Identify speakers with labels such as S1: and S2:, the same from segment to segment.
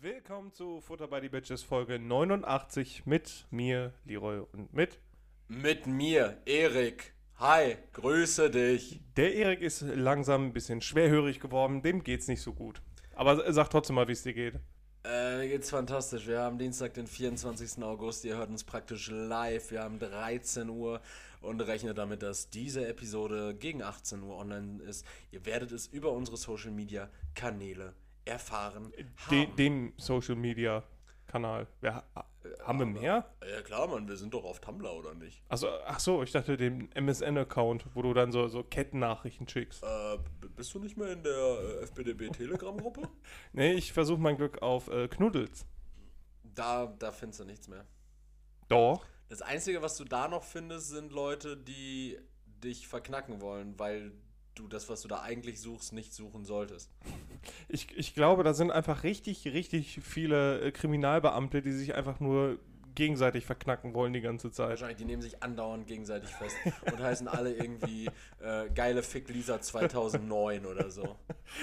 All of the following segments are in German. S1: willkommen zu Futter by the Bitches Folge 89 mit mir, Leroy und mit.
S2: Mit mir, Erik. Hi, grüße dich.
S1: Der Erik ist langsam ein bisschen schwerhörig geworden, dem geht's nicht so gut. Aber sag trotzdem mal, wie es dir geht.
S2: Äh, mir geht's fantastisch. Wir haben Dienstag, den 24. August. Ihr hört uns praktisch live. Wir haben 13 Uhr und rechnet damit, dass diese Episode gegen 18 Uhr online ist. Ihr werdet es über unsere Social Media Kanäle erfahren.
S1: De dem Social Media Kanal. Wer, ha- haben wir mehr?
S2: Ja klar, Mann, wir sind doch auf Tumblr, oder nicht?
S1: Also, ach so, ich dachte den MSN-Account, wo du dann so, so Kettennachrichten schickst.
S2: Äh, b- bist du nicht mehr in der äh, FBDB-Telegram-Gruppe?
S1: Nee, ich versuche mein Glück auf äh, Knuddels.
S2: da, da findest du nichts mehr.
S1: Doch.
S2: Das Einzige, was du da noch findest, sind Leute, die dich verknacken wollen, weil du das, was du da eigentlich suchst, nicht suchen solltest.
S1: Ich, ich glaube, da sind einfach richtig, richtig viele äh, Kriminalbeamte, die sich einfach nur gegenseitig verknacken wollen die ganze Zeit.
S2: Wahrscheinlich, die nehmen sich andauernd gegenseitig fest und heißen alle irgendwie äh, geile Fick Lisa 2009 oder so.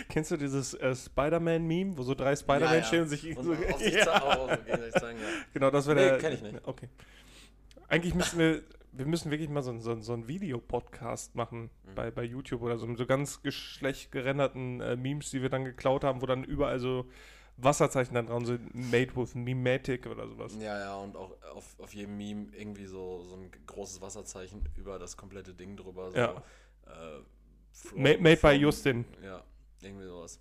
S1: Kennst du dieses äh, Spider-Man-Meme, wo so drei Spider-Man stehen und sich.
S2: und
S1: so,
S2: auf sich
S1: Ja.
S2: ja. auch so gegenseitig zeigen. Ja.
S1: Genau, das wäre
S2: Nee,
S1: der.
S2: kenn ich nicht.
S1: Okay. Eigentlich müssen wir, wir müssen wirklich mal so, ein- so, ein- so einen Videopodcast machen
S2: Mhm.
S1: bei, bei YouTube oder so, mit so ganz geschlecht gerenderten äh, Memes, die wir dann geklaut haben, wo dann überall so Wasserzeichen dann dran sind, made with Mematic oder sowas.
S2: ja, ja, und auch auf, auf jedem Meme irgendwie so, so ein großes Wasserzeichen über das komplette Ding drüber. So,
S1: Ja.
S2: äh, from-
S1: Ma made by
S2: from-
S1: Justin.
S2: Ja, irgendwie sowas.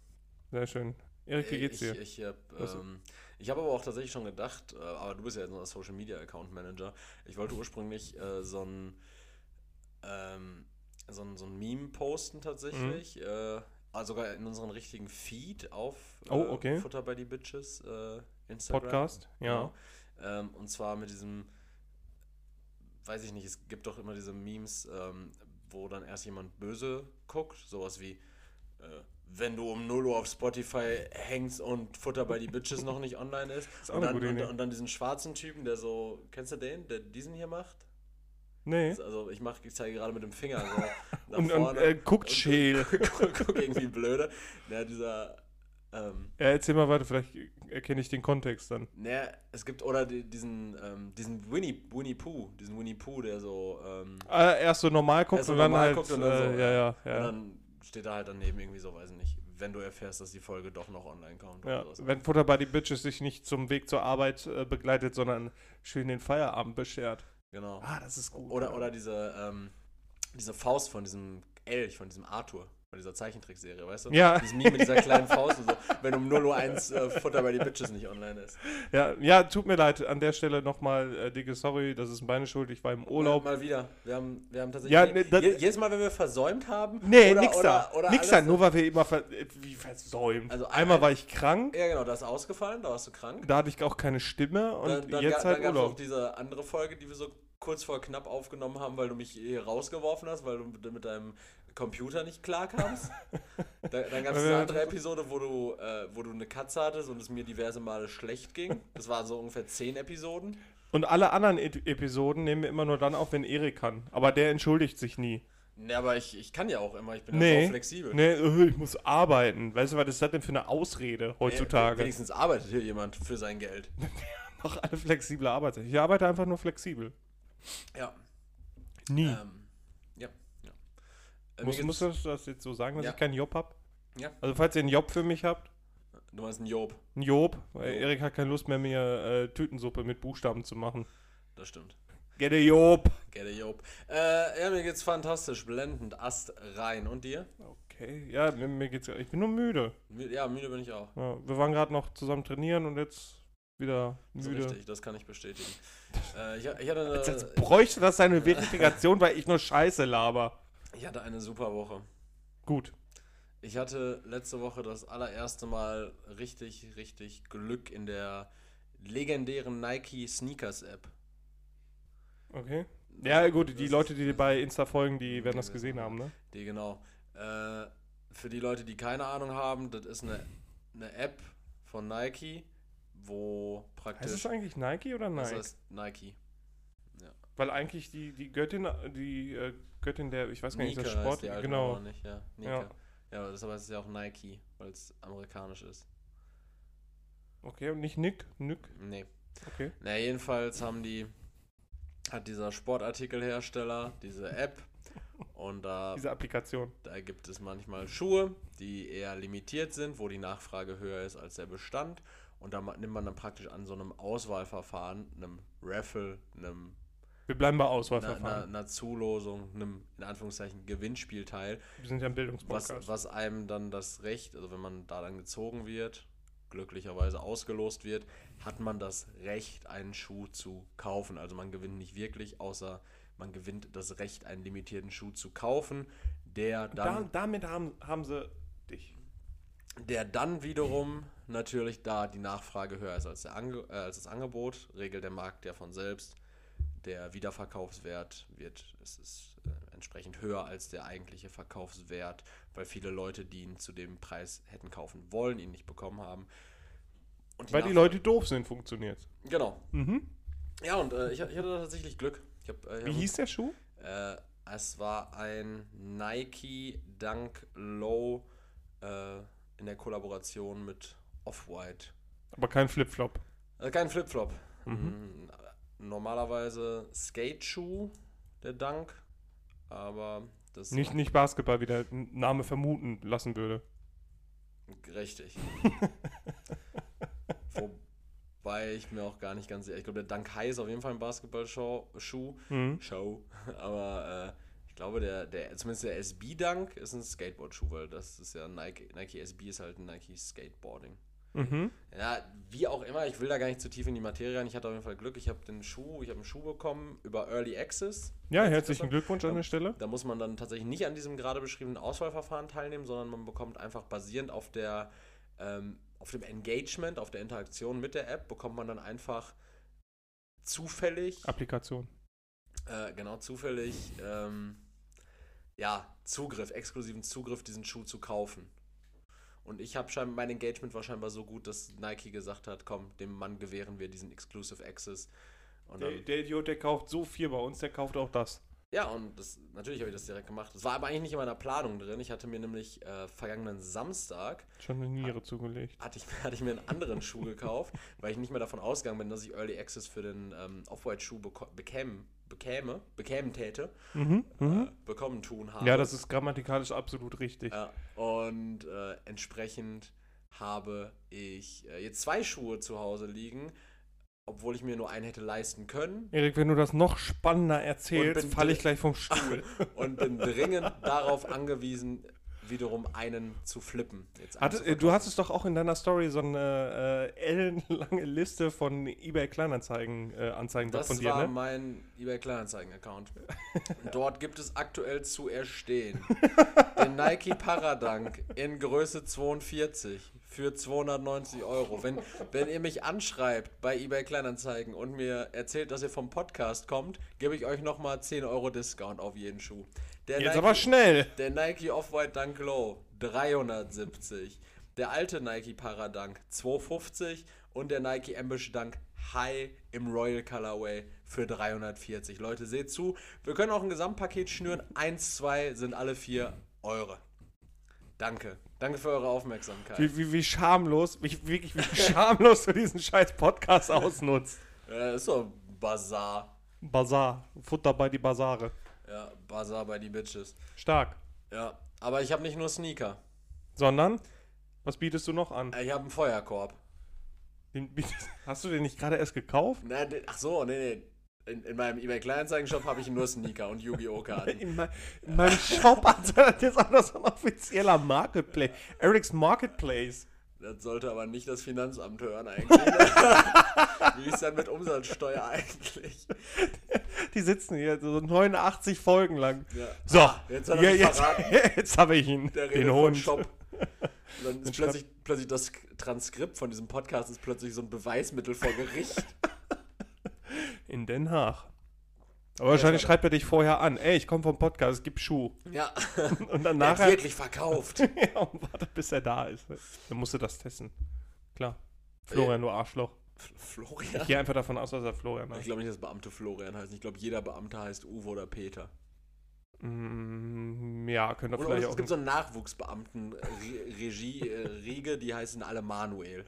S1: Sehr schön. Erik, wie geht's dir?
S2: Ich, ich habe
S1: Achso.
S2: ähm, ich hab aber auch tatsächlich schon gedacht, äh, aber du bist ja jetzt unser Social Media Account Manager. Ich wollte ursprünglich äh, so ein ähm, so ein, so ein Meme posten tatsächlich.
S1: Mhm.
S2: Äh, also sogar in unseren richtigen Feed auf äh,
S1: Oh, okay.
S2: Futter by the Bitches äh, Instagram.
S1: Podcast? Ja.
S2: Genau. Ähm, und zwar mit diesem, weiß ich nicht, es gibt doch immer diese Memes, ähm, wo dann erst jemand böse guckt, sowas wie, äh, wenn du um 0 Uhr auf Spotify hängst und Futter bei die Bitches noch nicht online ist.
S1: Ist auch
S2: und,
S1: eine
S2: dann,
S1: gute
S2: und,
S1: Idee.
S2: und dann diesen schwarzen Typen, der so, kennst du den, der diesen hier macht?
S1: Nee.
S2: Also ich, mach, ich zeige gerade mit dem Finger so nach
S1: Und, und
S2: vorne.
S1: äh, guckt
S2: Und-
S1: scheel.
S2: guck, guck irgendwie blöde. Ja, dieser, ähm,
S1: Ja, erzähl mal weiter, vielleicht erkenne ich den Kontext dann.
S2: Naja, Ne, es gibt, oder die, diesen, ähm, diesen Winnie, Winnie Pooh, diesen Winnie Pooh, der so, ähm,
S1: Ah, erst so normal guckt
S2: Erst so
S1: und dann
S2: normal
S1: halt.
S2: guckt und dann
S1: äh,
S2: so,
S1: ja, ja,
S2: und
S1: ja.
S2: dann steht da halt daneben irgendwie so, weiß ich nicht, wenn du erfährst, dass die Folge doch noch online kommt
S1: Ja,
S2: oder sowas.
S1: wenn Futter by the Bitches sich nicht zum Weg zur Arbeit äh, begleitet, sondern schön den Feierabend beschert.
S2: Genau.
S1: Ah, das ist gut.
S2: Oder, oder diese, ähm, diese Faust von diesem Elch, von diesem Arthur, von dieser Zeichentrickserie, weißt du?
S1: Ja.
S2: Dieses Meme mit dieser kleinen Faust und so, wenn um 0.01 Uhr äh, Futter bei die Bitches nicht online ist.
S1: ja, ja, tut mir leid, an der Stelle nochmal äh, dicke Sorry, das ist meine Schuld, ich war im Urlaub.
S2: Mal wieder. Wir haben, wir haben tatsächlich.
S1: Ja,
S2: je-
S1: ne, das-
S2: je- jedes Mal, wenn wir versäumt haben.
S1: Nee,
S2: oder-
S1: nix da.
S2: oder- oder
S1: nix da,
S2: alles-
S1: nur weil wir immer ver äh, wie versäumt.
S2: Also ein-
S1: Einmal war ich krank,
S2: Ja, genau, da ist ausgefallen, da warst du krank.
S1: da hatte ich auch keine Stimme und
S2: dann, dann,
S1: jetzt
S2: ga,
S1: halt
S2: dann gab es noch
S1: Urlaub.
S2: diese andere Folge, die wir so kurz vor knapp aufgenommen haben, weil du mich hier rausgeworfen hast, weil du mit, mit deinem Computer nicht klarkamst. da, dann gab es
S1: Weil wir-
S2: eine andere Episode, wo du, äh, wo du eine Katze hattest und es mir diverse Male schlecht ging. Das waren so ungefähr zehn Episoden.
S1: Und alle anderen e Episoden nehmen wir immer nur dann auf, wenn Erik kann. Aber der entschuldigt sich nie.
S2: Ne, aber ich, ich kann ja auch immer, ich bin ja
S1: Nee,
S2: so flexibel.
S1: nee, äh, ich muss arbeiten. Weißt du, was ist das denn für eine Ausrede
S2: Äh,
S1: heutzutage?
S2: Wenigstens arbeitet hier jemand für sein Geld.
S1: Auch alle flexible Arbeit. Ich arbeite einfach nur flexibel.
S2: Ja.
S1: Nie.
S2: Ähm, ja. ja. Äh,
S1: Hm. muss,
S2: mir
S1: muss
S2: geht's-
S1: das, das jetzt so sagen, dass
S2: Ja.
S1: ich keinen Job habe?
S2: Ja.
S1: Also falls ihr einen Job für mich habt,
S2: du meinst einen Job,
S1: einen Job, weil
S2: Job.
S1: Erik hat keine Lust mehr, mir äh, Tütensuppe mit Buchstaben zu machen.
S2: das stimmt.
S1: Get a Job.
S2: Get a Job. Äh, ja, mir geht's fantastisch, blendend, Ast rein. Und dir?
S1: Okay, ja, mir, mir geht's Ich bin nur müde.
S2: Mü- Ja, müde bin ich auch.
S1: Ja, wir waren gerade noch zusammen trainieren und jetzt wieder
S2: Das ist
S1: müde.
S2: richtig, das kann ich bestätigen. äh, ich, ich, hatte
S1: Als- als
S2: eine,
S1: bräuchte das seine Verifikation, weil ich nur Scheiße laber.
S2: ich hatte eine super Woche.
S1: Gut.
S2: Ich hatte letzte Woche das allererste Mal richtig, richtig Glück in der legendären Nike Sneakers App.
S1: Okay. Ja, gut, die
S2: Das ist-
S1: Leute, die dir bei Insta folgen, die werden
S2: Die
S1: das gesehen
S2: wissen,
S1: haben, ne?
S2: Die genau. Äh, für die Leute, die keine Ahnung haben, das ist eine, eine App von Nike, wo
S1: Heißt
S2: praktisch.
S1: es eigentlich Nike oder Nike?
S2: das heißt Nike.
S1: Weil eigentlich die, die Göttin, die äh, Göttin der, ich weiß gar nicht,
S2: Nika
S1: ist das
S2: heißt
S1: Sport?
S2: die alte
S1: Genau.
S2: Mauer Nicht, ja. Nika.
S1: Ja.
S2: Ja. aber deshalb heißt es ja auch Nike, weil es amerikanisch ist.
S1: Okay, und nicht Nick? Nick?
S2: Nee.
S1: Okay.
S2: Na, jedenfalls haben die, hat dieser Sportartikelhersteller diese App und da,
S1: Diese Applikation.
S2: da gibt es manchmal Schuhe, die eher limitiert sind, wo die Nachfrage höher ist als der Bestand. Und da ma- nimmt man dann praktisch an so einem Auswahlverfahren, einem Raffle, einem
S1: Wir bleiben bei
S2: einer, einer,
S1: Auswahlverfahren.
S2: einer Zulosung, einem in Anführungszeichen Gewinnspiel teil,
S1: Wir sind ja ein
S2: was,
S1: Bildungspodcast.
S2: was einem dann das Recht, also wenn man da dann gezogen wird, glücklicherweise ausgelost wird, hat man das Recht, einen Schuh zu kaufen. Also man gewinnt nicht wirklich, außer man gewinnt das Recht, einen limitierten Schuh zu kaufen, der
S1: Da,
S2: dann,
S1: damit haben, haben sie dich.
S2: der dann wiederum natürlich da die Nachfrage höher ist als, der Ange äh, als das Angebot, regelt der Markt ja von selbst. Der Wiederverkaufswert wird, es ist äh, entsprechend höher als der eigentliche Verkaufswert, weil viele Leute, die ihn zu dem Preis hätten kaufen wollen, ihn nicht bekommen haben. Und
S1: Weil die
S2: Nachfrage-
S1: Leute doof sind, funktioniert.
S2: Genau.
S1: Mhm.
S2: Ja, und äh, ich, ich hatte da tatsächlich Glück. Ich hab, äh, ich
S1: Wie
S2: hab-
S1: hieß der Schuh?
S2: äh, es war ein Nike Dunk Low äh, in der Kollaboration mit Off-White.
S1: Aber kein Flipflop.
S2: Also kein Flipflop. Mm, Normalerweise Skate-Schuh, der Dunk. Aber das
S1: Nicht, nicht Basketball, wie der Name vermuten lassen würde.
S2: richtig. Wobei ich mir auch gar nicht ganz sicher. Ich glaube, der Dunk heißt auf jeden Fall ein Basketball-Schuh.
S1: Mhm.
S2: Show. Aber äh, ich glaube, der, der, zumindest der SB-Dunk ist ein Skateboard-Schuh, weil das ist ja Nike, Nike SB ist halt ein Nike Skateboarding.
S1: Mhm.
S2: Ja, wie auch immer, ich will da gar nicht zu tief in die Materie rein. Ich hatte auf jeden Fall Glück, ich habe den Schuh, ich habe einen Schuh bekommen über Early Access.
S1: Ja,
S2: Hört sich
S1: herzlichen
S2: das
S1: Glückwunsch an der Stelle.
S2: an. Da muss man dann tatsächlich nicht an diesem gerade beschriebenen Auswahlverfahren teilnehmen, sondern man bekommt einfach basierend auf der ähm, auf dem Engagement, auf der Interaktion mit der App, bekommt man dann einfach zufällig
S1: Applikation.
S2: äh, genau zufällig ähm, ja, Zugriff, exklusiven Zugriff, diesen Schuh zu kaufen. Und ich habe scheinbar, mein Engagement war scheinbar so gut, dass Nike gesagt hat, komm, dem Mann gewähren wir diesen Exclusive Access. Und
S1: Der,
S2: dann,
S1: der Idiot, der kauft so viel bei uns, der kauft auch das.
S2: ja, und das, natürlich habe ich das direkt gemacht. Das war aber eigentlich nicht in meiner Planung drin. Ich hatte mir nämlich äh, vergangenen Samstag,
S1: Schon eine Niere zugelegt.
S2: hatte ich, hatte ich mir einen anderen Schuh gekauft, weil ich nicht mehr davon ausgegangen bin, dass ich Early Access für den ähm, Off-White-Schuh beko- bekäme, bekäme, bekämen täte,
S1: Mhm.
S2: äh, bekommen tun habe.
S1: Ja, das ist grammatikalisch absolut richtig.
S2: Ja, und äh, entsprechend habe ich äh, jetzt zwei Schuhe zu Hause liegen, obwohl ich mir nur einen hätte leisten können.
S1: Erik, wenn du das noch spannender
S2: Und
S1: erzählst,
S2: bin
S1: falle ich
S2: dr-
S1: gleich vom Stuhl.
S2: Und bin dringend darauf angewiesen, wiederum einen zu flippen. Jetzt einen
S1: Hatte,
S2: zu
S1: äh, du
S2: verkaufen.
S1: hattest doch auch in deiner Story so eine äh, ellenlange Liste von eBay Kleinanzeigen äh, Anzeigen
S2: das
S1: von dir,
S2: war
S1: ne?
S2: mein eBay Kleinanzeigen-Account. Dort gibt es aktuell zu erstehen den Nike Paradunk in Größe 42 für 290 Euro. Wenn, wenn ihr mich anschreibt bei eBay Kleinanzeigen und mir erzählt, dass ihr vom Podcast kommt, gebe ich euch nochmal 10 Euro Discount auf jeden Schuh. Der
S1: Jetzt
S2: Nike,
S1: aber schnell.
S2: der Nike Off-White Dunk Low 370. Der alte Nike Paradunk 250 und der Nike Ambush Dunk High im Royal Colorway für 340. Leute, seht zu, wir können auch ein Gesamtpaket schnüren. Eins, zwei sind alle vier eure. Danke. Danke für eure Aufmerksamkeit.
S1: Wie, wie, wie schamlos, wie, wirklich wie schamlos du diesen scheiß Podcast ausnutzt.
S2: Äh, ist so ein Bazar.
S1: Bazar, Futter bei die Basare.
S2: Ja, Bazar bei die Bitches.
S1: Stark.
S2: Ja, aber ich habe nicht nur Sneaker.
S1: Sondern, was bietest du noch an?
S2: Ich habe einen Feuerkorb.
S1: Den bietest, hast du den nicht gerade erst gekauft?
S2: Na, de- ach so, nee, nee. In, in meinem eBay Kleinanzeigen-Shop habe ich nur Sneaker und Yu-Gi-Oh! Karten.
S1: In, mein, in meinem Shop hat er das jetzt auch noch so ein offizieller Marketplace. Eric's Marketplace.
S2: Das sollte aber nicht das Finanzamt hören eigentlich. Wie ist denn mit Umsatzsteuer eigentlich?
S1: Die sitzen hier so 89 Folgen lang.
S2: Ja.
S1: So,
S2: jetzt hat er
S1: ja,
S2: mich
S1: jetzt,
S2: verraten.
S1: jetzt habe ich ihn,
S2: Der
S1: den
S2: redet vom
S1: Hund.
S2: Shop. Und dann ist
S1: schreibt-
S2: plötzlich, plötzlich das Transkript von diesem Podcast ist plötzlich so ein Beweismittel vor Gericht.
S1: In Den Haag. Aber wahrscheinlich
S2: schade.
S1: schreibt er dich vorher an. Ey, ich komme vom Podcast, es gibt Schuh.
S2: Ja,
S1: Und dann
S2: er hat
S1: nachher.
S2: wirklich verkauft.
S1: Ja, und warte, bis er da ist. Dann musst du das testen. Klar.
S2: Äh,
S1: Florian, du Arschloch.
S2: Florian?
S1: Ich gehe einfach davon aus, dass er Florian
S2: Ich
S1: heißt.
S2: glaube nicht, dass Beamte Florian heißen. Ich glaube, jeder Beamte heißt Uwe oder Peter.
S1: Mm, ja, könnte
S2: Oder,
S1: vielleicht
S2: es
S1: auch.
S2: gibt so einen Nachwuchsbeamten-Regie-Riege, die heißen alle Manuel.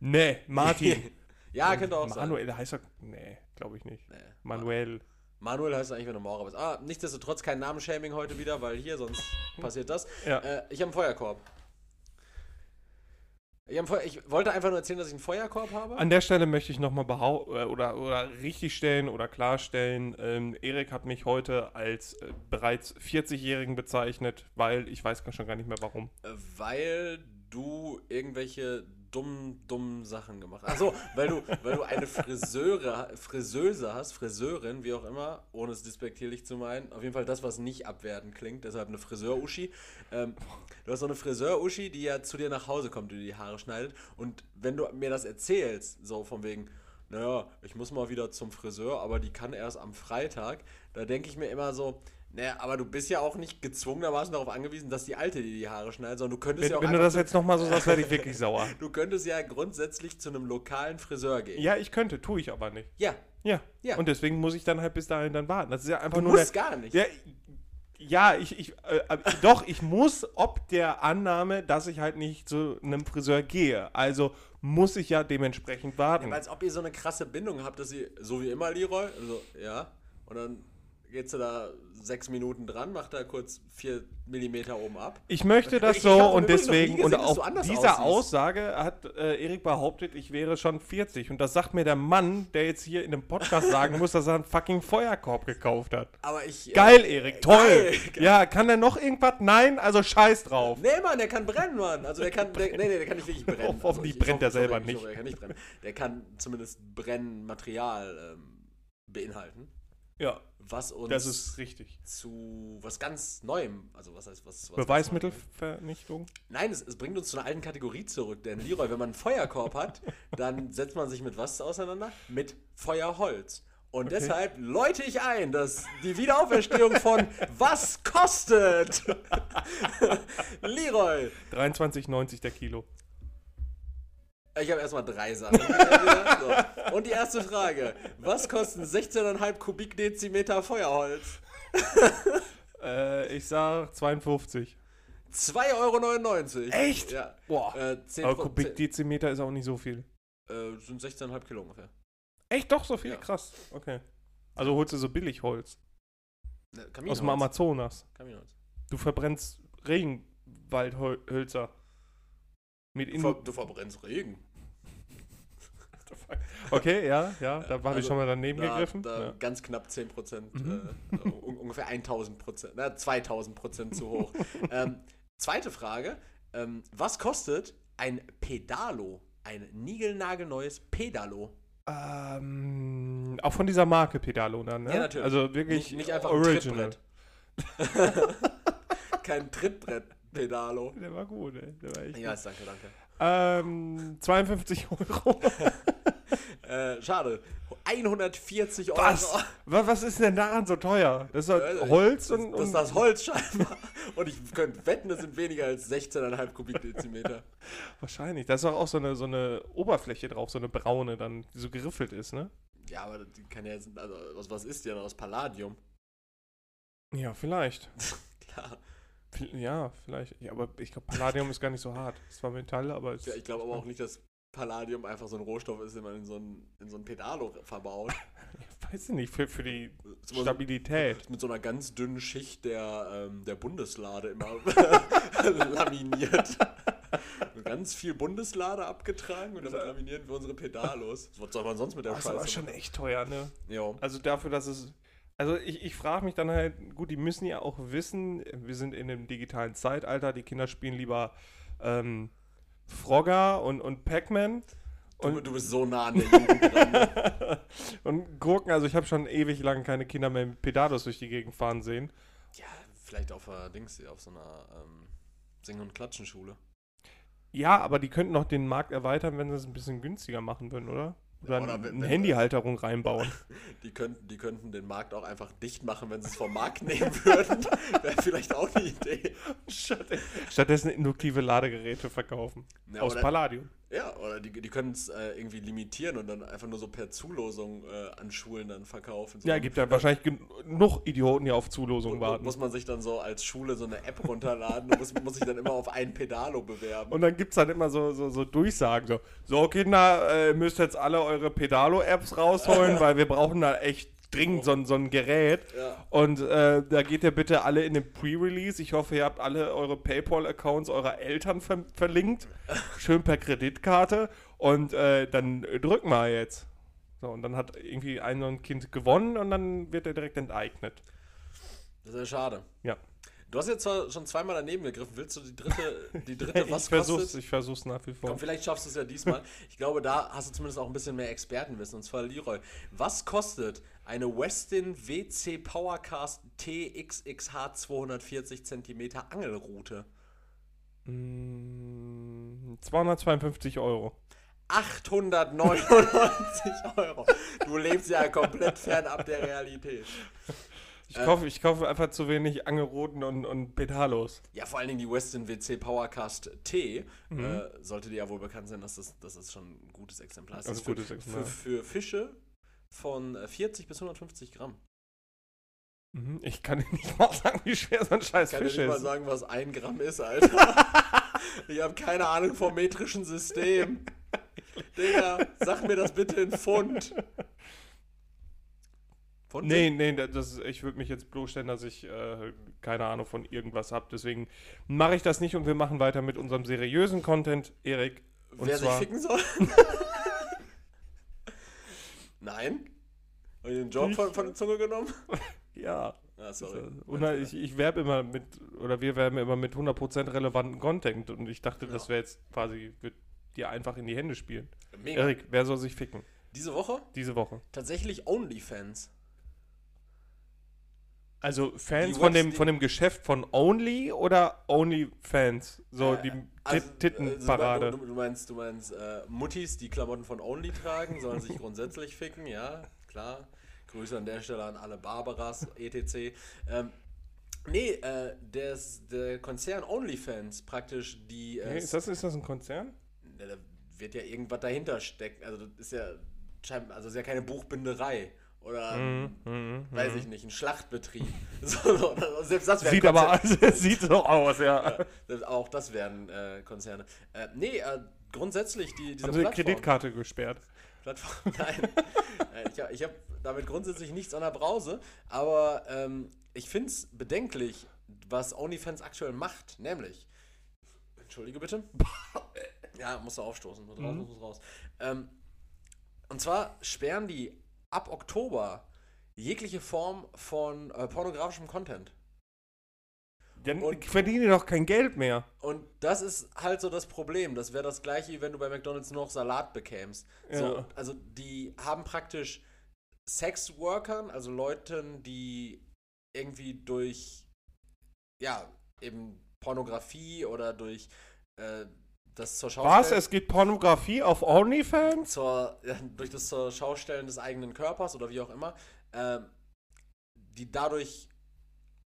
S1: Nee, Martin.
S2: ja, könnte auch
S1: Manuel heißt er. Nee, glaube ich nicht.
S2: sein. Nee.
S1: Manuel.
S2: Manuel heißt eigentlich, wenn du Maurer bist. Ah, nichtsdestotrotz kein Namenshaming heute wieder, weil hier sonst passiert das.
S1: Ja.
S2: Äh, ich habe einen Feuerkorb. Ich, hab einen Feu ich wollte einfach nur erzählen, dass ich einen Feuerkorb habe.
S1: An der Stelle möchte ich nochmal behaupten äh, oder, oder richtigstellen oder klarstellen, ähm, Erik hat mich heute als äh, bereits 40-Jährigen bezeichnet, weil ich weiß gar- schon gar nicht mehr warum.
S2: Äh, Weil du irgendwelche dummen, dummen Sachen gemacht hast. Achso, weil du, weil du eine Friseure, Friseuse hast, Friseurin, wie auch immer, ohne es despektierlich zu meinen. Auf jeden Fall das, was nicht abwertend klingt, deshalb eine Friseur-Uschi. Ähm, du hast so eine Friseur-Uschi, die ja zu dir nach Hause kommt, die dir die Haare schneidet. Und wenn du mir das erzählst, so von wegen, naja, ich muss mal wieder zum Friseur, aber die kann erst am Freitag. Da denke ich mir immer so, naja, aber du bist ja auch nicht gezwungenermaßen darauf angewiesen, dass die Alte dir die Haare schneidet, sondern du könntest
S1: Wenn,
S2: ja auch
S1: wenn du
S2: einfach
S1: das jetzt nochmal so sagst, werde ich wirklich sauer.
S2: zu, du könntest ja grundsätzlich zu einem lokalen Friseur gehen.
S1: Ja, ich könnte, tue ich aber nicht.
S2: Ja,
S1: Ja.
S2: Ja.
S1: Und deswegen muss ich dann halt bis dahin dann warten. Das ist ja einfach
S2: du
S1: nur
S2: musst
S1: der,
S2: gar nicht.
S1: Ja, ja, ich, ich äh, aber- doch, ich muss ob der Annahme, dass ich halt nicht zu einem Friseur gehe. Also muss ich ja dementsprechend warten.
S2: Aber Als ob ihr so eine krasse Bindung habt, dass ihr, so wie immer, Leroy, also, ja, und dann gehtst du da sechs Minuten dran, macht da kurz vier Millimeter oben ab.
S1: ich möchte
S2: Ich-
S1: das
S2: ich
S1: so
S2: hab im
S1: und
S2: Übrigen noch nie
S1: deswegen
S2: gesehen,
S1: und
S2: dass du
S1: auf
S2: anders
S1: dieser
S2: aussiehst.
S1: Aussage hat äh, Erik behauptet, ich wäre schon 40 und das sagt mir der Mann, der jetzt hier in dem Podcast sagen muss, dass er einen fucking Feuerkorb gekauft hat.
S2: Aber ich. äh,
S1: Geil, Erik, toll.
S2: Geil.
S1: Ja, kann er noch irgendwas? Nein, also scheiß drauf.
S2: Nee, Mann, der kann brennen, Mann. Also der kann, der, nee, nee, der kann nicht wirklich brennen.
S1: Ho- hoffentlich
S2: also,
S1: brennt er
S2: hoffe- ich
S1: selber
S2: hoffe, ich hoffe,
S1: nicht.
S2: Der kann nicht brennen. Der kann zumindest Brennmaterial ähm, beinhalten,
S1: Ja,
S2: was uns
S1: das ist richtig.
S2: zu was ganz Neuem, also was heißt was? was was Neuem-
S1: Beweismittelvernichtung?
S2: Nein, es, es bringt uns zu einer alten Kategorie zurück, denn Leroy, wenn man einen Feuerkorb hat, dann setzt man sich mit was auseinander? Mit Feuerholz. Und deshalb läute ich ein, dass die Wiederauferstehung von Was kostet? Leroy,
S1: 23,90 der Kilo.
S2: Ich habe erstmal drei Sachen. so. Und die erste Frage: Was kosten 16,5 Kubikdezimeter Feuerholz?
S1: Äh, ich sag 52.
S2: 2,99 Euro.
S1: Echt?
S2: Ja.
S1: Boah.
S2: Äh, 10
S1: Aber Kubikdezimeter ist auch nicht so viel.
S2: äh, sind 16,5 Kilo ungefähr.
S1: Echt doch so viel?
S2: Ja.
S1: Krass. Okay. Also holst du so billig Holz
S2: Ne,
S1: aus dem Amazonas.
S2: Kaminholz.
S1: Du verbrennst Regenwaldhölzer. Mit
S2: Du,
S1: in
S2: ver du verbrennst Regen.
S1: Okay, ja, ja, da habe ich
S2: Also,
S1: schon mal daneben
S2: Da,
S1: gegriffen.
S2: da
S1: ja.
S2: Ganz knapp 10 Prozent.
S1: Mhm.
S2: Äh, also un ungefähr 1000 Prozent. Na, 2000 Prozent zu hoch. ähm, zweite Frage: ähm, Was kostet ein Pedalo? Ein niegelnagelneues Pedalo?
S1: Ähm, auch von dieser Marke Pedalo dann, ne?
S2: Ja, natürlich.
S1: Also wirklich
S2: Nicht, nicht einfach
S1: original.
S2: original. Kein Trittbrett-Pedalo.
S1: Der war gut, ey. Der war echt
S2: Ja, ist danke, danke.
S1: Ähm, 52 Euro.
S2: Äh, schade. 140 Euro.
S1: Was? Wa- Was ist denn daran so teuer? Das ist
S2: Äh,
S1: halt Holz und.
S2: Das
S1: und
S2: ist das Holz scheinbar. Und ich könnte wetten, es sind weniger als 16,5 Kubikdezimeter.
S1: wahrscheinlich. Da ist doch auch so eine, so eine Oberfläche drauf, so eine braune, dann, die so geriffelt ist, ne?
S2: Ja, aber die kann ja jetzt. Also, aus was ist die denn? Aus Palladium?
S1: Ja, vielleicht.
S2: Klar.
S1: Vi- Ja, vielleicht. Ja, aber ich glaube, Palladium ist gar nicht so hart. Es war Metall, aber es.
S2: Ja, ich glaube aber auch nicht, dass Palladium einfach so ein Rohstoff ist, den man in so ein, in so ein Pedalo verbaut.
S1: Ich weiß nicht, für, für die
S2: Ist immer so-
S1: Stabilität.
S2: Mit so einer ganz dünnen Schicht der, ähm, der Bundeslade immer laminiert. Und ganz viel Bundeslade abgetragen und damit laminieren wir unsere Pedalos. Was soll man sonst mit der
S1: Das ist aber
S2: Scheiße
S1: schon
S2: machen?
S1: echt teuer, ne?
S2: Jo.
S1: Also dafür, dass es. Also ich, ich frage mich dann halt, gut, die müssen ja auch wissen, wir sind in einem digitalen Zeitalter, die Kinder spielen lieber ähm, Frogger und, und Pac-Man
S2: Du, du bist so nah an der Jugend dran. ne?
S1: und Gurken. Also ich habe schon ewig lang keine Kinder mehr mit Pedalos durch die Gegend fahren sehen.
S2: Ja, vielleicht auf, äh, Dings, hier, auf so einer ähm, Sing- und Klatschenschule.
S1: Ja, aber die könnten noch den Markt erweitern, wenn sie es ein bisschen günstiger machen würden, oder? Oder,
S2: Oder
S1: eine
S2: wenn- äh, wenn-
S1: Handyhalterung reinbauen.
S2: Die könnten, die könnten den Markt auch einfach dicht machen, wenn sie es vom Markt nehmen würden. Wäre vielleicht auch eine Idee.
S1: Stattdessen induktive Ladegeräte verkaufen.
S2: Ja,
S1: Aus
S2: oder-
S1: Palladium.
S2: Ja, oder die, die können es äh, irgendwie limitieren und dann einfach nur so per Zulosung äh, an Schulen dann verkaufen. So,
S1: Ja, gibt ja wahrscheinlich genug Idioten, die auf Zulosung
S2: und,
S1: warten.
S2: Muss man sich dann so als Schule so eine App runterladen und muss, muss sich dann immer auf ein Pedalo bewerben.
S1: Und dann gibt es halt immer so, so, so Durchsagen. So, so Kinder, äh, müsst jetzt alle eure Pedalo-Apps rausholen, weil wir brauchen da echt dringend so, ein- so ein Gerät.
S2: Ja.
S1: Und äh, da geht ihr bitte alle in den Pre-Release. Ich hoffe, ihr habt alle eure PayPal-Accounts eurer Eltern ver verlinkt. Schön per Kreditkarte. Und äh, dann drück mal jetzt. So, und dann hat irgendwie ein so ein Kind gewonnen und dann wird er direkt enteignet.
S2: Das ist ja schade.
S1: Ja.
S2: Du hast jetzt zwar schon zweimal daneben gegriffen. Willst du die dritte, die dritte was
S1: ich versuch's,
S2: kostet?
S1: ich versuch's nach wie vor.
S2: Komm, vielleicht schaffst du es ja diesmal. Ich glaube, da hast du zumindest auch ein bisschen mehr Expertenwissen. Und zwar Leroy. Was kostet eine Westin WC Powercast TXXH 240 cm Angelrute?
S1: Mm, 252 Euro.
S2: 899 Euro. Du lebst ja komplett fernab der Realität.
S1: Ich, kaufe, ich kaufe einfach zu wenig Angeroten und, und Pedalos.
S2: Ja, vor allen Dingen die Westin WC Powercast T
S1: Mhm.
S2: äh, sollte dir ja wohl bekannt sein, dass das, dass das schon ein gutes Exemplar ist.
S1: Das ist ein gutes
S2: für,
S1: Exemplar.
S2: Für, für Fische von äh, 40 bis 150 Gramm.
S1: Mhm. Ich kann dir nicht mal sagen, wie schwer so ein scheiß
S2: Ich kann
S1: Fisch
S2: dir nicht mal
S1: ist.
S2: sagen, was ein Gramm ist, Alter. ich habe keine Ahnung vom metrischen System. Digga, sag mir das bitte in Pfund. Pfund?
S1: Nee, nee, da- das, ich würde mich jetzt bloßstellen, dass ich äh, keine Ahnung von irgendwas habe. Deswegen mache ich das nicht und wir machen weiter mit unserem seriösen Content, Erik. Und
S2: Wer sich
S1: zwar,
S2: ficken soll? Nein? Habe ich den Job von, von der Zunge genommen?
S1: ja. äh,
S2: Ah, sorry.
S1: Und dann, ich, ich werbe immer mit, oder wir werben immer mit 100% relevanten Content und ich dachte, das wäre jetzt quasi, wird dir einfach in die Hände spielen.
S2: Mega.
S1: Erik, wer soll sich ficken?
S2: Diese Woche
S1: Diese Woche.
S2: tatsächlich OnlyFans.
S1: Also Fans
S2: Die Webs-
S1: von dem,
S2: die-
S1: von dem Geschäft von Only oder Only Fans? So
S2: Äh,
S1: die
S2: also,
S1: Tit-
S2: Also,
S1: Tittenparade.
S2: du, du meinst, du meinst äh, Muttis, die Klamotten von Only tragen, sollen sich grundsätzlich ficken, ja, klar. Grüße an der Stelle an alle Barbaras, etc. Ähm, nee, äh, des, der Konzern OnlyFans praktisch die. Äh,
S1: Hey, ist, das, ist das ein Konzern?
S2: Ja, da wird ja irgendwas dahinter stecken. Also das ist ja scheinbar, also das ist ja keine Buchbinderei oder
S1: Mhm,
S2: weiß ich nicht, ein Schlachtbetrieb. so, so, also selbst das wäre
S1: Sieht
S2: ein
S1: aber
S2: Konzern.
S1: sieht so aus, ja.
S2: Selbst auch das wären äh, Konzerne. Äh, nee, äh, grundsätzlich die diese
S1: Haben sie die
S2: Plattform.
S1: Kreditkarte gesperrt?
S2: Plattform nein. Äh, ich habe ich hab damit grundsätzlich nichts an der Brause, aber ähm, ich finde es bedenklich, was OnlyFans aktuell macht, nämlich. Entschuldige bitte. Ja, musst du aufstoßen. Muss
S1: Mhm.
S2: raus, muss raus. Ähm, und zwar sperren die ab Oktober jegliche Form von äh, pornografischem Content.
S1: Dann
S2: Und-
S1: verdienen die doch kein Geld mehr.
S2: Und das ist halt so das Problem. Das wäre das gleiche, wie wenn du bei McDonalds nur noch Salat bekämst. So,
S1: Ja.
S2: also die haben praktisch Sexworkern, also Leuten, die irgendwie durch, ja, eben Pornografie oder durch äh, das zur Schau
S1: Was?
S2: stellen-
S1: Es gibt Pornografie auf Onlyfans?
S2: zur, durch das zur Schaustellen des eigenen Körpers oder wie auch immer, ähm, die dadurch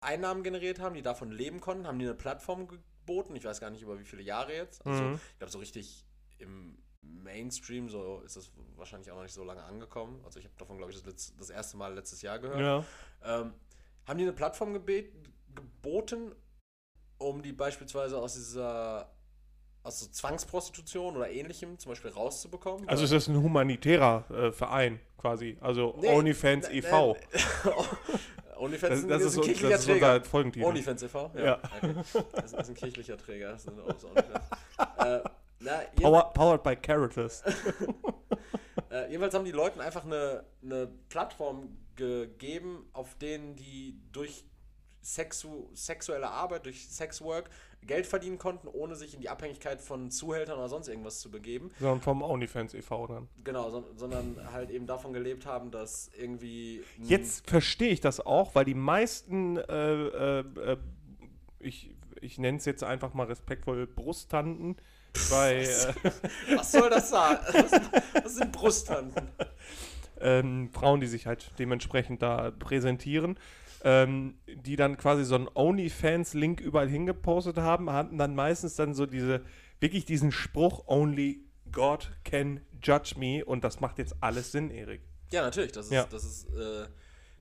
S2: Einnahmen generiert haben, die davon leben konnten, haben die eine Plattform geboten. Ich weiß gar nicht über wie viele Jahre jetzt. Also,
S1: Mhm.
S2: Ich glaube, so richtig im Mainstream, so ist das wahrscheinlich auch noch nicht so lange angekommen. Also ich habe davon, glaube ich, das, letz- das erste Mal letztes Jahr gehört
S1: Ja.
S2: ähm, haben die eine Plattform gebet, geboten, um die beispielsweise aus dieser aus so Zwangsprostitution oder ähnlichem zum Beispiel rauszubekommen?
S1: Also es ist ein humanitärer äh, Verein quasi. Also
S2: Nee,
S1: Onlyfans
S2: nee,
S1: e.V.
S2: nee. OnlyFans
S1: Das,
S2: ist ein-
S1: das,
S2: ist ein
S1: ist, so- das
S2: kirchlicher
S1: ist
S2: Träger.
S1: unser Folgentitel.
S2: OnlyFans e.V.?
S1: Ja.
S2: Okay. Das ist ein kirchlicher Träger. Das sind auch so OnlyFans. äh, na, ihr-
S1: Power, powered by Caritas.
S2: Äh, jedenfalls haben die Leuten einfach eine, eine Plattform gegeben, auf denen die durch sexu sexuelle Arbeit, durch Sexwork Geld verdienen konnten, ohne sich in die Abhängigkeit von Zuhältern oder sonst irgendwas zu begeben.
S1: Sondern vom Onlyfans e.V. dann.
S2: Genau, son sondern halt eben davon gelebt haben, dass irgendwie. ein-
S1: Jetzt verstehe ich das auch, weil die meisten, äh, äh, äh, ich, ich nenne es jetzt einfach mal respektvoll, Brusttanten bei, äh,
S2: Was soll das sein? Was, was sind Brusttanten?
S1: ähm, Frauen, die sich halt dementsprechend da präsentieren, ähm, die dann quasi so einen OnlyFans-Link überall hingepostet haben, hatten dann meistens dann so diese, wirklich diesen Spruch, Only God can judge me und das macht jetzt alles Sinn, Erik.
S2: Ja, natürlich. Das ist,
S1: Ja.
S2: das ist, äh,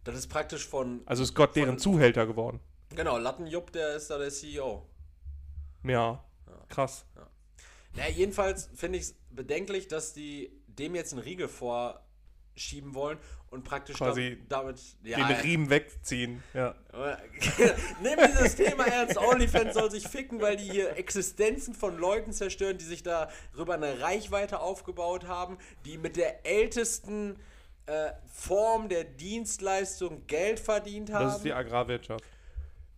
S2: das ist praktisch von.
S1: Also ist Gott deren Zuhälter geworden.
S2: Genau, Lattenjupp, der ist da der E CEO.
S1: Ja, krass.
S2: Naja, jedenfalls finde ich es bedenklich, dass die dem jetzt einen Riegel vorschieben wollen und praktisch
S1: Quasi
S2: dam- damit. Ja,
S1: Den Riemen wegziehen, ja.
S2: Nimm dieses Thema ernst. OnlyFans soll sich ficken, weil die hier Existenzen von Leuten zerstören, die sich darüber eine Reichweite aufgebaut haben, die mit der ältesten äh, Form der Dienstleistung Geld verdient haben.
S1: Das ist die Agrarwirtschaft.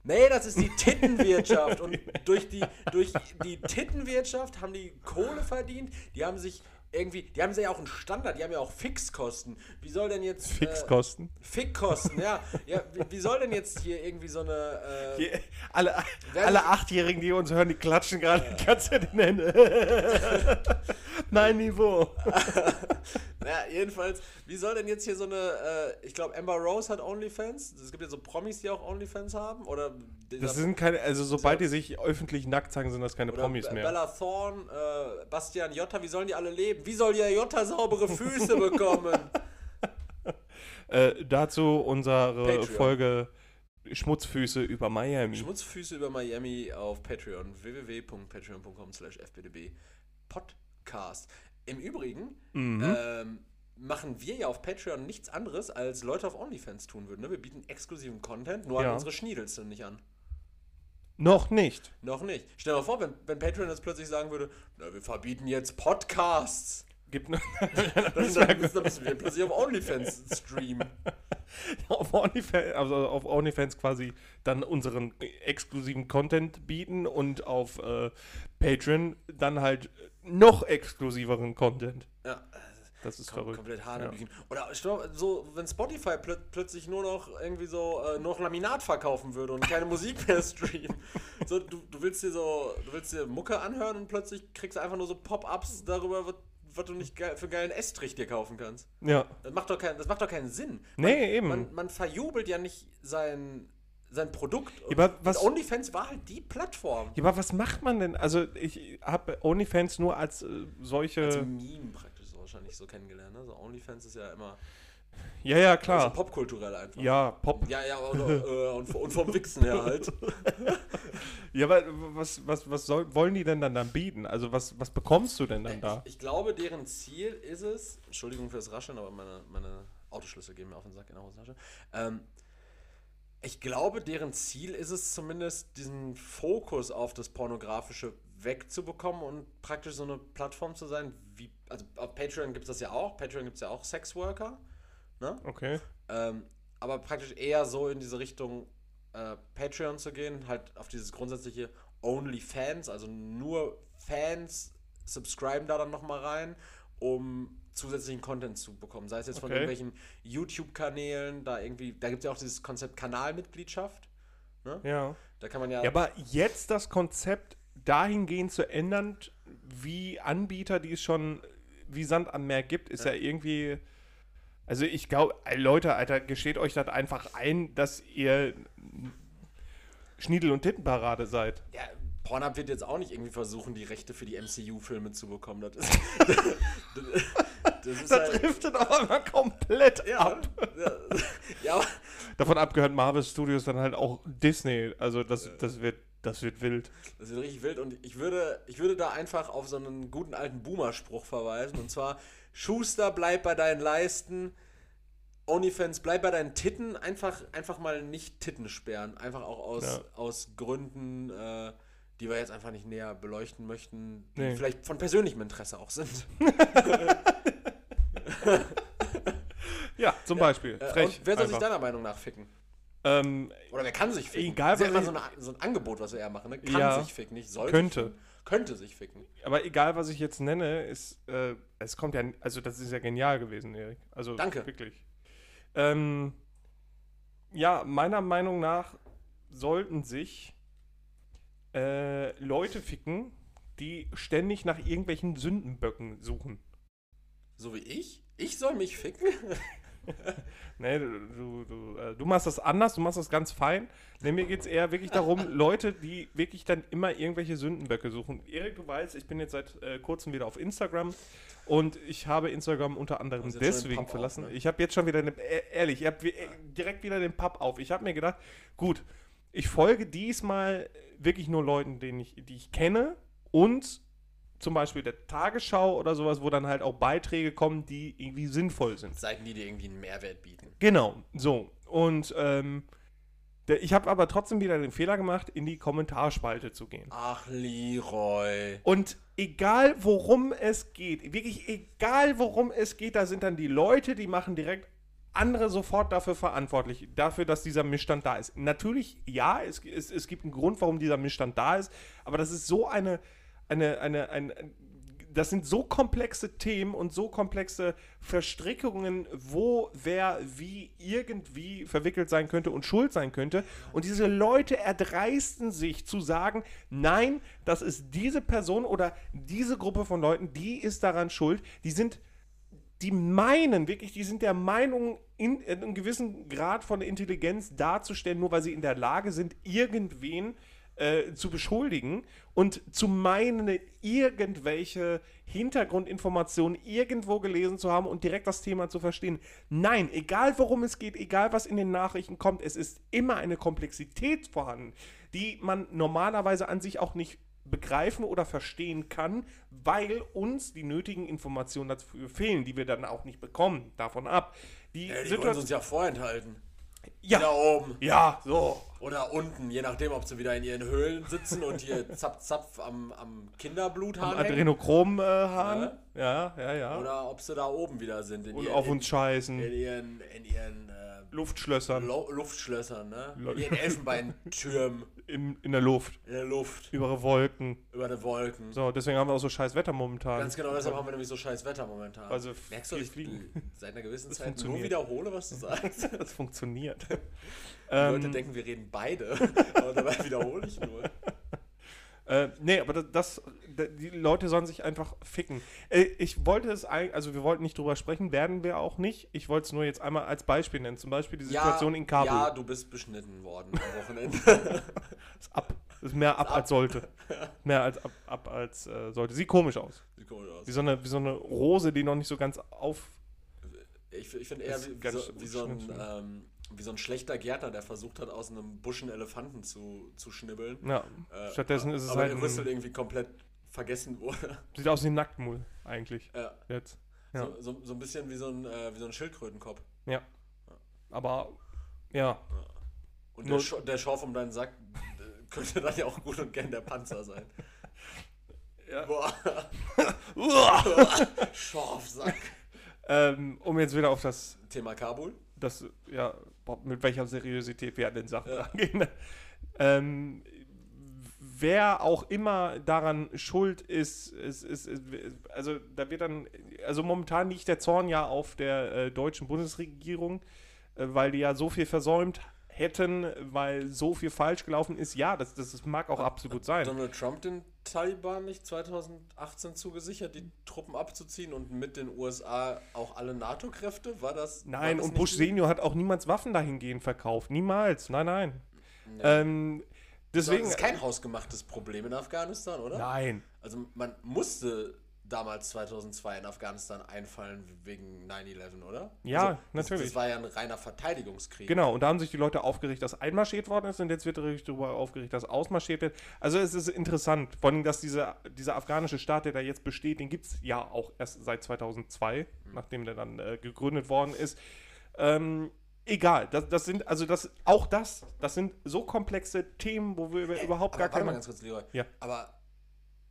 S2: Nee, das ist die Tittenwirtschaft. Und durch die, durch die Tittenwirtschaft haben die Kohle verdient. Die haben sich irgendwie, die haben ja auch einen Standard, die haben ja auch Fixkosten. Wie soll denn jetzt. Äh,
S1: Fixkosten.
S2: Fickkosten, ja. ja wie, wie soll denn jetzt hier irgendwie so eine. Äh,
S1: Die- alle,
S2: Wer-
S1: alle Achtjährigen, die uns hören, die klatschen gerade die ganze Zeit in die Hände. Nein, Niveau.
S2: ja, jedenfalls, wie soll denn jetzt hier so eine. Äh, ich glaube, Amber Rose hat OnlyFans. Es gibt ja so Promis, die auch OnlyFans haben. Oder. dieser-
S1: Das sind keine, also sobald die sich öffentlich nackt zeigen, sind das keine
S2: Oder
S1: Promis
S2: Be-
S1: mehr.
S2: Bella Thorne, äh, Bastian Jotta, wie sollen die alle leben? Wie soll der Jotta saubere Füße bekommen?
S1: Äh, dazu unsere
S2: Patreon.
S1: Folge Schmutzfüße über Miami.
S2: Schmutzfüße über Miami auf Patreon. www.patreon.com slash fbdb Podcast. Im Übrigen
S1: Mhm.
S2: ähm, machen wir ja auf Patreon nichts anderes, als Leute auf OnlyFans tun würden. Ne? Wir bieten exklusiven Content, nur an
S1: Ja.
S2: unsere Schniedels nicht an.
S1: Noch nicht.
S2: Noch nicht. Stell dir mal vor, wenn, wenn Patreon jetzt plötzlich sagen würde, na, wir verbieten jetzt Podcasts.
S1: Gibt nur-
S2: Dann, dann, müssen- dann müssen wir plötzlich auf OnlyFans streamen.
S1: auf, OnlyFans, also auf OnlyFans quasi dann unseren exklusiven Content bieten und auf äh, Patreon dann halt noch exklusiveren Content.
S2: Ja,
S1: Das ist
S2: Kom
S1: verrückt.
S2: Komplett
S1: ja.
S2: Hanebüchen. Oder ich glaub, so, wenn Spotify plö plötzlich nur noch irgendwie so äh, noch Laminat verkaufen würde und keine Musik mehr streamen. So, du, du willst dir so, du willst dir Mucke anhören und plötzlich kriegst du einfach nur so Pop-Ups darüber, was- was du nicht geil, für geilen Estrich dir kaufen kannst.
S1: ja.
S2: Das macht doch, kein, das macht doch keinen Sinn.
S1: Nee, eben.
S2: Man, man verjubelt ja nicht sein, sein Produkt. Und,
S1: aber was-
S2: und OnlyFans war halt die Plattform.
S1: Ja, aber was macht man denn? Also ich habe OnlyFans nur als äh, solche.
S2: Als Meme praktisch so wahrscheinlich so kennengelernt. Ne? So OnlyFans ist ja immer
S1: ja, ja,
S2: so
S1: klar.
S2: popkulturell einfach.
S1: ja, Pop.
S2: Ja, ja, und, äh, und, und vom Wichsen her halt.
S1: Ja, aber was, was, was soll, wollen die denn dann, dann bieten? Also was, was bekommst du denn dann da?
S2: Äh, Ich, ich glaube, deren Ziel ist es, Entschuldigung fürs Rascheln, aber meine, meine Autoschlüssel gehen mir auf den Sack in der Hosentasche. Ähm, ich glaube, deren Ziel ist es zumindest, diesen Fokus auf das Pornografische wegzubekommen und praktisch so eine Plattform zu sein, wie, also auf Patreon gibt es das ja auch, Patreon gibt es ja auch Sexworker, ne?
S1: Okay.
S2: Ähm, aber praktisch eher so in diese Richtung äh, Patreon zu gehen, halt auf dieses grundsätzliche Only Fans, also nur Fans subscriben da dann nochmal rein, um zusätzlichen Content zu bekommen. Sei es jetzt von
S1: Okay.
S2: irgendwelchen YouTube-Kanälen, da irgendwie, da gibt es ja auch dieses Konzept Kanalmitgliedschaft.
S1: Ja.
S2: Da kann man ja.
S1: Ja, aber jetzt das Konzept dahingehend zu ändern, wie Anbieter, die es schon wie Sand am Meer gibt, ist ja, irgendwie. Also ich glaube, Leute, Alter, gesteht euch das einfach ein, dass ihr Schniedel- und Tittenparade seid.
S2: ja, Pornhub wird jetzt auch nicht irgendwie versuchen, die Rechte für die MCU-Filme zu bekommen. Das ist. das, das ist
S1: Das
S2: halt,
S1: driftet aber mal komplett
S2: ja,
S1: ab.
S2: ja, ja, aber
S1: Davon abgehört Marvel Studios dann halt auch Disney. Also das, das wird das wird wild.
S2: Das wird richtig wild und ich würde, ich würde da einfach auf so einen guten alten Boomer-Spruch verweisen und zwar: Schuster, bleib bei deinen Leisten. OnlyFans, bleib bei deinen Titten. Einfach, einfach mal nicht Titten sperren. Einfach auch aus,
S1: Ja.
S2: aus Gründen, äh, die wir jetzt einfach nicht näher beleuchten möchten, die
S1: Nee.
S2: vielleicht von persönlichem Interesse auch sind.
S1: Ja, zum Beispiel.
S2: Äh,
S1: Frech.
S2: und wer soll sich
S1: einfach.
S2: deiner Meinung nach ficken?
S1: ähm,
S2: Oder wer kann sich ficken?
S1: Egal,
S2: das ist ja
S1: was
S2: immer so, eine, so ein Angebot, was wir eher machen. Ne? Kann
S1: Ja.
S2: sich ficken, nicht sollte.
S1: Könnte.
S2: Ficken. Könnte sich ficken.
S1: aber egal, was ich jetzt nenne, ist, äh, es kommt ja, also das ist ja genial gewesen, Erik. Also
S2: Danke.
S1: wirklich. Ähm, ja, meiner Meinung nach sollten sich äh, Leute ficken, die ständig nach irgendwelchen Sündenböcken suchen.
S2: So wie ich? Ich soll mich ficken?
S1: Nee, Ne, du, du, du, äh, du machst das anders, du machst das ganz fein. Nee, mir geht es eher wirklich darum, Leute, die wirklich dann immer irgendwelche Sündenböcke suchen. Erik, du weißt, ich bin jetzt seit äh, kurzem wieder auf Instagram und ich habe Instagram unter anderem
S2: Hast jetzt schon den
S1: deswegen
S2: Pub auf,
S1: verlassen.
S2: ne?
S1: Ich habe jetzt schon wieder, eine, äh, ehrlich, ich habe direkt wieder den Pub auf. Ich habe mir gedacht, gut, ich folge diesmal wirklich nur Leuten, denen ich, die ich kenne und zum Beispiel der Tagesschau oder sowas, wo dann halt auch Beiträge kommen, die irgendwie sinnvoll sind.
S2: Seiten, die dir irgendwie einen Mehrwert bieten.
S1: Genau, so. Und ähm, der, ich habe aber trotzdem wieder den Fehler gemacht, in die Kommentarspalte zu gehen.
S2: Ach, Leroy.
S1: Und egal worum es geht, wirklich egal worum es geht, da sind dann die Leute, die machen direkt andere sofort dafür verantwortlich, dafür, dass dieser Missstand da ist. Natürlich, ja, es, es, es gibt einen Grund, warum dieser Missstand da ist, aber das ist so eine, eine, eine, ein, das sind so komplexe Themen und so komplexe Verstrickungen, wo, wer, wie irgendwie verwickelt sein könnte und schuld sein könnte. Und diese Leute erdreisten sich zu sagen, nein, das ist diese Person oder diese Gruppe von Leuten, die ist daran schuld. Die sind, die meinen wirklich, die sind der Meinung, in, in einem gewissen Grad von Intelligenz darzustellen, nur weil sie in der Lage sind, irgendwen äh, zu beschuldigen und zu meinen, irgendwelche Hintergrundinformationen irgendwo gelesen zu haben und direkt das Thema zu verstehen. Nein, egal worum es geht, egal was in den Nachrichten kommt, es ist immer eine Komplexität vorhanden, die man normalerweise an sich auch nicht begreifen oder verstehen kann, weil uns die nötigen Informationen dafür fehlen, die wir dann auch nicht bekommen, davon ab.
S2: Ey,
S1: Die
S2: die wollen
S1: Situation.
S2: uns ja vorenthalten. Da
S1: Ja,
S2: oben
S1: ja, so.
S2: oder unten, je nachdem, ob sie wieder in ihren Höhlen sitzen und hier zapf, zapf am, am Kinderblut haben.
S1: Adrenochrom-Hahn. ja, ja, ja.
S2: Oder ob sie da oben wieder sind. In
S1: und
S2: ihren-
S1: auf uns scheißen.
S2: In, in ihren, in ihren äh,
S1: Luftschlössern
S2: Lo- Luftschlössern, ne?
S1: Lo-
S2: In ihren Elfenbeintürmen
S1: im, in der Luft,
S2: in der Luft,
S1: über die Wolken.
S2: über den Wolken.
S1: So, deswegen haben wir auch so scheiß Wetter momentan.
S2: Ganz genau, deshalb haben wir nämlich so scheiß Wetter momentan.
S1: Also
S2: Merkst du,
S1: viel
S2: dass ich
S1: fliegen.
S2: seit einer gewissen Zeit nur
S1: funktioniert.
S2: wiederhole, was du sagst?
S1: Das funktioniert.
S2: Die
S1: ähm,
S2: Leute denken, wir reden beide, aber dabei wiederhole ich nur.
S1: Äh, nee, aber das, das, da- die Leute sollen sich einfach ficken. Äh, ich wollte es eigentlich, also wir wollten nicht drüber sprechen, werden wir auch nicht. Ich wollte es nur jetzt einmal als Beispiel nennen. Zum Beispiel die Situation in Kabul.
S2: Ja, du bist beschnitten worden am Wochenende.
S1: Ist ab. Ist mehr ab, als sollte. Mehr als ab, ab als äh, sollte. Sieht komisch aus.
S2: Sieht komisch aus.
S1: Wie so, eine, wie so eine Rose, die noch nicht so ganz auf.
S2: Ich, ich finde eher
S1: Ist
S2: wie, wie,
S1: ganz
S2: so, wie, so ein,
S1: schnippelig.
S2: ähm, wie so ein schlechter Gärtner, der versucht hat, aus einem Busch einen Elefanten zu, zu schnibbeln.
S1: Ja.
S2: Äh,
S1: Stattdessen ist es
S2: aber
S1: halt.
S2: der
S1: Ein,
S2: Rüssel irgendwie komplett vergessen wurde.
S1: sieht aus wie ein Nacktmull, eigentlich.
S2: Ja.
S1: Jetzt. Ja.
S2: So, so, so ein bisschen wie so ein, äh, wie so ein Schildkrötenkopf.
S1: Ja. Aber. Ja.
S2: Und der,
S1: Nur-
S2: Scho der Schorf um deinen Sack äh, könnte dann ja auch gut und gern der Panzer sein.
S1: Ja.
S2: Boah, Schorfsack.
S1: ähm, um jetzt wieder auf das
S2: Thema Kabul.
S1: das, ja, boah, mit welcher Seriosität wir an den Sachen angehen. Ähm, wer auch immer daran schuld ist, ist, ist, ist, also da wird dann, also momentan liegt der Zorn ja auf der äh, deutschen Bundesregierung, äh, weil die ja so viel versäumt hätten, weil so viel falsch gelaufen ist. Ja, das, das, mag auch absolut sein.
S2: Donald Trump den Taliban nicht 2018 zugesichert, die Truppen abzuziehen und mit den USA auch alle NATO-Kräfte? War das.
S1: Nein,
S2: war das
S1: und Bush
S2: nicht-
S1: Senior hat auch niemals Waffen dahingehend verkauft. Niemals. Nein, nein.
S2: Nee.
S1: Ähm, deswegen.
S2: Das ist kein hausgemachtes Problem in Afghanistan, oder?
S1: nein.
S2: Also man musste damals 2002 in Afghanistan einfallen wegen 9-11, oder?
S1: Ja,
S2: also, das,
S1: natürlich.
S2: Das war ja ein reiner Verteidigungskrieg.
S1: Genau, und da haben sich die Leute aufgeregt, dass einmarschiert worden ist und jetzt wird richtig darüber aufgeregt, dass ausmarschiert wird. Also es ist interessant, vor allem, dass dieser, dieser afghanische Staat, der da jetzt besteht, den gibt es ja auch erst seit 2002,
S2: Mhm.
S1: nachdem der dann äh, gegründet worden ist. Ähm, egal, das, das sind, also das, auch das, das sind so komplexe Themen, wo wir über, überhaupt
S2: Aber
S1: gar
S2: warte mal
S1: keine...
S2: ganz kurz, Leroy.
S1: Ja.
S2: Aber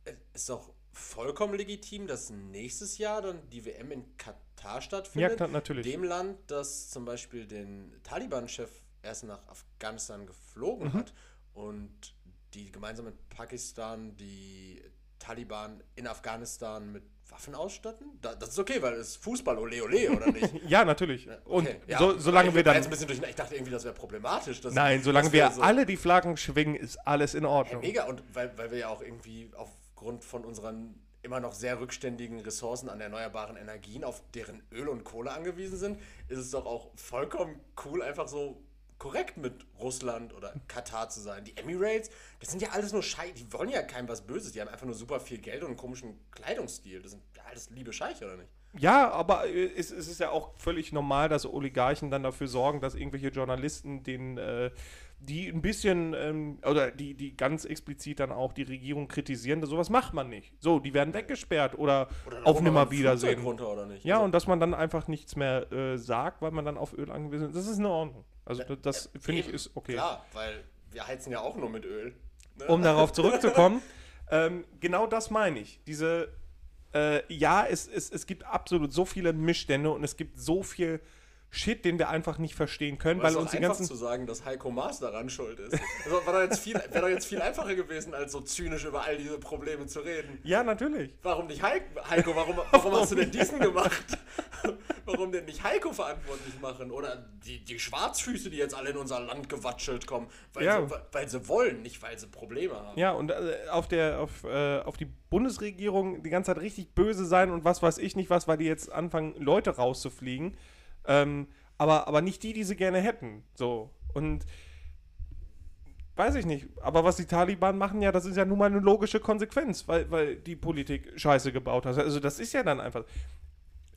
S2: es ist doch vollkommen legitim, dass nächstes Jahr dann die WM in Katar stattfindet.
S1: Ja, klar, natürlich.
S2: Dem Land, das zum Beispiel den Taliban-Chef erst nach Afghanistan
S1: Mhm.
S2: geflogen hat und die gemeinsam mit Pakistan die Taliban in Afghanistan mit Waffen ausstatten? Da, das ist okay, weil es ist Fußball, ole ole, oder nicht?
S1: Ja, natürlich. Und
S2: Okay, ja.
S1: so, solange
S2: ich
S1: wir dann...
S2: Jetzt ein bisschen durch, ich dachte irgendwie, das wäre problematisch. Dass,
S1: Nein, solange
S2: dass
S1: wir
S2: so-
S1: alle die Flaggen schwingen, ist alles in
S2: Hey,
S1: Ordnung.
S2: mega, und weil, weil wir ja auch irgendwie auf aufgrund von unseren immer noch sehr rückständigen Ressourcen an erneuerbaren Energien, auf deren Öl und Kohle angewiesen sind, ist es doch auch vollkommen cool, einfach so korrekt mit Russland oder Katar zu sein. Die Emirates, das sind ja alles nur Scheiche, die wollen ja kein was Böses, die haben einfach nur super viel Geld und einen komischen Kleidungsstil. Das sind ja alles liebe Scheiche, oder nicht?
S1: Ja, aber äh, es, es ist ja auch völlig normal, dass Oligarchen dann dafür sorgen, dass irgendwelche Journalisten den, äh, die ein bisschen ähm, oder die, die ganz explizit dann auch die Regierung kritisieren, sowas macht man nicht. So, die werden weggesperrt oder,
S2: Oder dann holt
S1: auf
S2: man ein
S1: Nimmerwiedersehen.
S2: Flugzeug runter, oder nicht?
S1: Ja,
S2: Also,
S1: und dass man dann einfach nichts mehr äh, sagt, weil man dann auf Öl angewiesen ist. Das ist in Ordnung. Also das, das finde ich
S2: eben,
S1: ist okay.
S2: Klar, weil wir heizen ja auch nur mit Öl. Ne?
S1: um darauf zurückzukommen, ähm, genau das meine ich. Diese, äh, ja, es, es, es gibt absolut so viele Missstände und es gibt so viel Shit, den wir einfach nicht verstehen können,
S2: Aber es
S1: weil
S2: ist doch
S1: uns die
S2: einfach
S1: ganzen.
S2: zu sagen, dass Heiko Maas daran schuld ist. Also wäre doch, jetzt viel- wäre doch jetzt viel einfacher gewesen, als so zynisch über all diese Probleme zu reden.
S1: Ja, natürlich.
S2: Warum nicht Heiko? Heiko, warum, warum hast du denn diesen gemacht? warum denn nicht Heiko verantwortlich machen? Oder die, die Schwarzfüße, die jetzt alle in unser Land gewatschelt kommen, weil,
S1: Ja.
S2: sie, weil sie wollen, nicht weil sie Probleme haben.
S1: Ja, und äh, auf, der, auf, äh, auf die Bundesregierung die ganze Zeit richtig böse sein und was weiß ich nicht was, weil die jetzt anfangen, Leute rauszufliegen. Ähm, aber, aber nicht die, die sie gerne hätten. So. Und weiß ich nicht. Aber was die Taliban machen, ja, das ist ja nun mal eine logische Konsequenz, weil, weil die Politik Scheiße gebaut hat. Also das ist ja dann einfach.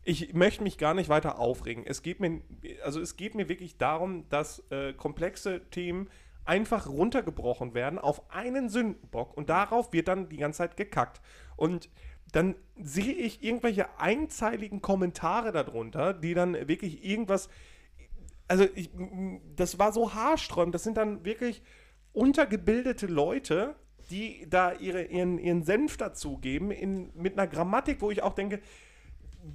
S1: Ich möchte mich gar nicht weiter aufregen. Es geht mir, also es geht mir wirklich darum, dass äh, komplexe Themen einfach runtergebrochen werden auf einen Sündenbock und darauf wird dann die ganze Zeit gekackt. Und dann sehe ich irgendwelche einzeiligen Kommentare darunter, die dann wirklich irgendwas also ich, m- das war so haarsträubend. Das sind dann wirklich untergebildete Leute, die da ihre, ihren, ihren Senf dazugeben in, mit einer Grammatik, wo ich auch denke,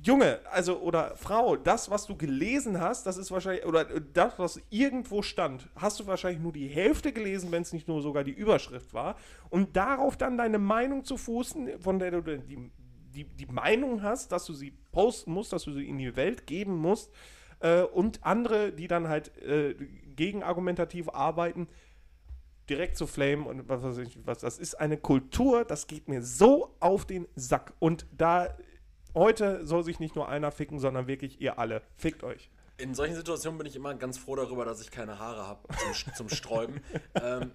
S1: Junge, also oder Frau, das, was du gelesen hast, das ist wahrscheinlich, oder das, was irgendwo stand, hast du wahrscheinlich nur die Hälfte gelesen, wenn es nicht nur sogar die Überschrift war. Und darauf dann deine Meinung zu fußen, von der du die, die, die Meinung hast, dass du sie posten musst, dass du sie in die Welt geben musst. Äh, und andere, die dann halt äh, gegenargumentativ arbeiten, direkt zu flamen und was weiß ich was. Das ist eine Kultur, das geht mir so auf den Sack. Und da heute soll sich nicht nur einer ficken, sondern wirklich ihr alle. Fickt euch.
S2: In solchen Situationen bin ich immer ganz froh darüber, dass ich keine Haare habe zum, zum Sträuben. ähm,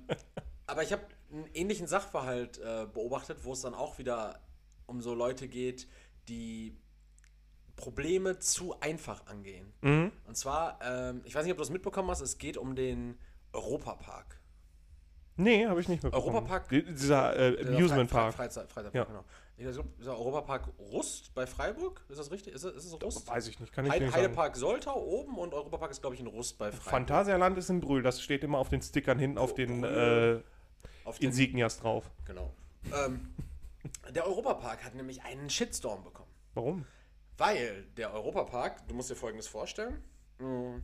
S2: aber ich habe einen ähnlichen Sachverhalt äh, beobachtet, wo es dann auch wieder um so Leute geht, die Probleme zu einfach angehen. Und zwar, ähm, ich weiß nicht, ob du das mitbekommen hast, es geht um den Europapark.
S1: Nee, habe ich nicht mitbekommen.
S2: Europapark?
S1: Die- Dieser äh,
S2: Dieser
S1: Amusement
S2: Fre- Fre-
S1: Park.
S2: Freizeit, Freizeitpark,
S1: Ja.
S2: genau. Ich glaube, dieser Europapark Rust bei Freiburg, ist das richtig? Ist es, ist es Rust?
S1: Weiß ich nicht, kann ich
S2: Heide,
S1: nicht sagen.
S2: Heidepark Soltau oben und Europapark ist, glaube ich, in Rust bei Freiburg.
S1: Phantasialand ist in Brühl. Das steht immer auf den Stickern hinten auf den
S2: Oh.
S1: äh,
S2: Auf den
S1: Insignias drauf.
S2: Genau. Ähm, der Europapark hat nämlich einen Shitstorm bekommen.
S1: Warum?
S2: Weil der Europapark, du musst dir folgendes vorstellen: mh,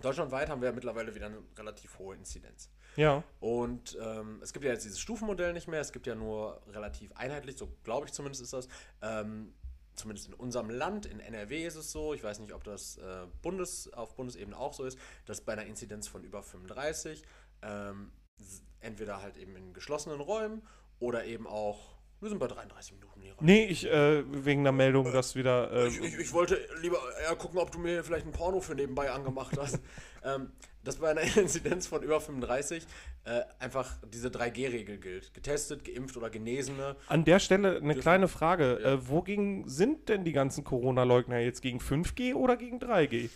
S2: Deutschlandweit haben wir ja mittlerweile wieder eine relativ hohe Inzidenz.
S1: Ja.
S2: Und ähm, es gibt ja jetzt dieses Stufenmodell nicht mehr, es gibt ja nur relativ einheitlich, so glaube ich zumindest ist das. Ähm, zumindest in unserem Land, in NRW ist es so, ich weiß nicht, ob das äh, Bundes, auf Bundesebene auch so ist, dass bei einer Inzidenz von über 35 ähm, s- entweder halt eben in geschlossenen Räumen oder eben auch, wir sind bei 33 Minuten hier.
S1: Nee, ich äh, wegen der Meldung, dass wieder. Äh,
S2: Ich, ich, ich wollte lieber eher gucken, ob du mir vielleicht ein Porno für nebenbei angemacht hast. ähm, dass bei einer Inzidenz von über 35 äh, einfach diese 3G-Regel gilt. Getestet, geimpft oder Genesene.
S1: An der Stelle eine kleine Frage.
S2: Ja.
S1: Äh, wogegen sind denn die ganzen Corona-Leugner jetzt? Gegen 5G oder gegen 3G?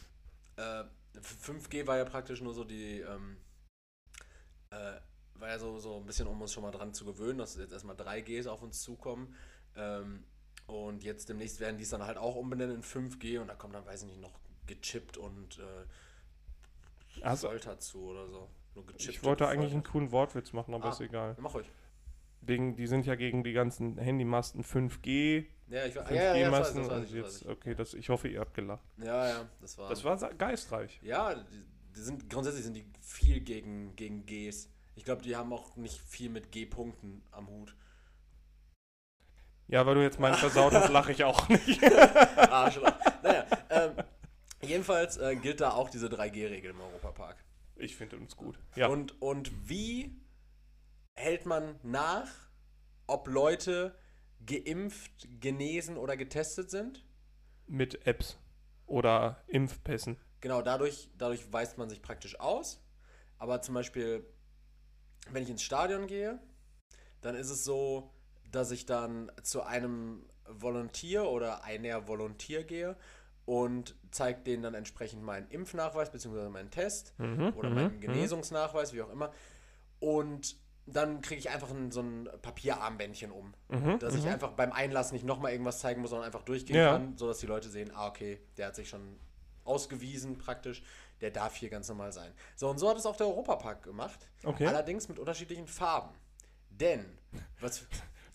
S2: Äh, f- 5G war ja praktisch nur so die, ähm, äh, war ja so, so ein bisschen, um uns schon mal dran zu gewöhnen, dass jetzt erstmal 3Gs auf uns zukommen. Ähm, und jetzt demnächst werden die es dann halt auch umbenennen in 5G und da kommt dann, weiß ich nicht, noch gechippt und äh,
S1: Also,
S2: Folter zu oder so. Nur gechippt
S1: ich
S2: und
S1: wollte eigentlich
S2: gefoltert.
S1: einen coolen Wortwitz machen, aber
S2: Ah,
S1: ist egal.
S2: Mach euch.
S1: Wegen, die sind ja gegen die ganzen Handymasten 5G,
S2: Ja, ich war,
S1: 5G-Masten.
S2: ja, ja, ja, das weiß ich, das weiß ich,
S1: und
S2: das
S1: jetzt,
S2: weiß
S1: okay, das, ich hoffe, ihr habt gelacht.
S2: ich. Ja, ja, das war.
S1: Das war sa- geistreich.
S2: ja, die, die sind, grundsätzlich sind die viel gegen, gegen Gs. Ich glaube, die haben auch nicht viel mit G-Punkten am Hut.
S1: Ja, weil du jetzt meinen versaut hast, lache ich auch nicht.
S2: Arschloch. naja, ähm, jedenfalls äh, gilt da auch diese 3G-Regel im Europapark.
S1: Ich finde uns gut. Ja.
S2: Und, und wie hält man nach, ob Leute geimpft, genesen oder getestet sind.
S1: mit Apps oder Impfpässen.
S2: Genau, dadurch, dadurch weist man sich praktisch aus. Aber zum Beispiel, wenn ich ins Stadion gehe, dann ist es so, dass ich dann zu einem Volontier oder einer Volontier gehe und zeige denen dann entsprechend meinen Impfnachweis bzw. meinen Test oder meinen Genesungsnachweis, wie auch immer. Und dann kriege ich einfach ein, so ein Papierarmbändchen um, dass ich einfach beim Einlass nicht nochmal irgendwas zeigen muss, sondern einfach durchgehen
S1: Ja.
S2: kann, sodass die Leute sehen, ah, okay, der hat sich schon ausgewiesen praktisch, der darf hier ganz normal sein. So, und so hat es auch der Europapark gemacht,
S1: Okay.
S2: allerdings mit unterschiedlichen Farben. Denn, was,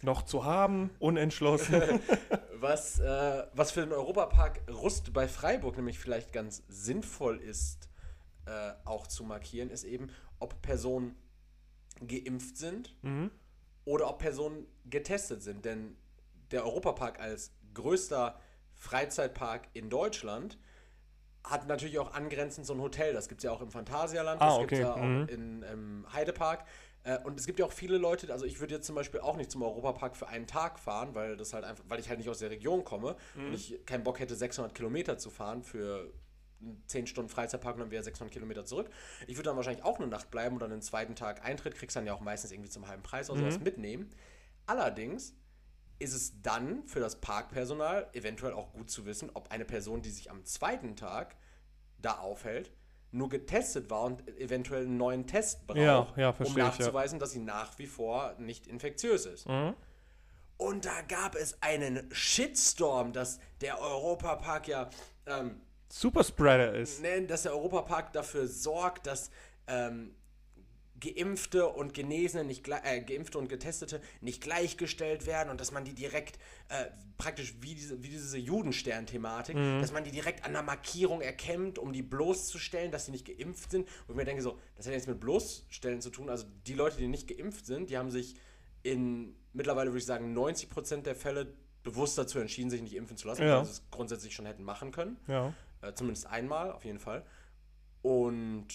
S1: Noch zu haben, unentschlossen.
S2: was, äh, was für den Europapark Rust bei Freiburg nämlich vielleicht ganz sinnvoll ist, äh, auch zu markieren, ist eben, ob Personen geimpft sind oder ob Personen getestet sind. Denn der Europapark als größter Freizeitpark in Deutschland hat natürlich auch angrenzend so ein Hotel. Das gibt es ja auch im Phantasialand, das
S1: Ah,
S2: gibt es
S1: okay,
S2: ja auch
S1: mhm.
S2: in, im Heidepark. Äh, Und es gibt ja auch viele Leute, also ich würde jetzt zum Beispiel auch nicht zum Europapark für einen Tag fahren, weil das halt einfach, weil ich halt nicht aus der Region komme
S1: Mhm.
S2: und ich keinen Bock hätte, 600 Kilometer zu fahren für 10 Stunden Freizeitpark und dann wäre 600 Kilometer zurück. Ich würde dann wahrscheinlich auch eine Nacht bleiben und dann den zweiten Tag Eintritt kriegst dann ja auch meistens irgendwie zum halben Preis oder
S1: Mhm.
S2: sowas mitnehmen. Allerdings ist es dann für das Parkpersonal eventuell auch gut zu wissen, ob eine Person, die sich am zweiten Tag da aufhält, nur getestet war und eventuell einen neuen Test braucht,
S1: Ja, ja,
S2: um
S1: verstehe ich, ja. Mhm.
S2: nachzuweisen, dass sie nach wie vor nicht infektiös ist. Und da gab es einen Shitstorm, dass der Europapark ja ähm,
S1: Superspreader ist.
S2: nennen, dass der Europapark dafür sorgt, dass ähm, Geimpfte und Genesene, nicht gle- äh, Geimpfte und Getestete nicht gleichgestellt werden und dass man die direkt, äh, praktisch wie diese, wie diese Judenstern-Thematik, dass man die direkt an der Markierung erkennt, um die bloßzustellen, dass sie nicht geimpft sind. Und ich mir denke so, das hat ja nichts mit bloßstellen zu tun. Also die Leute, die nicht geimpft sind, die haben sich in mittlerweile, würde ich sagen, 90% der Fälle bewusst dazu entschieden, sich nicht impfen zu lassen,
S1: Ja.
S2: weil sie es grundsätzlich schon hätten machen können.
S1: Ja.
S2: Äh, zumindest einmal, auf jeden Fall. Und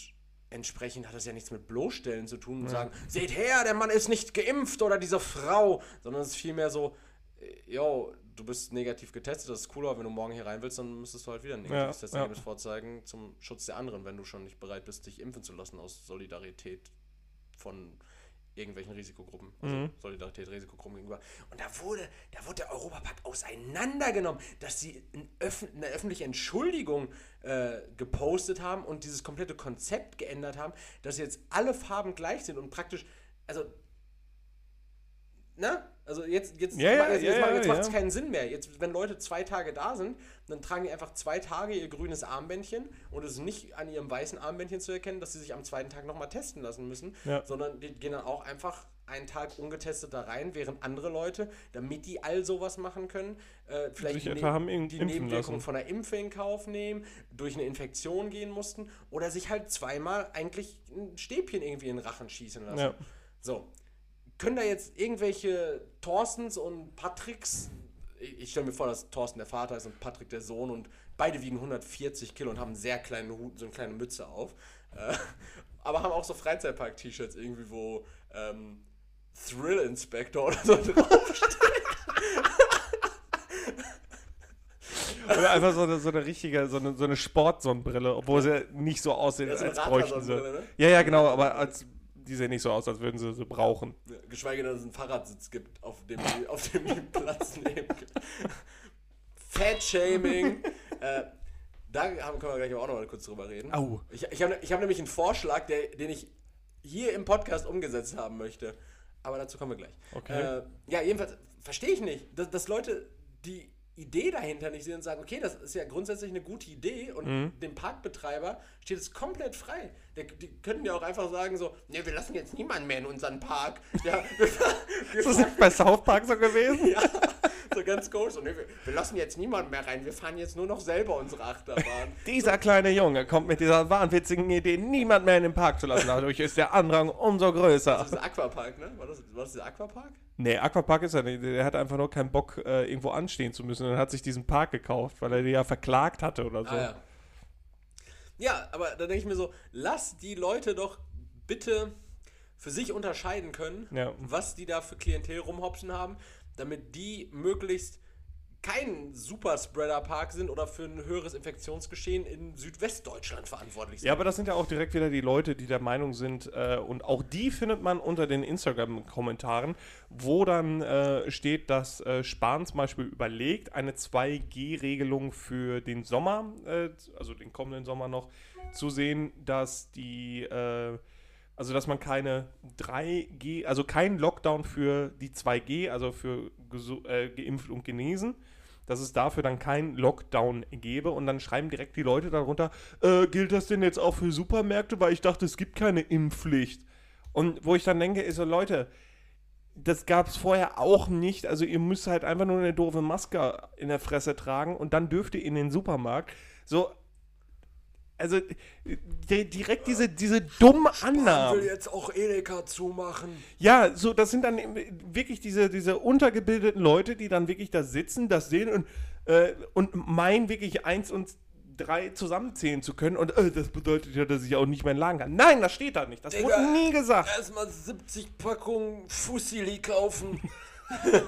S2: entsprechend hat das ja nichts mit bloßstellen zu tun und sagen, seht her, der Mann ist nicht geimpft oder diese Frau, sondern es ist vielmehr so, äh, yo, du bist negativ getestet, das ist cool, aber wenn du morgen hier rein willst, dann müsstest du halt wieder ein negatives
S1: Ja,
S2: Testergebnis vorzeigen zum Schutz der anderen, wenn du schon nicht bereit bist, dich impfen zu lassen aus Solidarität von irgendwelchen Risikogruppen, also Solidarität Risikogruppen gegenüber. Und da wurde, da wurde der Europapakt auseinandergenommen, dass sie ein öff eine öffentliche Entschuldigung äh, gepostet haben und dieses komplette Konzept geändert haben, dass jetzt alle Farben gleich sind und praktisch, also, ne? Also jetzt, jetzt,
S1: Ja, ja,
S2: jetzt,
S1: ja,
S2: jetzt,
S1: ja,
S2: jetzt macht es
S1: ja.
S2: keinen Sinn mehr. Jetzt, wenn Leute zwei Tage da sind, dann tragen die einfach zwei Tage ihr grünes Armbändchen und es ist nicht an ihrem weißen Armbändchen zu erkennen, dass sie sich am zweiten Tag nochmal testen lassen müssen,
S1: Ja.
S2: sondern die gehen dann auch einfach einen Tag ungetestet da rein, während andere Leute, damit die all sowas machen können, äh, vielleicht
S1: Sich
S2: die,
S1: etwa haben in-
S2: die
S1: impfen
S2: Nebenwirkungen
S1: lassen.
S2: von der Impfe in Kauf nehmen, durch eine Infektion gehen mussten oder sich halt zweimal eigentlich ein Stäbchen irgendwie in den Rachen schießen lassen.
S1: Ja.
S2: So, können da jetzt irgendwelche Thorstens und Patricks, ich, ich stelle mir vor, dass Thorsten der Vater ist und Patrick der Sohn und beide wiegen 140 Kilo und haben einen sehr kleinen Hut, so eine kleine Mütze auf, äh, aber haben auch so Freizeitpark-T-Shirts irgendwie, wo ähm, Thrill Inspector oder so drauf
S1: Oder einfach so eine, so eine richtige, so eine, so eine Sportsonnenbrille, obwohl sie nicht so aussehen,
S2: Ja, so eine
S1: als bräuchten sie.
S2: Radlersonnenbrille, ne?
S1: Ja, ja, genau, aber als, die sehen nicht so aus, als würden sie sie brauchen.
S2: Ja, Geschweige denn, dass es einen Fahrradsitz gibt, auf dem die, auf dem die Platz nehmen können. Fat-Shaming. äh, da haben, können wir gleich aber auch noch mal kurz drüber reden.
S1: Au.
S2: Ich, ich habe ich hab nämlich einen Vorschlag, der, den ich hier im Podcast umgesetzt haben möchte. Aber dazu kommen wir gleich.
S1: Okay.
S2: Äh, ja, jedenfalls verstehe ich nicht, dass, dass Leute die Idee dahinter nicht sehen und sagen, okay, das ist ja grundsätzlich eine gute Idee und dem Parkbetreiber steht es komplett frei. Der, die könnten ja auch einfach sagen so, ne, wir lassen jetzt niemanden mehr in unseren Park. Ja, wir, wir
S1: Ist das nicht bei South Park so gewesen?
S2: ja, so ganz komisch. So, nee, wir, wir lassen jetzt niemanden mehr rein, wir fahren jetzt nur noch selber unsere Achterbahn.
S1: Dieser kleine Junge kommt mit dieser wahnwitzigen Idee, niemand mehr in den Park zu lassen. Dadurch ist der Andrang umso größer.
S2: Das ist Aquapark, ne? War das, war das der Aquapark?
S1: Nee, Aquapark ist er nicht. Der hat einfach nur keinen Bock, äh, irgendwo anstehen zu müssen. Und hat sich diesen Park gekauft, weil er die ja verklagt hatte oder so.
S2: Ah, ja. ja, aber da denke ich mir so, lass die Leute doch bitte für sich unterscheiden können,
S1: Ja.
S2: was die da für Klientel rumhopsen haben, damit die möglichst kein Superspreader-Park sind oder für ein höheres Infektionsgeschehen in Südwestdeutschland verantwortlich sind.
S1: Ja, aber das sind ja auch direkt wieder die Leute, die der Meinung sind, äh, und auch die findet man unter den Instagram-Kommentaren, wo dann äh, steht, dass äh, Spahn zum Beispiel überlegt, eine 2G-Regelung für den Sommer, äh, also den kommenden Sommer noch, zu sehen, dass die, äh, also dass man keine 3G, also kein Lockdown für die 2G, also für gesu- äh, geimpft und genesen, dass es dafür dann keinen Lockdown gäbe. Und dann schreiben direkt die Leute darunter, äh, gilt das denn jetzt auch für Supermärkte? Weil ich dachte, es gibt keine Impfpflicht. Und wo ich dann denke, ist so, Leute, das gab es vorher auch nicht. Also ihr müsst halt einfach nur eine doofe Maske in der Fresse tragen und dann dürft ihr in den Supermarkt. So, also di- direkt diese, diese dummen Annahmen.
S2: jetzt auch Edeka zumachen.
S1: Ja, so, das sind dann wirklich diese, diese untergebildeten Leute, die dann wirklich da sitzen, das sehen und, äh, und meinen wirklich eins und drei zusammenzählen zu können. Und äh, das bedeutet ja, dass ich auch nicht mehr lagen kann. Nein, das steht da nicht. Das
S2: Digga.
S1: wurde nie gesagt.
S2: Erstmal 70 Packungen Fusilli kaufen. Äh,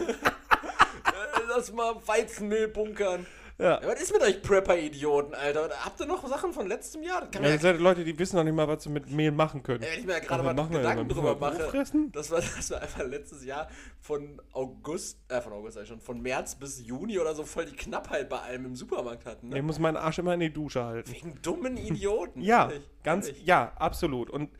S2: Lass mal Weizenmehl bunkern.
S1: Ja.
S2: Ja, was ist mit euch Prepper-Idioten, Alter? Habt ihr noch Sachen von letztem Jahr? Das kann
S1: Ja,
S2: man
S1: das
S2: ja,
S1: sind Leute, die wissen noch nicht mal, was sie mit Mehl machen können.
S2: wenn ich mir ja gerade mal
S1: was machen wir denn?
S2: Gedanken
S1: Müssen
S2: drüber
S1: wir
S2: mache,
S1: Fressen?
S2: das war, das war einfach letztes Jahr von August, äh, von August sag ich schon, von März bis Juni oder so voll die Knappheit bei allem im Supermarkt hatten.
S1: Ich
S2: Ne?
S1: muss meinen Arsch immer in die Dusche halten.
S2: Wegen dummen Idioten.
S1: Ja,
S2: ehrlich,
S1: ganz,
S2: ehrlich.
S1: ja, absolut. Und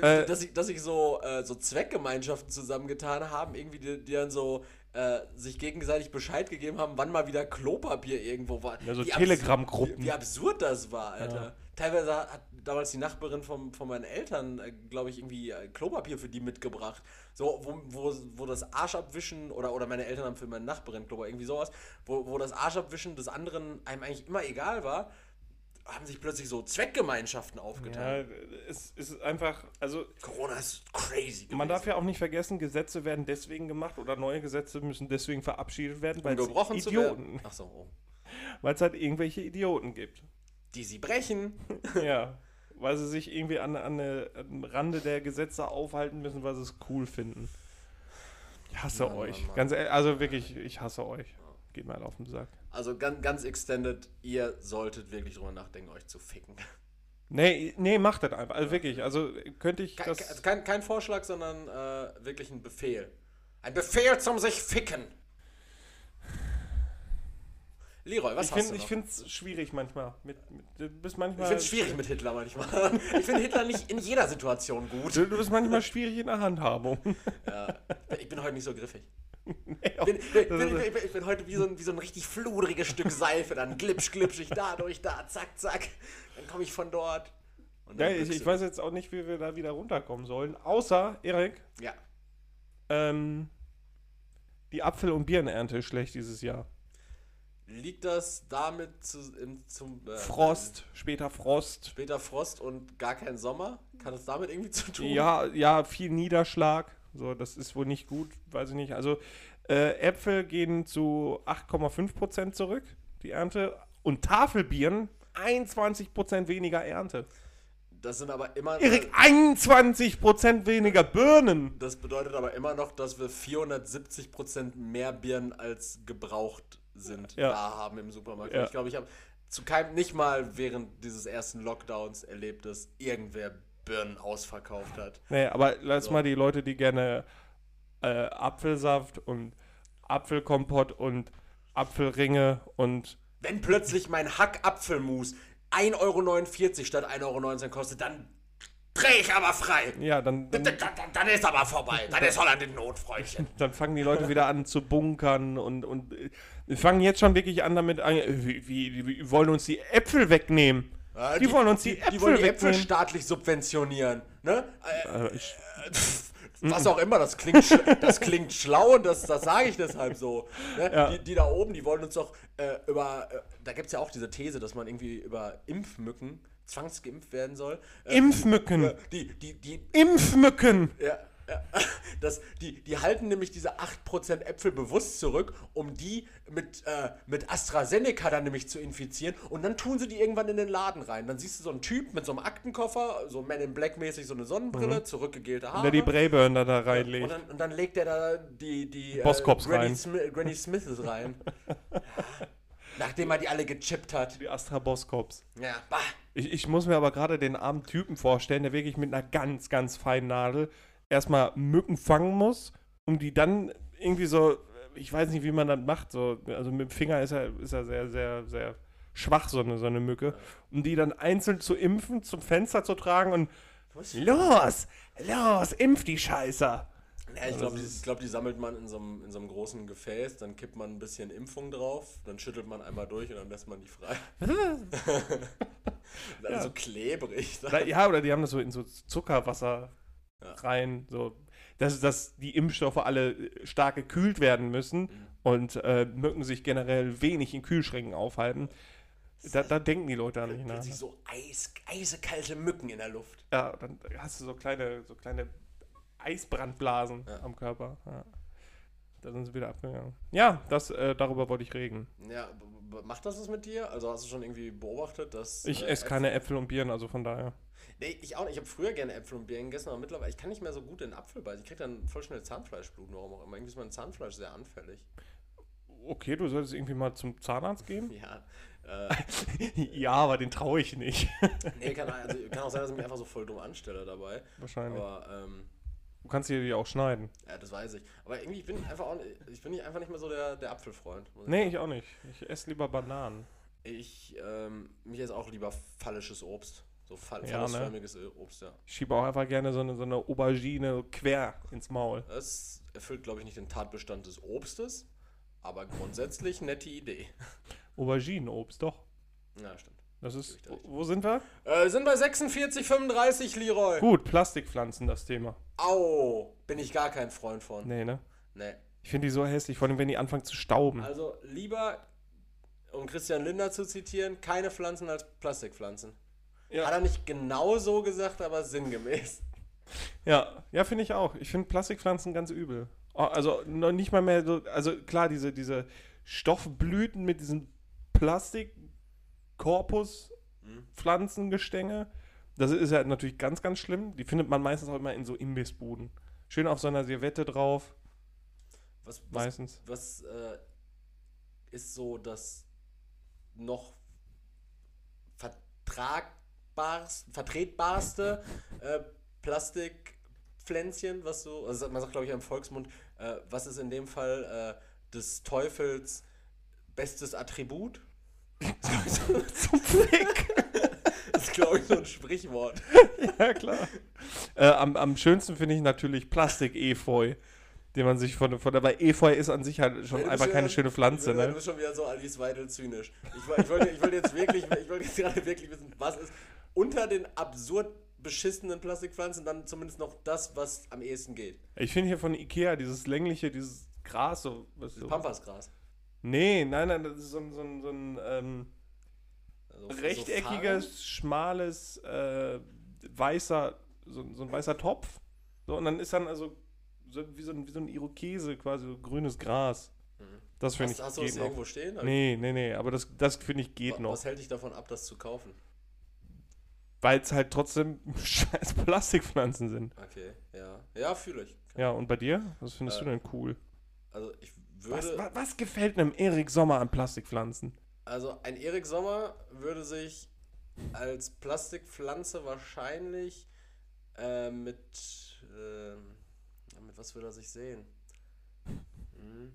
S1: Äh,
S2: Äh, dass, sich dass sich so, äh, so Zweckgemeinschaften zusammengetan haben, irgendwie, die, die dann so äh, sich gegenseitig Bescheid gegeben haben, wann mal wieder Klopapier irgendwo war.
S1: Ja, so
S2: Wie abs-
S1: Telegram-Gruppen.
S2: Wie, wie absurd das war, Alter.
S1: Ja.
S2: Teilweise hat damals die Nachbarin von, von meinen Eltern, äh, glaube ich, irgendwie äh, Klopapier für die mitgebracht. So, wo, wo, wo das Arschabwischen oder, oder meine Eltern haben für meine Nachbarin Klopapier, irgendwie sowas, wo, wo das Arschabwischen des anderen einem eigentlich immer egal war, haben sich plötzlich so Zweckgemeinschaften aufgetan.
S1: ja, es ist einfach, also
S2: Corona ist crazy.
S1: Man
S2: gewesen.
S1: darf ja auch nicht vergessen, Gesetze werden deswegen gemacht oder neue Gesetze müssen deswegen verabschiedet werden, weil es
S2: Um gebrochen zu werden.
S1: Idioten,
S2: Ach so, oh.
S1: weil es halt irgendwelche Idioten gibt.
S2: die sie brechen.
S1: ja, weil sie sich irgendwie an, an eine, am Rande der Gesetze aufhalten müssen, weil sie es cool finden. Ich hasse
S2: Mann,
S1: euch.
S2: Mann, Mann.
S1: Ganz ehrlich, also wirklich, ich hasse euch. Geht mal auf den Sack.
S2: Also ganz, ganz extended, ihr solltet wirklich drüber nachdenken, euch zu ficken.
S1: Nee, nee, macht das einfach. Also wirklich, also könnte ich
S2: Kein,
S1: das.
S2: also kein, kein Vorschlag, sondern äh, wirklich ein Befehl. Ein Befehl zum sich ficken. Leroy, was
S1: Ich
S2: hast
S1: finde
S2: du noch?
S1: es schwierig manchmal. Mit, mit, du bist
S2: Ich
S1: manchmal.
S2: finde es schwierig mit Hitler manchmal. Ich finde Hitler nicht in jeder Situation gut.
S1: Du, du bist manchmal schwierig in der Handhabung.
S2: Ja, ich bin heute nicht so griffig.
S1: Nee, auch-
S2: Ich bin, bin,
S1: das
S2: bin,
S1: ist-
S2: bin, bin, bin heute wie so, ein, wie so ein richtig fludriges Stück Seife. Dann glitsch, glitsch ich da durch, da, zack, zack. Dann komme ich von dort. Und
S1: Ja,
S2: dann
S1: ich,
S2: glitsch
S1: ich weiß jetzt auch nicht, wie wir da wieder runterkommen sollen. Außer, Erik,
S2: Ja.
S1: ähm, die Apfel- und Birnenernte ist schlecht dieses Jahr.
S2: Liegt das damit zu, in, zum äh,
S1: Frost, später Frost.
S2: Später Frost und gar kein Sommer? Kann das damit irgendwie zu tun?
S1: Ja, ja, viel Niederschlag. So, das ist wohl nicht gut, weiß ich nicht. Also äh, Äpfel gehen zu 8,5% zurück, die Ernte. Und Tafelbieren 21% weniger Ernte.
S2: Das sind aber immer.
S1: Erik, 21% weniger Birnen.
S2: Das bedeutet aber immer noch, dass wir 470% mehr Birnen als gebraucht sind,
S1: Ja.
S2: da haben im Supermarkt.
S1: Ja.
S2: Ich glaube, ich habe zu keinem, nicht mal während dieses ersten Lockdowns erlebt, dass irgendwer Birnen ausverkauft hat.
S1: Nee, aber lass
S2: So.
S1: mal die Leute, die gerne äh, Apfelsaft und Apfelkompott und Apfelringe und
S2: Wenn plötzlich mein Hackapfelmus 1,49 Euro statt 1,19 Euro kostet, dann drehe ich aber frei.
S1: ja, dann,
S2: Dann,
S1: dann,
S2: dann, dann ist aber vorbei. Dann ist Holland in Not, Freundchen.
S1: dann fangen die Leute wieder an zu bunkern und, und äh, wir fangen jetzt schon wirklich an damit an, äh, wie, wie, wie wollen uns die Äpfel wegnehmen.
S2: Äh,
S1: die, wollen uns die, Äpfel
S2: die wollen die Äpfel
S1: wegnehmen.
S2: staatlich subventionieren. Ne? Äh,
S1: Äh, ich,
S2: Pff, Was auch immer, das klingt, sch- das klingt schlau und das, das sage ich deshalb so. Ne? Die, die da oben, die wollen uns doch äh, über, äh, da gibt es ja auch diese These, dass man irgendwie über Impfmücken zwangsgeimpft werden soll. Äh,
S1: Impfmücken.
S2: die, die, die,
S1: Impfmücken.
S2: ja, Das, die, die halten nämlich diese 8% Äpfel bewusst zurück, um die mit, äh, mit AstraZeneca dann nämlich zu infizieren. Und dann tun sie die irgendwann in den Laden rein. Dann siehst du so einen Typ mit so einem Aktenkoffer, so Man in Black mäßig, so eine Sonnenbrille, zurückgegelte
S1: Wenn
S2: Haare.
S1: Mhm. der die Braeburner da
S2: und,
S1: reinlegt.
S2: dann, und dann legt er da die, die äh,
S1: Bosscops
S2: Granny,
S1: rein.
S2: Smi- Granny Smiths rein. Ja. Nachdem er die alle gechippt hat.
S1: Die Astra Boskops.
S2: Ja, bah.
S1: Ich, ich muss mir aber gerade den armen Typen vorstellen, der wirklich mit einer ganz, ganz feinen Nadel erstmal Mücken fangen muss, um die dann irgendwie so, ich weiß nicht, wie man das macht, so, also mit dem Finger ist er, ist er sehr, sehr, sehr schwach, so eine, so eine Mücke, um die dann einzeln zu impfen, zum Fenster zu tragen und
S2: Was?
S1: los, los, impf die Scheißer.
S2: Ja, ich glaube, die, ich glaub, die sammelt man in so, einem, in so einem großen Gefäß, dann kippt man ein bisschen Impfung drauf, dann schüttelt man einmal durch und dann lässt man die frei. Dann
S1: Ja.
S2: so klebrig.
S1: Oder- Ja, oder die haben das so in so Zuckerwasser rein, so dass, dass die Impfstoffe alle äh, stark gekühlt werden müssen und äh, Mücken sich generell wenig in Kühlschränken aufhalten. Da, da denken die Leute an nicht nach. ne?
S2: Plötzlich so eis, eisekalte Mücken in der Luft.
S1: Ja, und dann hast du so kleine, so kleine Eisbrandblasen am Körper. Ja. Da sind sie wieder abgegangen. Ja, das, äh, darüber wollte ich reden.
S2: Ja, b- b- macht das was mit dir? Also hast du schon irgendwie beobachtet, dass.
S1: Ich
S2: äh,
S1: esse keine Äpfel und Bieren, also von daher.
S2: Äpfel- Nee, ich auch nicht. Ich habe früher gerne Äpfel und Birnen gegessen, aber mittlerweile, ich kann nicht mehr so gut in Apfel beißen. Ich kriege dann voll schnell Zahnfleischbluten, warum auch immer. Irgendwie ist mein Zahnfleisch sehr anfällig.
S1: Okay, du solltest irgendwie mal zum Zahnarzt gehen?
S2: Ja. Äh,
S1: ja, aber den traue ich nicht.
S2: nee, kann, also, kann auch sein, dass ich mich einfach so voll dumm anstelle dabei.
S1: Wahrscheinlich.
S2: Aber, ähm,
S1: Du kannst dir die auch schneiden.
S2: ja, das weiß ich. Aber irgendwie, ich bin einfach auch, ich bin nicht, einfach nicht mehr so der, der Apfelfreund. muss ich
S1: Nee, ich auch nicht. Ich esse lieber Bananen.
S2: Ich, ähm, mich ist auch lieber phallisches Obst. So fall
S1: Ja, ne?
S2: phallusförmiges Ö- Obst, ja.
S1: Ich schiebe auch einfach gerne so eine, so eine Aubergine quer ins Maul.
S2: Das erfüllt, glaube ich, nicht den Tatbestand des Obstes, aber grundsätzlich nette Idee.
S1: Auberginenobst, doch.
S2: Ja, stimmt.
S1: Das ist.
S2: Gebe ich dir
S1: Wo sind wir?
S2: Äh, sind bei 46, 35, Leroy.
S1: Gut, Plastikpflanzen, das Thema.
S2: Au, bin ich gar kein Freund von.
S1: Nee, ne?
S2: Nee.
S1: Ich finde die so hässlich, vor allem wenn die anfangen zu stauben.
S2: Also lieber, um Christian Linder zu zitieren, keine Pflanzen als Plastikpflanzen.
S1: Ja.
S2: Hat er nicht genau so gesagt, aber sinngemäß.
S1: Ja, ja, finde ich auch. Ich finde Plastikpflanzen ganz übel. Oh, also noch nicht mal mehr so. Also klar, diese, diese Stoffblüten mit diesem Plastikkorpus. Pflanzengestänge. Das ist ja natürlich ganz, ganz schlimm. Die findet man meistens auch immer in so Imbissbuden. Schön auf so einer Servette drauf,
S2: Was, was,
S1: meistens.
S2: was äh, ist so das noch vertragbarst, vertretbarste äh, Plastikpflänzchen, was so, also man sagt glaube ich im Volksmund, äh, was ist in dem Fall äh, des Teufels bestes Attribut?
S1: Zum Fick!
S2: Das ist glaube ich so ein Sprichwort.
S1: ja, klar. Äh, am, am schönsten finde ich natürlich Plastik-Efeu, den man sich von, von. Aber Efeu ist an sich halt schon
S2: Du bist
S1: einfach
S2: ja-
S1: keine schöne Pflanze,
S2: du bist- Du
S1: ne?
S2: bist schon wieder so Alice Weidel zynisch. Ich, woll- ich, wollte, ich wollte jetzt wirklich, ich wollte jetzt gerade wirklich wissen, was ist unter den absurd beschissenen Plastikpflanzen dann zumindest noch das, was am ehesten geht.
S1: Ich finde hier von Ikea dieses längliche, dieses Gras so. Was so.
S2: Pampasgras.
S1: Nee, nein, nein, das ist so ein, so ein, so ein ähm,
S2: Also,
S1: rechteckiges, schmales, äh, weißer, so, so ein weißer Topf. So, und dann ist dann also so, wie, so ein, wie so ein Irokese quasi, so grünes Gras. Das
S2: So Fahren?
S1: finde ich
S2: Mhm. hast, hast du das
S1: geht noch.
S2: irgendwo stehen?
S1: Nee, nee, nee, aber das, das finde ich geht
S2: was,
S1: noch.
S2: was hält dich davon ab, das zu kaufen?
S1: Weil es halt trotzdem scheiß Plastikpflanzen sind.
S2: Okay, ja. Ja, fühle ich.
S1: Ja, und bei dir? Was findest
S2: Äh,
S1: du denn cool?
S2: Also ich würde.
S1: Was, was, was gefällt einem Erik Sommer an Plastikpflanzen?
S2: Also ein Erik Sommer würde sich als Plastikpflanze wahrscheinlich äh, mit ähm, ja, mit was würde er sich sehen? Hm.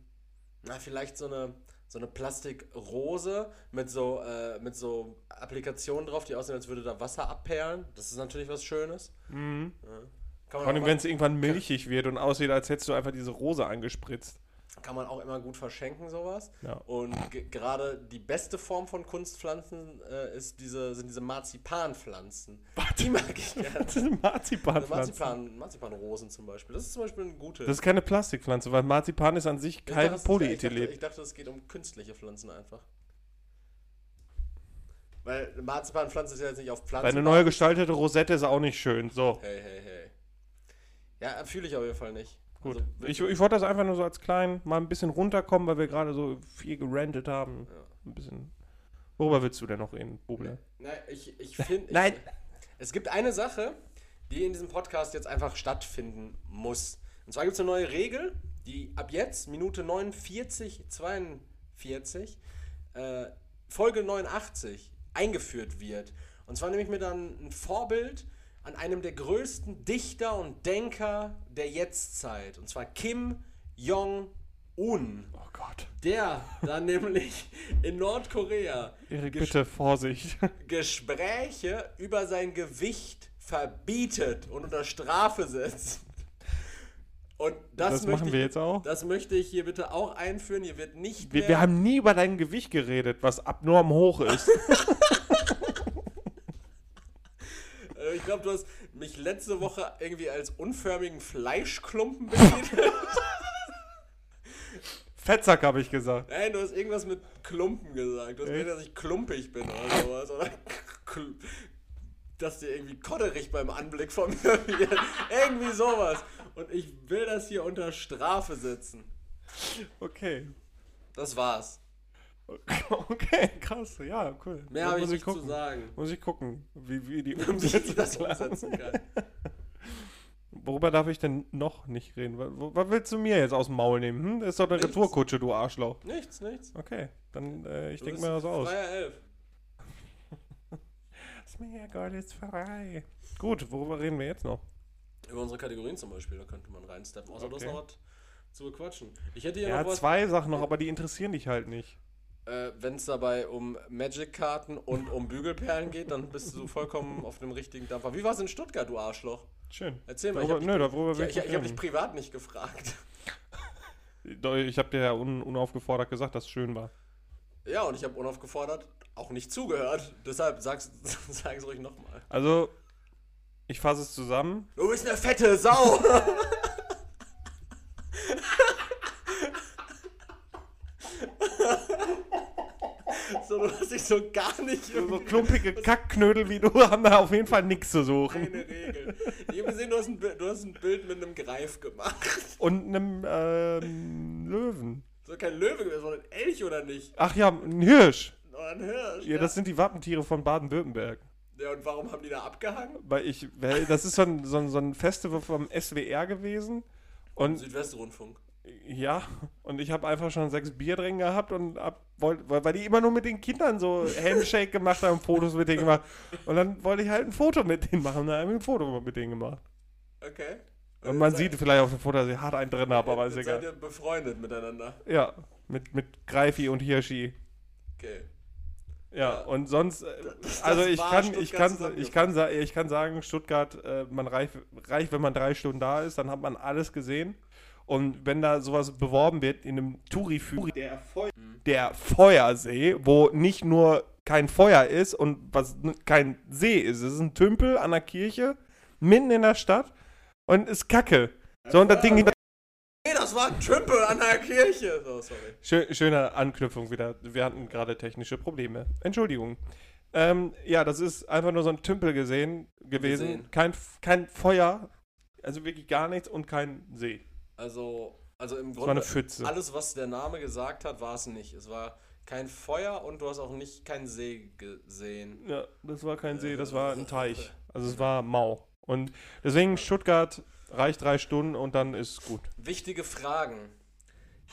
S2: Na vielleicht so eine so eine Plastikrose mit so äh, mit so Applikationen drauf, die aussehen, als würde da Wasser abperlen. Das ist natürlich was Schönes.
S1: Mhm.
S2: Ja. Kann,
S1: Vor
S2: man auch
S1: allem,
S2: mal,
S1: wenn es irgendwann milchig wird und aussieht, als hättest du einfach diese Rose angespritzt.
S2: kann man auch immer gut verschenken sowas.
S1: Ja.
S2: Und ge- gerade die beste Form von Kunstpflanzen äh, ist diese, sind diese Marzipanpflanzen. Die mag ich gerne.
S1: Das sind
S2: Also
S1: Marzipanpflanzen.
S2: Marzipan, Marzipanrosen zum Beispiel. Das ist zum Beispiel eine gute.
S1: Das ist keine Plastikpflanze, weil Marzipan ist an sich
S2: Ich
S1: kein
S2: dachte, es- Ich dachte,
S1: Polyethylen.
S2: ich dachte, es geht um künstliche Pflanzen einfach. Weil eine Marzipanpflanze ist ja jetzt nicht auf Pflanzen.
S1: Weil eine neu gestaltete Rosette ist auch nicht schön. So.
S2: hey, hey, hey. Ja, fühle ich auf jeden Fall nicht.
S1: Gut.
S2: Also,
S1: ich, ich wollte das einfach nur so als klein mal ein bisschen runterkommen, weil wir gerade so viel gerantet haben.
S2: Ja.
S1: Ein bisschen. Worüber willst du denn noch reden, Buble?
S2: Nein, ich, ich finde.
S1: Nein.
S2: Es gibt eine Sache, die in diesem Podcast jetzt einfach stattfinden muss. Und zwar gibt es eine neue Regel, die ab jetzt, Minute 49, 42, äh, Folge 89 eingeführt wird. Und zwar nehme ich mir dann ein Vorbild an einem der größten Dichter und Denker der Jetztzeit. Und zwar Kim Jong-un.
S1: Oh Gott.
S2: Der dann nämlich in Nordkorea
S1: Erik,
S2: gesch-
S1: bitte Vorsicht.
S2: Gespräche über sein Gewicht verbietet und unter Strafe setzt. Und das,
S1: Das,
S2: möchte
S1: machen
S2: ich,
S1: wir jetzt auch.
S2: Das möchte ich hier bitte auch einführen. Hier wird nicht
S1: Wir,
S2: mehr.
S1: wir haben nie über dein Gewicht geredet, was abnorm hoch ist.
S2: äh, ich glaube, du hast mich letzte Woche irgendwie als unförmigen Fleischklumpen betitelt.
S1: Fettsack habe ich gesagt.
S2: Nein, du hast irgendwas mit Klumpen gesagt. Du hast
S1: Echt?
S2: gesagt, dass ich klumpig bin oder sowas. Oder kl- dass dir irgendwie kodderig beim Anblick von mir wird. irgendwie sowas. Und ich will das hier unter Strafe setzen.
S1: Okay.
S2: Das war's.
S1: Okay, krass. Ja, cool.
S2: Mehr
S1: Dann
S2: habe ich
S1: muss
S2: nicht
S1: gucken.
S2: zu sagen.
S1: Muss ich gucken, wie, wie die
S2: Wie ich
S1: Umsetzung
S2: das
S1: klappt.
S2: umsetzen kann.
S1: Worüber darf ich denn noch nicht reden? Was, was willst du mir jetzt aus dem Maul nehmen? Hm? Das ist doch eine
S2: Nichts.
S1: Retourkutsche, du Arschloch.
S2: Nichts, nichts.
S1: Okay, dann äh, ich
S2: Du
S1: denke
S2: bist
S1: mir das aus.
S2: Freier Elf.
S1: Ist mir egal, jetzt frei. Gut, worüber reden wir jetzt noch?
S2: Über unsere Kategorien zum Beispiel, da könnte man reinsteppen. Außer du
S1: Okay.
S2: hast noch was zu bequatschen. Ich hätte hier
S1: Ja,
S2: noch was,
S1: zwei Sachen noch, aber die interessieren dich halt nicht.
S2: äh, wenn es dabei um Magic-Karten und um Bügelperlen geht, dann bist du vollkommen auf dem richtigen Dampfer. Wie war es in Stuttgart, du Arschloch?
S1: Schön.
S2: Erzähl mal, ich
S1: Darüber,
S2: habe
S1: nö, darüber will
S2: ich,
S1: ich,
S2: ich, ich hab dich
S1: nicht
S2: privat nicht gefragt.
S1: reden. Doch, Ich habe dir ja un, unaufgefordert gesagt, dass es schön war.
S2: Ja, und ich habe unaufgefordert auch nicht zugehört. Deshalb sag's, sag's ruhig nochmal.
S1: Also, ich fasse es zusammen.
S2: Du bist eine fette Sau! so, du hast dich so gar nicht
S1: So
S2: irgendwie
S1: klumpige Kackknödel wie du haben da auf jeden Fall nichts zu suchen.
S2: eine Regel. Ich habe gesehen, du hast, ein, Bi- du hast ein Bild mit einem Greif gemacht.
S1: Und einem ähm, Löwen.
S2: So kein Löwe gewesen, sondern ein Elch oder nicht? Oh,
S1: Ach ja, ein Hirsch.
S2: Oder ein Hirsch.
S1: Ja, das sind die Wappentiere von Baden-Württemberg.
S2: ja, und warum haben die da abgehangen?
S1: Weil ich, weil das ist so ein, so, ein, so ein Festival vom SWR gewesen. Und
S2: Südwestrundfunk.
S1: ja, und ich habe einfach schon sechs Bier drin gehabt und ab, wollt, weil, weil die immer nur mit den Kindern so Handshake gemacht haben, Fotos mit denen gemacht. Und dann wollte ich halt ein Foto mit denen machen. Dann habe ich ein Foto mit denen gemacht.
S2: Okay.
S1: Und man
S2: Seid-
S1: sieht vielleicht auf dem Foto, dass ich hart einen drin habe, aber ist
S2: seid
S1: egal.
S2: ihr befreundet miteinander.
S1: Ja, mit, mit Greifi und Hirschi.
S2: Okay.
S1: Ja,
S2: Ja.
S1: und sonst, äh,
S2: Das
S1: also ich
S2: war
S1: kann,
S2: Stuttgart
S1: ich, kann, ich,
S2: zusammengefasst.
S1: kann, sa- ich kann sagen, Stuttgart, äh, man reicht, reich, wenn man drei Stunden da ist, dann hat man alles gesehen. Und wenn da sowas beworben wird in einem touri der, der Feuersee, wo nicht nur kein Feuer ist und was n- kein See ist, es ist ein Tümpel an der Kirche, mitten in der Stadt und ist kacke. So, und das Ding,
S2: Nee, das war ein Tümpel an der Kirche. So, sorry.
S1: Schö- schöne Anknüpfung wieder. Wir hatten gerade technische Probleme. Entschuldigung. Ähm, ja, das ist einfach nur so ein Tümpel gesehen gewesen.
S2: Gesehen.
S1: Kein, F- kein Feuer, also wirklich gar nichts und kein See.
S2: Also, also im
S1: Das war eine
S2: Grunde,
S1: Pfütze.
S2: alles, was der Name gesagt hat, war es nicht. Es war kein Feuer und du hast auch nicht keinen See gesehen.
S1: Ja, das war kein See, das war ein Teich. Also es war mau. Und deswegen Stuttgart reicht drei Stunden und dann ist gut.
S2: Wichtige Fragen.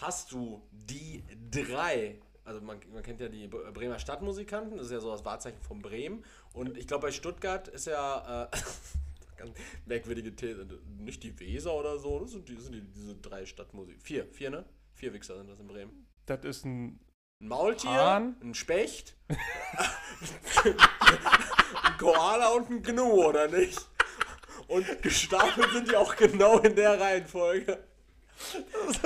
S2: Hast du die drei? Also man, man kennt ja die Bre- Bremer Stadtmusikanten, das ist ja so das Wahrzeichen von Bremen. Und ich glaube, bei Stuttgart ist ja äh, ganz merkwürdige These. Nicht die Weser oder so, das sind, die, das sind die, diese drei Stadtmusik. Vier, vier, ne? Vier Wichser sind das in Bremen.
S1: Das ist ein.
S2: Ein Maultier,
S1: Hahn.
S2: ein Specht, ein Koala und ein Gnu, oder nicht? Und gestapelt sind die auch genau in der Reihenfolge.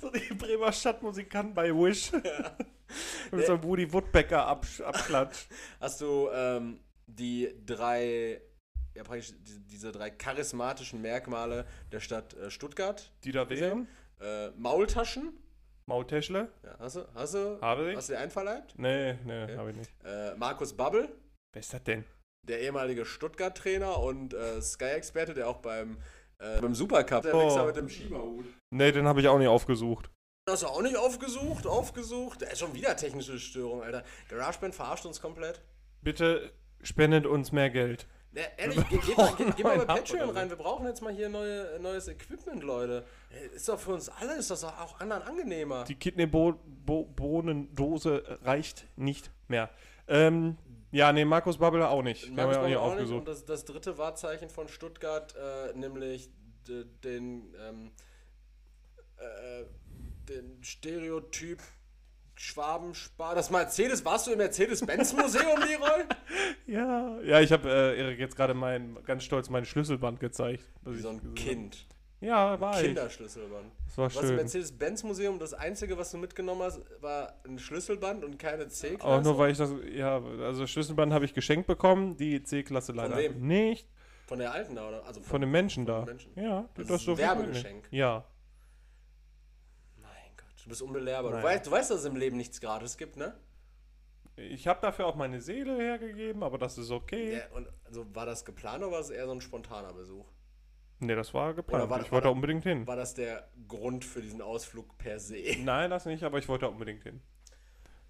S1: so die Bremer Stadtmusikanten bei Wish. Mit so einem Woody Woodbecker-Abklatsch.
S2: Hast du ähm, die drei, ja praktisch die, diese drei charismatischen Merkmale der Stadt äh, Stuttgart?
S1: Die da wären.
S2: Äh, Maultaschen?
S1: Mauteschle.
S2: Ja, hast du? Hast du?
S1: Habe ich.
S2: Hast du dir einverleibt?
S1: Nee, nee,
S2: Okay.
S1: habe ich nicht.
S2: Äh, Markus Babbel?
S1: Wer ist das denn?
S2: der ehemalige Stuttgart-Trainer und äh, Sky-Experte, der auch beim Äh, beim Supercup, der
S1: Oh.
S2: Wichser mit dem Schieberhut.
S1: Nee, den habe ich auch nicht aufgesucht.
S2: Hast du auch nicht aufgesucht? Aufgesucht? Äh, schon wieder technische Störung, Alter. GarageBand verarscht uns komplett.
S1: Bitte spendet uns mehr Geld.
S2: Ne, ehrlich, geh, geh, mal- geh, geh mal bei
S1: Neuen ab
S2: Patreon
S1: oder so.
S2: rein. Wir brauchen jetzt mal hier neue, neues Equipment, Leute. Äh, Ist doch für uns alle, ist das doch auch anderen angenehmer.
S1: Die Kidneybohnendose reicht nicht mehr. Ähm, ja, nee, Markus Babbel auch nicht. Den haben
S2: Markus
S1: wir auch nicht
S2: Bauer auch nicht.
S1: aufgesucht.
S2: Und das, das dritte Wahrzeichen von Stuttgart, äh, nämlich d- den, ähm, äh, den Stereotyp Schwabenspar. Das Mercedes, warst du im Mercedes-Benz-Museum, Leroy?
S1: Ja, ja, ich habe äh, Erik jetzt gerade mein ganz stolz mein Schlüsselband gezeigt. was
S2: Wie
S1: ich
S2: so ein
S1: gesehen
S2: Kind.
S1: hab. Ja, war ich.
S2: Kinderschlüsselband.
S1: Das war
S2: Du warst im
S1: schön.
S2: Mercedes-Benz-Museum, das Einzige, was du mitgenommen hast, war ein Schlüsselband und keine C-Klasse.
S1: Auch nur weil ich das, ja, also Schlüsselband habe ich geschenkt bekommen, die C-Klasse leider
S2: wem?
S1: nicht.
S2: Von der alten da, oder? Also
S1: Von dem Menschen da.
S2: dem Menschen.
S1: Ja,
S2: Das ist
S1: durfte ich mitnehmen.
S2: Werbegeschenk.
S1: Ja.
S2: Mein Gott, du bist unbelehrbar. Du
S1: Naja.
S2: weißt, du weißt, dass es im Leben nichts Gratis gibt, ne?
S1: Ich habe dafür auch meine Seele hergegeben, aber das ist okay.
S2: Ja, und also war das geplant oder war das eher so ein spontaner Besuch?
S1: Nee, das war geplant.
S2: Oder war-
S1: ich
S2: war
S1: wollte da
S2: da-
S1: unbedingt hin.
S2: War das der Grund für diesen Ausflug per se?
S1: Nein, das nicht, aber ich wollte da unbedingt hin.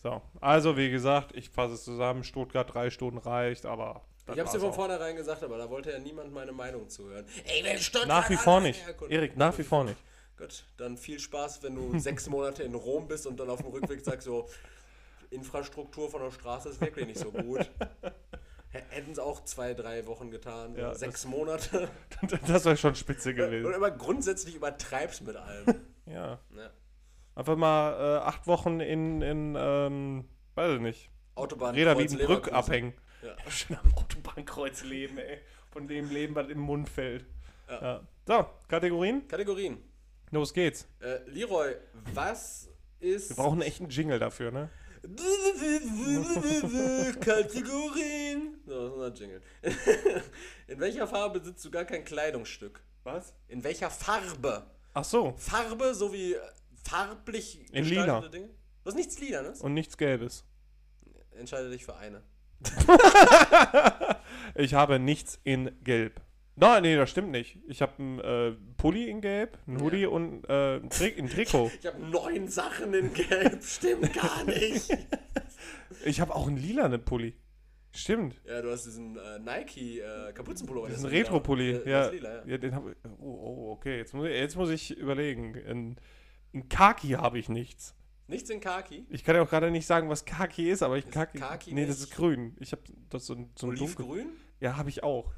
S1: So, also wie gesagt, ich fasse es zusammen. Stuttgart drei Stunden reicht, aber. das
S2: Ich hab's dir
S1: war's
S2: von
S1: auch.
S2: vornherein gesagt, aber da wollte ja niemand meine Meinung zuhören. Ey, wenn Stuttgart
S1: Nach wie
S2: alle
S1: vor nicht.
S2: erkunden-
S1: Erik, nach wie vor nicht.
S2: Gut, dann viel Spaß, wenn du sechs Monate in Rom bist und dann auf dem Rückweg sagst so, Infrastruktur von der Straße ist wirklich nicht so gut. Hätten es auch zwei, drei Wochen getan, so
S1: Ja,
S2: sechs Monate.
S1: Das wäre schon spitze
S2: Oder
S1: gewesen.
S2: immer grundsätzlich übertreibst mit allem.
S1: Ja.
S2: ne?
S1: Einfach mal äh, acht Wochen in, in ähm, weiß ich nicht,
S2: Autobahn.
S1: Räder
S2: Kreuz
S1: wie ein Brück
S2: Leverkusen.
S1: abhängen.
S2: Ja.
S1: Schön am Autobahnkreuz leben, ey. Von dem Leben, was im Mund fällt. Ja. So, Kategorien.
S2: Kategorien.
S1: Los geht's.
S2: Äh, Leroy, was ist.
S1: Wir brauchen echt einen Jingle dafür, ne?
S2: Kategorien. So, das ist unser Jingle. In welcher Farbe besitzt du gar kein Kleidungsstück?
S1: Was?
S2: In welcher Farbe?
S1: Ach so.
S2: Farbe sowie äh, farblich
S1: In
S2: gestaltete
S1: lila.
S2: Dinge? Du hast nichts lila, ne?
S1: Und nichts Gelbes.
S2: Entscheide dich für eine.
S1: Ich habe nichts in Gelb. Nein, nee, das stimmt nicht. Ich habe einen äh, Pulli in Gelb, einen Hoodie und äh, ein, Tri ein Trikot.
S2: Ich habe neun Sachen in Gelb. Stimmt gar nicht.
S1: Ich habe auch einen lilanen Pulli. Stimmt.
S2: ja, du hast diesen äh, Nike äh, Kapuzenpullover.
S1: Das ist
S2: der
S1: ein
S2: lila.
S1: Retro-Pulli.
S2: Der-
S1: Ja,
S2: der ist lila, ja.
S1: ja, den habe ich. Oh, oh, okay. Jetzt muss ich, jetzt muss ich überlegen. In, in Khaki habe ich nichts.
S2: Nichts in Khaki.
S1: Ich kann ja auch gerade nicht sagen, was Khaki ist, aber ich Khaki.
S2: Khaki
S1: nee, das
S2: nicht-
S1: ist grün. Ich habe das so ein, so ein dunkel.
S2: Olivgrün.
S1: Ja, habe ich auch.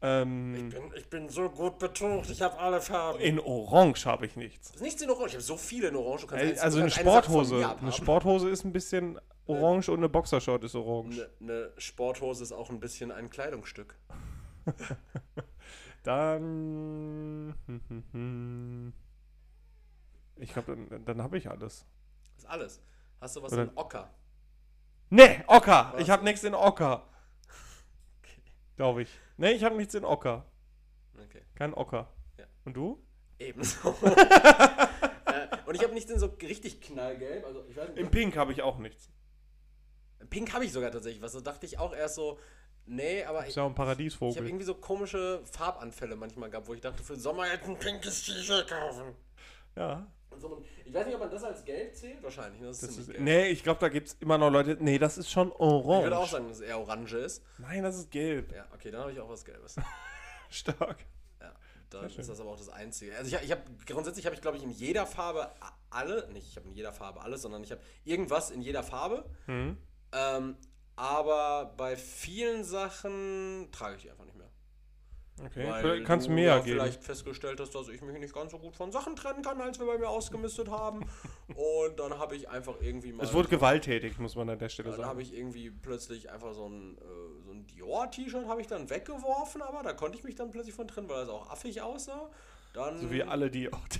S1: Ähm,
S2: Bin- Ich bin so gut betucht. Ich habe alle Farben.
S1: in Orange habe ich nichts.
S2: Das ist nichts in Orange. Ich habe so viele in Orange. Du kannst
S1: Äh,
S2: eins-
S1: Also
S2: du
S1: eine
S2: kannst Sache von Ne.
S1: Sporthose.
S2: mir
S1: Eine
S2: abhaben.
S1: Sporthose ist ein bisschen orange und eine Boxershort ist orange.
S2: Eine- eine Sporthose ist auch ein bisschen ein Kleidungsstück.
S1: Dann. hm, hm, hm. Ich glaube, dann, dann habe ich alles.
S2: Das ist alles. Hast du was
S1: Oder-
S2: in Ocker?
S1: Nee, Ocker.
S2: Was?
S1: Ne, Ich habe nichts in Ocker. Glaube ich. Nee, ich habe nichts in Ocker.
S2: Okay.
S1: Kein Ocker.
S2: Ja.
S1: Und du?
S2: Ebenso. äh, und ich habe nichts in so richtig knallgelb. Also ich weiß
S1: Im
S2: nicht.
S1: Pink habe ich auch nichts.
S2: Pink habe ich sogar tatsächlich was. Da dachte ich auch erst so, nee, aber ich,
S1: Ist ja auch ein
S2: ich habe
S1: Paradiesvogel.
S2: irgendwie so komische Farbanfälle manchmal gehabt, wo ich dachte, für den Sommer jetzt ein pinkes T-Shirt kaufen.
S1: Ja.
S2: Und so, ich weiß nicht, ob man das als gelb zählt. Wahrscheinlich. ne? Das ist
S1: Das
S2: ziemlich
S1: ist,
S2: gelb.
S1: nee, ich glaube, da gibt es immer noch Leute. Nee, das ist schon
S2: Ich würde auch
S1: orange.
S2: sagen, dass es eher orange ist.
S1: Nein, das ist gelb.
S2: Ja, okay, dann habe ich auch was Gelbes.
S1: Stark.
S2: Ja, dann
S1: schön.
S2: ist das aber auch das Einzige. Also ich, ich habe grundsätzlich habe ich glaube ich in jeder Farbe a- alle, nicht ich habe in jeder Farbe alles, sondern ich habe irgendwas in jeder Farbe.
S1: Hm.
S2: Ähm, aber bei vielen Sachen trage ich die einfach nicht mehr.
S1: Okay.
S2: Weil
S1: Vielleicht Kannst du mir ja
S2: ja
S1: geben.
S2: vielleicht festgestellt hast, dass ich mich nicht ganz so gut von Sachen trennen kann, als wir bei mir ausgemistet haben. Und dann habe ich einfach irgendwie mal.
S1: Es wurde gewalttätig, muss man an der
S2: Ja,
S1: Stelle
S2: Dann habe
S1: sagen.
S2: ich irgendwie plötzlich einfach so ein, äh, so ein Dior-T-Shirt habe ich dann weggeworfen, aber da konnte ich mich dann plötzlich von trennen, weil das auch affig aussah. Dann,
S1: So wie alle, die auch die-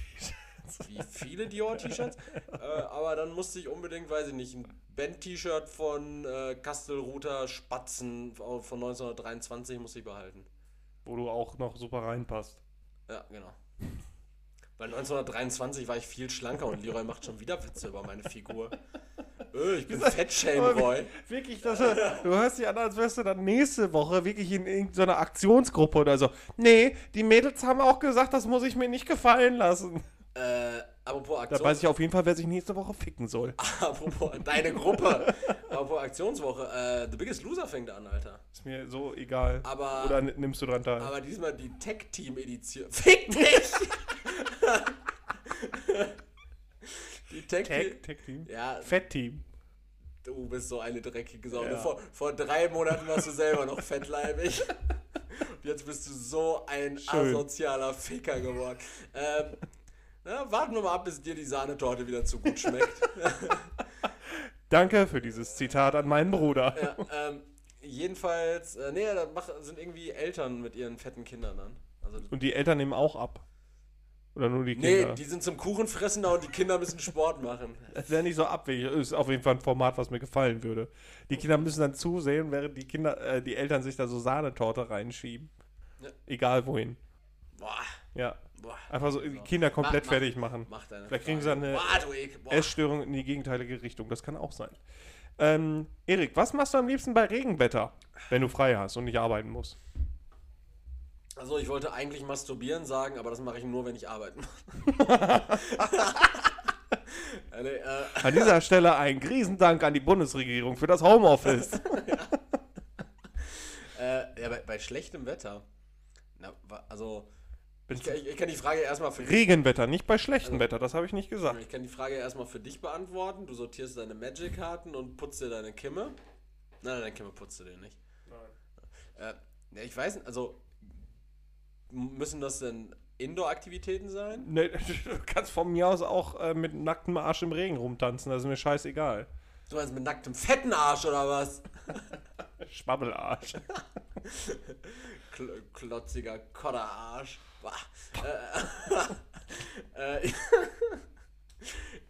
S2: wie viele Dior-T-Shirts. äh, aber dann musste ich unbedingt, weiß ich nicht, ein Band-T-Shirt von äh, Kastelruther Spatzen au- von 1923 musste ich behalten.
S1: wo du auch noch super reinpasst.
S2: Ja, genau. Weil 1923 war ich viel schlanker und Leroy macht schon wieder Witze über meine Figur. Äh, Ich bin Fettshame Boy.
S1: Wirklich, dass du, du hörst dich an, als wärst du dann nächste Woche wirklich in irgendeiner Aktionsgruppe oder so. Nee, die Mädels haben auch gesagt, das muss ich mir nicht gefallen lassen.
S2: Äh, apropos
S1: Da
S2: Aktion.
S1: weiß ich auf jeden Fall, wer sich nächste Woche ficken soll.
S2: Ah. apropos deine Gruppe. apropos Aktionswoche. Äh, The Biggest Loser fängt an, Alter.
S1: Ist mir so egal.
S2: Aber-
S1: oder n- nimmst du dran teil?
S2: Aber diesmal die Tech Team Edition. Fick dich! die Tech
S1: Tag,
S2: Team.
S1: Tag Team?
S2: Ja,
S1: Fett Team.
S2: du bist so eine dreckige Sau.
S1: Ja.
S2: Du, Vor, vor drei Monaten warst du selber noch fettleibig. Und jetzt bist du so ein
S1: Schön.
S2: asozialer Ficker geworden. Ähm, na, warten wir mal ab, bis dir die Sahnetorte wieder zu gut schmeckt.
S1: Danke für dieses Zitat an meinen Bruder.
S2: ja, ähm, jedenfalls, äh, nee, da mach, sind irgendwie Eltern mit ihren fetten Kindern dann. Also
S1: Und die Eltern nehmen auch ab. Oder nur die
S2: Nee,
S1: Kinder.
S2: die sind zum Kuchenfressen da und die Kinder müssen Sport machen.
S1: das wäre nicht so abwegig. Ist auf jeden Fall ein Format, was mir gefallen würde. Die Kinder müssen dann zusehen, während die Kinder, äh, die Eltern sich da so Sahnetorte reinschieben.
S2: Ja.
S1: Egal wohin.
S2: Boah,
S1: Ja.
S2: boah.
S1: Einfach so die Kinder komplett
S2: Mach- mach-
S1: fertig machen.
S2: Mach deine
S1: Vielleicht kriegen
S2: Frage.
S1: sie eine
S2: Boah, du Ekel. Boah.
S1: Essstörung in die gegenteilige Richtung. Das kann auch sein. Ähm, Erik, was machst du am liebsten bei Regenwetter, wenn du frei hast und nicht arbeiten musst?
S2: Also, ich wollte eigentlich masturbieren sagen, aber das mache ich nur, wenn ich arbeiten muss. Äh, nee, äh,
S1: An dieser Stelle ein Riesendank an die Bundesregierung für das Homeoffice.
S2: äh, ja, bei, bei schlechtem Wetter. Na, wa- also,
S1: Bin-
S2: ich, ich, Also, ich kann die Frage erstmal für
S1: Regenwetter, nicht bei schlechtem Wetter, das habe ich nicht gesagt.
S2: Ich kann die Frage erstmal für dich beantworten. Du sortierst deine Magic-Karten und putzt dir deine Kimme. Nein, deine Kimme putzt du dir nicht. Nein. Äh, ja, ich weiß nicht, also m- müssen das denn Indoor-Aktivitäten sein?
S1: Ne, du kannst von mir aus auch äh, mit nacktem Arsch im Regen rumtanzen, das ist mir scheißegal.
S2: Du meinst mit nacktem fetten Arsch oder was?
S1: Schwabbelarsch.
S2: Kl klotziger Kodderarsch. Bah. Äh, äh,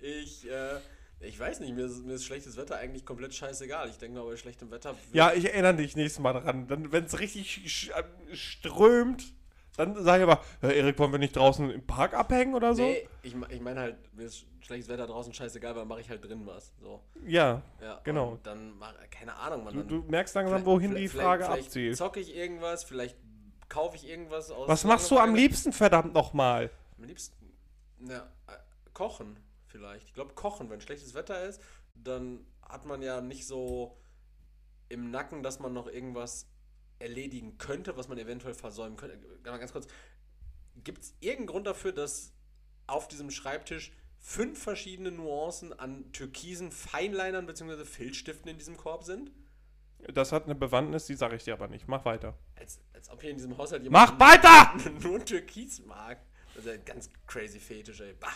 S2: ich, äh, ich weiß nicht, mir ist, mir ist schlechtes Wetter eigentlich komplett scheißegal. Ich denke mal, bei schlechtem Wetter. wird-
S1: Ja, ich erinnere dich nächstes Mal dran. Wenn es richtig sch- äh, strömt, dann sage ich aber, "Äh, Erik, wollen wir nicht draußen im Park abhängen oder so?
S2: Nee, ich, me- ich meine halt, mir ist schlechtes Wetter draußen scheißegal, weil mache ich halt drin was. So.
S1: Ja,
S2: Ja,
S1: Genau.
S2: und Dann mach, keine Ahnung, man.
S1: du,
S2: dann,
S1: du merkst langsam,
S2: vielleicht-
S1: wohin die
S2: vielleicht-
S1: Frage
S2: vielleicht
S1: abzielt.
S2: Zocke ich irgendwas, vielleicht kaufe ich irgendwas aus.
S1: Was machst du am
S2: Langeweile.
S1: liebsten, verdammt nochmal?
S2: Am liebsten, na, äh, kochen vielleicht. Ich glaube, kochen, wenn schlechtes Wetter ist, dann hat man ja nicht so im Nacken, dass man noch irgendwas erledigen könnte, was man eventuell versäumen könnte. Ganz, ganz kurz, gibt es irgendeinen Grund dafür, dass auf diesem Schreibtisch fünf verschiedene Nuancen an türkisen Feinlinern bzw. Filzstiften in diesem Korb sind?
S1: Das hat eine Bewandtnis, die sage ich dir aber nicht. Mach weiter.
S2: Als, als ob hier in diesem Haushalt jemand...
S1: Mach weiter!
S2: nur Türkis mag. Das ist ein ganz crazy Fetisch, ey. Bah.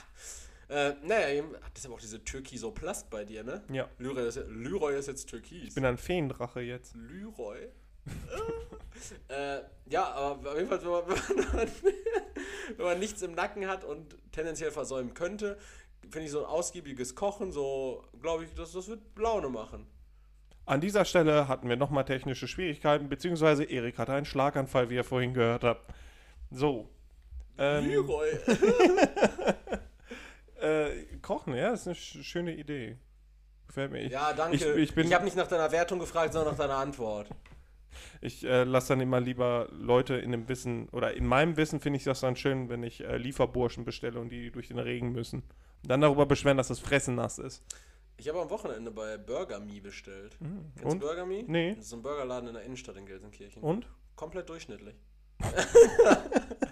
S2: Äh, naja, eben- ach, deshalb auch diese Türkisoplast bei dir, ne?
S1: Ja.
S2: Lyroy ist, Lyroy ist jetzt Türkis.
S1: Ich bin ein Feendrache jetzt.
S2: Lyroy? äh, ja, aber auf jeden Fall, wenn man, wenn, man, wenn man nichts im Nacken hat und tendenziell versäumen könnte, finde ich so ein ausgiebiges Kochen, so glaube ich, das, das wird Laune machen.
S1: An dieser Stelle hatten wir nochmal technische Schwierigkeiten, beziehungsweise Erik hatte einen Schlaganfall, wie ihr vorhin gehört habt. So. Ähm,
S2: Lyroy.
S1: äh, kochen, ja, ist eine sch schöne Idee. Gefällt mir. Ich,
S2: Ja, danke.
S1: Ich, ich, bin-
S2: ich habe nicht nach deiner Wertung gefragt, sondern nach deiner Antwort.
S1: ich äh, lasse dann immer lieber Leute in dem Wissen, oder in meinem Wissen finde ich das dann schön, wenn ich äh, Lieferburschen bestelle und die durch den Regen müssen. Und dann darüber beschweren, dass das Fressen nass ist.
S2: Ich habe am Wochenende bei Burger Me bestellt. Kennst
S1: Hm, und?
S2: du Burger Me?
S1: Nee.
S2: Das ist ein Burgerladen in der Innenstadt in Gelsenkirchen.
S1: Und?
S2: Komplett durchschnittlich.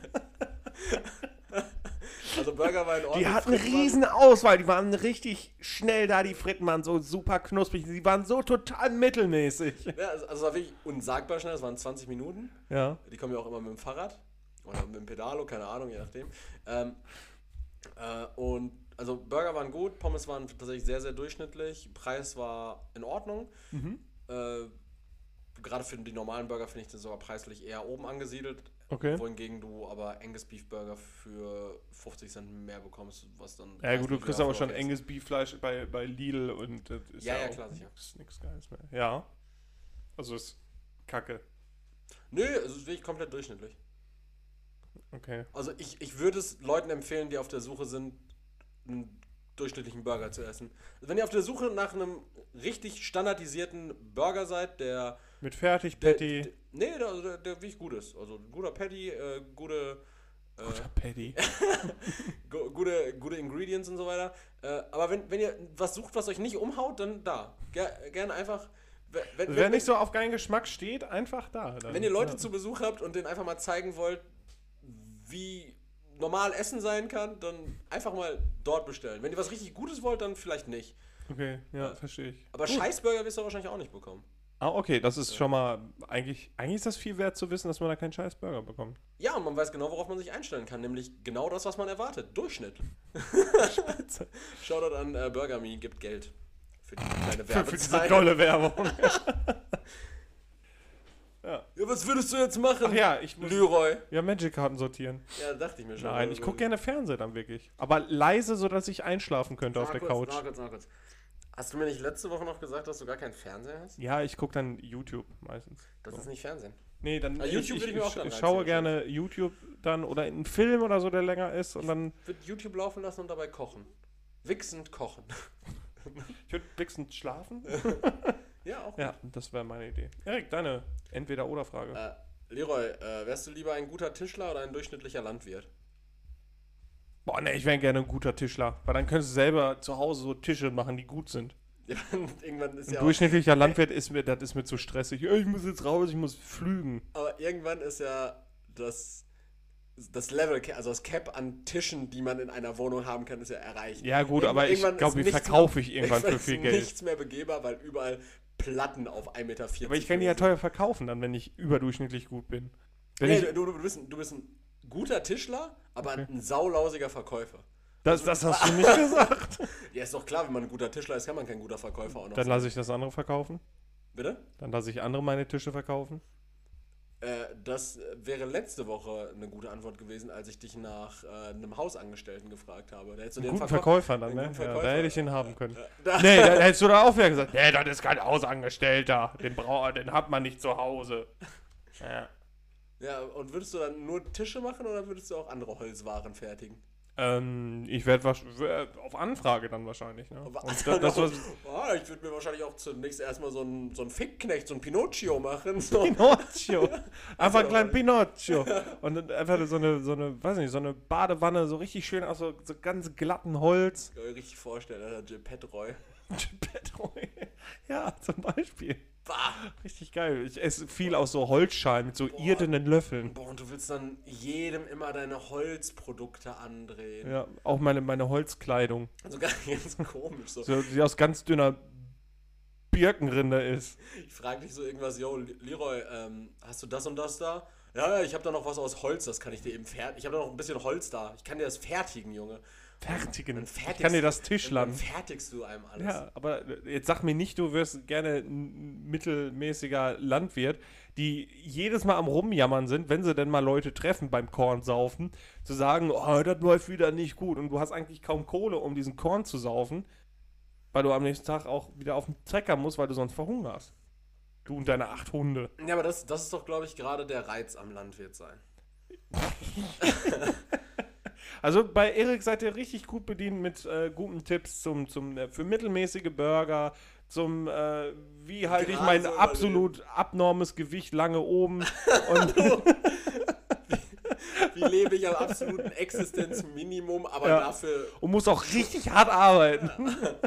S2: also Burger war in Ordnung.
S1: Die hatten eine
S2: Fritten waren-
S1: riesen Auswahl, die waren richtig schnell da, die Fritten waren so super knusprig, die waren so total mittelmäßig.
S2: Ja, also, also es war wirklich unsagbar schnell, das waren 20 Minuten.
S1: Ja.
S2: Die kommen ja auch immer mit dem Fahrrad oder mit dem Pedalo, keine Ahnung, je nachdem. Ähm, äh, und also Burger waren gut, Pommes waren tatsächlich sehr, sehr durchschnittlich, Preis war in Ordnung.
S1: Mhm.
S2: Äh, Gerade für die normalen Burger finde ich das sogar preislich eher oben angesiedelt.
S1: Okay.
S2: Wohingegen du aber Angus Beef Burger für 50 Cent mehr bekommst, was dann.
S1: Ja gut, du
S2: preislich
S1: kriegst
S2: wieder
S1: aber schon
S2: vorgeht.
S1: enges Beefleisch bei, bei Lidl und das ist
S2: Ja, ja,
S1: auch
S2: klar, sicher.
S1: nix, nix Geiles mehr. Ja. Also ist kacke.
S2: Nö, es ist wirklich komplett durchschnittlich.
S1: Okay.
S2: Also ich, ich würde es Leuten empfehlen, die auf der Suche sind, einen durchschnittlichen Burger zu essen. Also wenn ihr auf der Suche nach einem richtig standardisierten Burger seid, der.
S1: Mit fertig
S2: der,
S1: Patty.
S2: der nee, der, also der, der wirklich gut ist. Also ein guter Patty, äh, gute. Äh,
S1: Guter Patty. Also,
S2: gu- gute, gute Ingredients und so weiter. Äh, aber wenn, wenn ihr was sucht, was euch nicht umhaut, dann da. Ger gerne einfach. Wenn, wenn,
S1: Wer nicht so auf keinen Geschmack steht, einfach da. Dann,
S2: wenn ihr Leute
S1: ja.
S2: zu Besuch habt und denen einfach mal zeigen wollt, wie normal Essen sein kann, dann einfach mal dort bestellen. Wenn ihr was richtig Gutes wollt, dann vielleicht nicht.
S1: Okay, ja,
S2: Ja.
S1: verstehe ich.
S2: Aber Scheißburger wirst du wahrscheinlich auch nicht bekommen.
S1: Ah, okay, das ist schon mal. Eigentlich, eigentlich ist das viel wert zu wissen, dass man da keinen scheiß Burger bekommt.
S2: Ja, und man weiß genau, worauf man sich einstellen kann, nämlich genau das, was man erwartet. Durchschnitt. Shoutout an äh, Burger Me, gibt Geld. Für die kleine
S1: Für diese
S2: Werbezeit.
S1: tolle Werbung.
S2: Ja, was würdest du jetzt machen?
S1: Ach ja, ich muss.
S2: Leroy.
S1: Ja, Magic-Karten sortieren.
S2: Ja, dachte ich mir schon.
S1: Nein, ich gucke gerne Fernseher dann wirklich. Aber leise, sodass ich einschlafen könnte auf der Couch.
S2: Kurz, na, kurz. Hast du mir nicht letzte Woche noch gesagt, dass du gar keinen Fernseher hast?
S1: Ja, ich gucke dann YouTube meistens.
S2: Das
S1: So.
S2: ist nicht Fernsehen.
S1: Nee, dann
S2: Ah, YouTube würde
S1: ich, ich,
S2: ich mir auch
S1: ich,
S2: dann
S1: ich
S2: reinziehen,
S1: schaue gerne YouTube dann oder einen Film oder so, der länger ist und dann
S2: Wird YouTube laufen lassen und dabei kochen. Wichsend kochen.
S1: ich würde blicksend schlafen.
S2: Ja, auch.
S1: Ja, das wäre meine Idee. Erik, deine entweder oder Frage.
S2: Äh, Leroy, äh, wärst du lieber ein guter Tischler oder ein durchschnittlicher Landwirt?
S1: Boah, ne, ich wäre gerne ein guter Tischler, weil dann könntest du selber zu Hause so Tische machen, die gut sind.
S2: Ja, und irgendwann ist
S1: Ein
S2: ja auch,
S1: durchschnittlicher Landwirt ist mir, das ist mir zu stressig. Ich muss jetzt raus, ich muss flügen.
S2: aber irgendwann ist ja das das Level, also das Cap an Tischen, die man in einer Wohnung haben kann, ist ja erreicht.
S1: Ja gut,
S2: Irgendwann-
S1: aber ich
S2: irgendwann ist
S1: glaube, die
S2: nichts
S1: verkaufe ich irgendwann für
S2: Irgendwann
S1: viel
S2: ist
S1: Geld.
S2: nichts mehr begehbar, weil überall Platten auf 1,40 Meter.
S1: Aber ich kann die ja teuer verkaufen dann, wenn ich überdurchschnittlich gut bin. Wenn
S2: Nee,
S1: ich,
S2: du, du, du, bist ein, du bist ein guter Tischler, aber
S1: Okay.
S2: ein saulausiger Verkäufer.
S1: das, das hast du nicht gesagt.
S2: Ja, ist doch klar, wenn man ein guter Tischler ist, kann man kein guter Verkäufer auch noch
S1: Dann
S2: sein.
S1: lasse ich das andere verkaufen.
S2: Bitte?
S1: Dann lasse ich andere meine Tische verkaufen.
S2: Äh, das äh, wäre letzte Woche eine gute Antwort gewesen, als ich dich nach äh, einem Hausangestellten gefragt habe. Da hättest du
S1: Einen
S2: dir
S1: guten
S2: Verkäu-
S1: Verkäufer dann,
S2: einen
S1: ne?
S2: guten
S1: Ja,
S2: Verkäufer.
S1: da hätte ich den haben können.
S2: Da,
S1: Nee, dann hättest du da auch wieder gesagt, nee, das ist kein Hausangestellter. Den, braucht, den hat man nicht zu Hause. Ja.
S2: ja, und würdest du dann nur Tische machen oder würdest du auch andere Holzwaren fertigen?
S1: Ähm, ich werde auf Anfrage dann wahrscheinlich. Ne? Und
S2: Aber
S1: das, das, was,
S2: Ah, ich würde mir wahrscheinlich auch zunächst erstmal so einen, so einen Fickknecht, so einen Pinocchio machen. So.
S1: Pinocchio. Einfach
S2: Also-
S1: klein Pinocchio. Und dann einfach so eine, so eine, weiß nicht, so eine Badewanne, so richtig schön aus so, so ganz glatten Holz.
S2: Ich kann mir richtig vorstellen, Alter, Geppetto Roy.
S1: ja, zum Beispiel.
S2: Bah!
S1: Richtig geil. Ich esse viel aus so Holzschalen mit so irdenen Löffeln.
S2: Boah, und du willst dann jedem immer deine Holzprodukte andrehen.
S1: Ja, auch meine, meine Holzkleidung.
S2: Also ganz komisch. So.
S1: So, die aus ganz dünner Birkenrinde ist.
S2: Ich frage dich so irgendwas, yo, Le- Leroy, ähm, hast du das und das da? Ja, ja, ich habe da noch was aus Holz, das kann ich dir eben fertigen. Ich habe da noch ein bisschen Holz da. Ich kann dir das fertigen, Junge.
S1: Fertigen.
S2: Dann
S1: Ich
S2: fertigst
S1: kann dir
S2: du-
S1: das
S2: Dann
S1: Tischland.
S2: fertigst du einem alles.
S1: Ja, aber äh, jetzt sag mir nicht, du wirst gerne ein mittelmäßiger Landwirt, die jedes Mal am Rumjammern sind, wenn sie denn mal Leute treffen beim Kornsaufen, zu sagen, oh, das läuft wieder nicht gut und du hast eigentlich kaum Kohle, um diesen Korn zu saufen, weil du am nächsten Tag auch wieder auf den Trecker musst, weil du sonst verhungerst. Du und deine acht Hunde.
S2: Ja, aber das, das ist doch, glaube ich, gerade der Reiz am Landwirt sein.
S1: Also bei Erik seid ihr richtig gut bedient mit äh, guten Tipps zum, zum, äh, für mittelmäßige Burger, zum äh, wie halte ich
S2: Gerade
S1: mein
S2: so überleben.
S1: absolut abnormes Gewicht lange oben und
S2: Wie lebe ich am absoluten Existenzminimum, aber
S1: Ja.
S2: dafür
S1: und muss auch richtig hart arbeiten.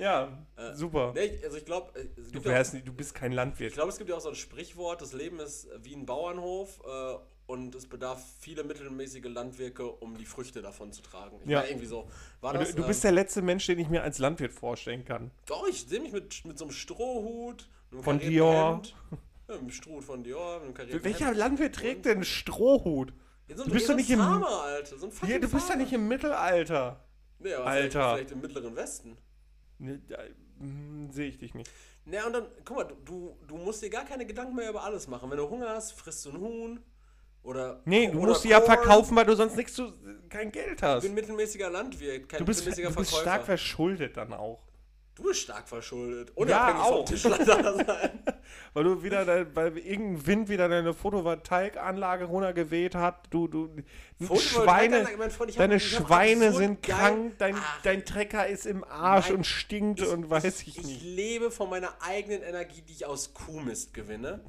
S1: Ja,
S2: Äh,
S1: super.
S2: Nee, ich- also ich glaube, es,
S1: Du,
S2: gibt ja auch-
S1: wärst, nicht- du bist kein
S2: ich
S1: Landwirt.
S2: glaub, es gibt ja auch so ein Sprichwort, das Leben ist wie ein Bauernhof äh, und es bedarf viele mittelmäßige Landwirke, um die Früchte davon zu tragen. Ich
S1: Ja.
S2: ja. irgendwie so. War
S1: Du,
S2: das,
S1: du bist
S2: ähm,
S1: der letzte Mensch, den ich mir als Landwirt vorstellen kann.
S2: Doch, ich sehe mich mit, mit so einem Strohhut. Einem
S1: Von
S2: karierten
S1: Dior.
S2: Hemd. Ja, mit einem Strohhut von Dior, mit einem karierten
S1: Welcher
S2: Hemd.
S1: Landwirt trägt denn einen Strohhut?
S2: Ja, so
S1: du bist
S2: ja so
S1: doch
S2: ein
S1: nicht im-
S2: Farmer, Alter. So ein fucking
S1: Hier, du bist ja
S2: Farmer.
S1: nicht im Mittelalter.
S2: Nee, aber
S1: Alter.
S2: Vielleicht, vielleicht im Mittleren Westen.
S1: Ne, da- hm, Sehe ich dich nicht.
S2: Naja, und dann, guck mal, du, du musst dir gar keine Gedanken mehr über alles machen. Wenn du Hunger hast, frisst du ein Huhn. Oder.
S1: Nee, du
S2: oder
S1: musst sie ja
S2: Korn.
S1: verkaufen, weil du sonst nichts zu, kein Geld hast.
S2: Ich bin mittelmäßiger Landwirt, kein
S1: Du bist,
S2: mittelmäßiger
S1: du bist
S2: Verkäufer.
S1: stark verschuldet dann auch.
S2: du bist stark verschuldet. Unabhängig ja,
S1: auch.
S2: vom Tischler da sein.
S1: weil du wieder, dein, weil irgendein Wind wieder deine Photovoltaikanlage runtergeweht hat. Du, du, du Schweine,
S2: Photovoltaikanlage, mein Freund, ich hab
S1: deine
S2: einen- ich hab einen
S1: Schweine
S2: so
S1: sind
S2: geilen-
S1: krank, dein,
S2: Ach,
S1: dein Trecker ist im Arsch
S2: Nein,
S1: und stinkt und weiß ich,
S2: Ich
S1: nicht.
S2: lebe von meiner eigenen Energie, die ich aus Kuhmist gewinne.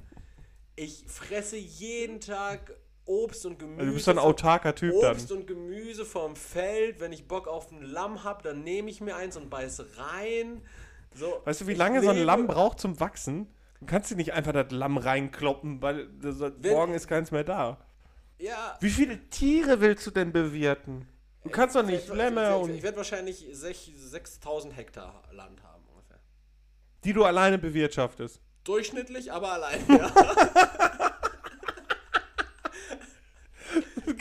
S2: Ich fresse jeden Tag Obst und Gemüse.
S1: Also du bist so ein autarker Typ dann.
S2: Obst und Gemüse vom Feld. Wenn ich Bock auf ein Lamm habe, dann nehme ich mir eins und beiße rein. So,
S1: Weißt du, wie
S2: ich
S1: lange so ein
S2: lebe-
S1: Lamm braucht zum Wachsen? Du kannst dir nicht einfach das Lamm reinkloppen, weil das,
S2: Wenn-
S1: morgen ist keins mehr da.
S2: Ja.
S1: Wie viele Tiere willst du denn bewirten? Du kannst doch nicht
S2: ich-
S1: Lämmer
S2: Also, Ich, ich, ich
S1: und
S2: werde wahrscheinlich sech- 6000 Hektar Land haben ungefähr.
S1: die du alleine bewirtschaftest.
S2: Durchschnittlich, aber allein. Ja.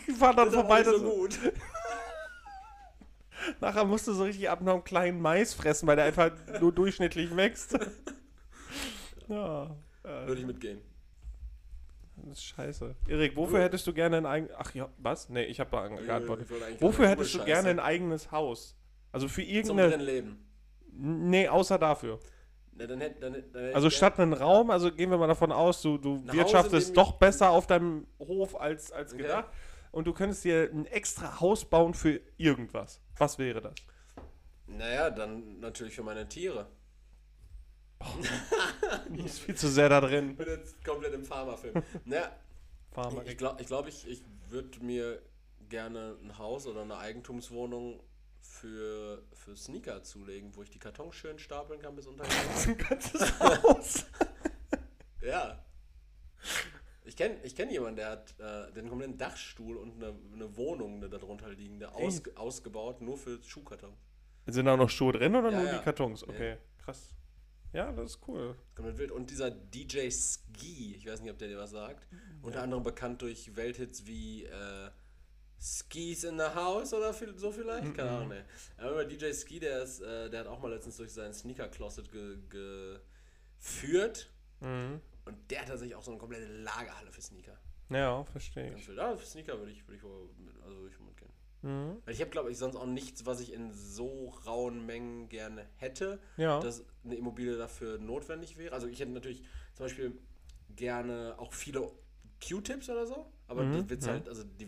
S1: Die fahren dann
S2: Ist aber
S1: vorbei.
S2: nicht so
S1: Das
S2: gut.
S1: nachher musst du so richtig abnorm kleinen Mais fressen, weil der einfach nur durchschnittlich wächst. ja,
S2: Würde ich mitgehen.
S1: das ist scheiße. Erik,
S2: Äh.
S1: wofür hättest du gerne ein eigenes... Ach ja, was? Nee, ich habe da
S2: ich
S1: geantwortet.
S2: wollte eigentlich
S1: Wofür
S2: nur
S1: hättest du
S2: Scheiße.
S1: gerne ein eigenes Haus? Also für
S2: Zum
S1: irgendeine...
S2: drin leben.
S1: Nee, außer dafür.
S2: Na, dann hätte, dann, hätte- dann hätte
S1: Also
S2: ich gern-
S1: statt einen Raum, also gehen wir mal davon aus, du,
S2: Ein
S1: du
S2: Haus, in
S1: wirtschaftest
S2: dem
S1: doch besser auf deinem Hof als, als
S2: Okay.
S1: gedacht. Und du könntest dir ein extra Haus bauen für irgendwas. Was wäre das?
S2: Naja, dann natürlich für meine Tiere.
S1: Du bist viel zu sehr da drin.
S2: Ich bin jetzt komplett im Pharmafilm. naja,
S1: Farmer.
S2: ich glaube, ich, glaub, ich, ich würde mir gerne ein Haus oder eine Eigentumswohnung für, für Sneaker zulegen, wo ich die Kartons schön stapeln kann bis unter.
S1: ein ganzes Haus.
S2: ja. Ich kenne ich kenn jemanden, der hat äh, den kompletten Dachstuhl und eine, eine Wohnung, ne, eine darunter liegende, aus, ausgebaut, nur für Schuhkarton.
S1: Sind da noch Schuhe drin oder
S2: Ja,
S1: nur
S2: ja.
S1: die Kartons?
S2: Nee.
S1: Okay, krass. Ja, das ist cool.
S2: Komplett wild. Und dieser DJ Ski, ich weiß nicht, ob der dir was sagt, unter anderem bekannt durch Welthits wie äh, Skis in the House oder viel, so vielleicht, keine Ahnung. Ne. Aber DJ Ski, der, ist, äh, der hat auch mal letztens durch sein Sneaker-Closet ge- geführt Mhm. und der hat tatsächlich auch so eine komplette Lagerhalle für Sneaker.
S1: Ja, verstehe ich.
S2: Ganz wild. Ja, für Sneaker würde ich, würde ich, wohl mit, also würde ich mitgehen.
S1: Mhm.
S2: Weil ich habe, glaube ich, sonst auch nichts, was ich in so rauen Mengen gerne hätte,
S1: Ja.
S2: dass eine Immobilie dafür notwendig wäre. Also ich hätte natürlich zum Beispiel gerne auch viele Q-Tips oder so, aber
S1: Mhm,
S2: die wird's
S1: mhm.
S2: halt, also die,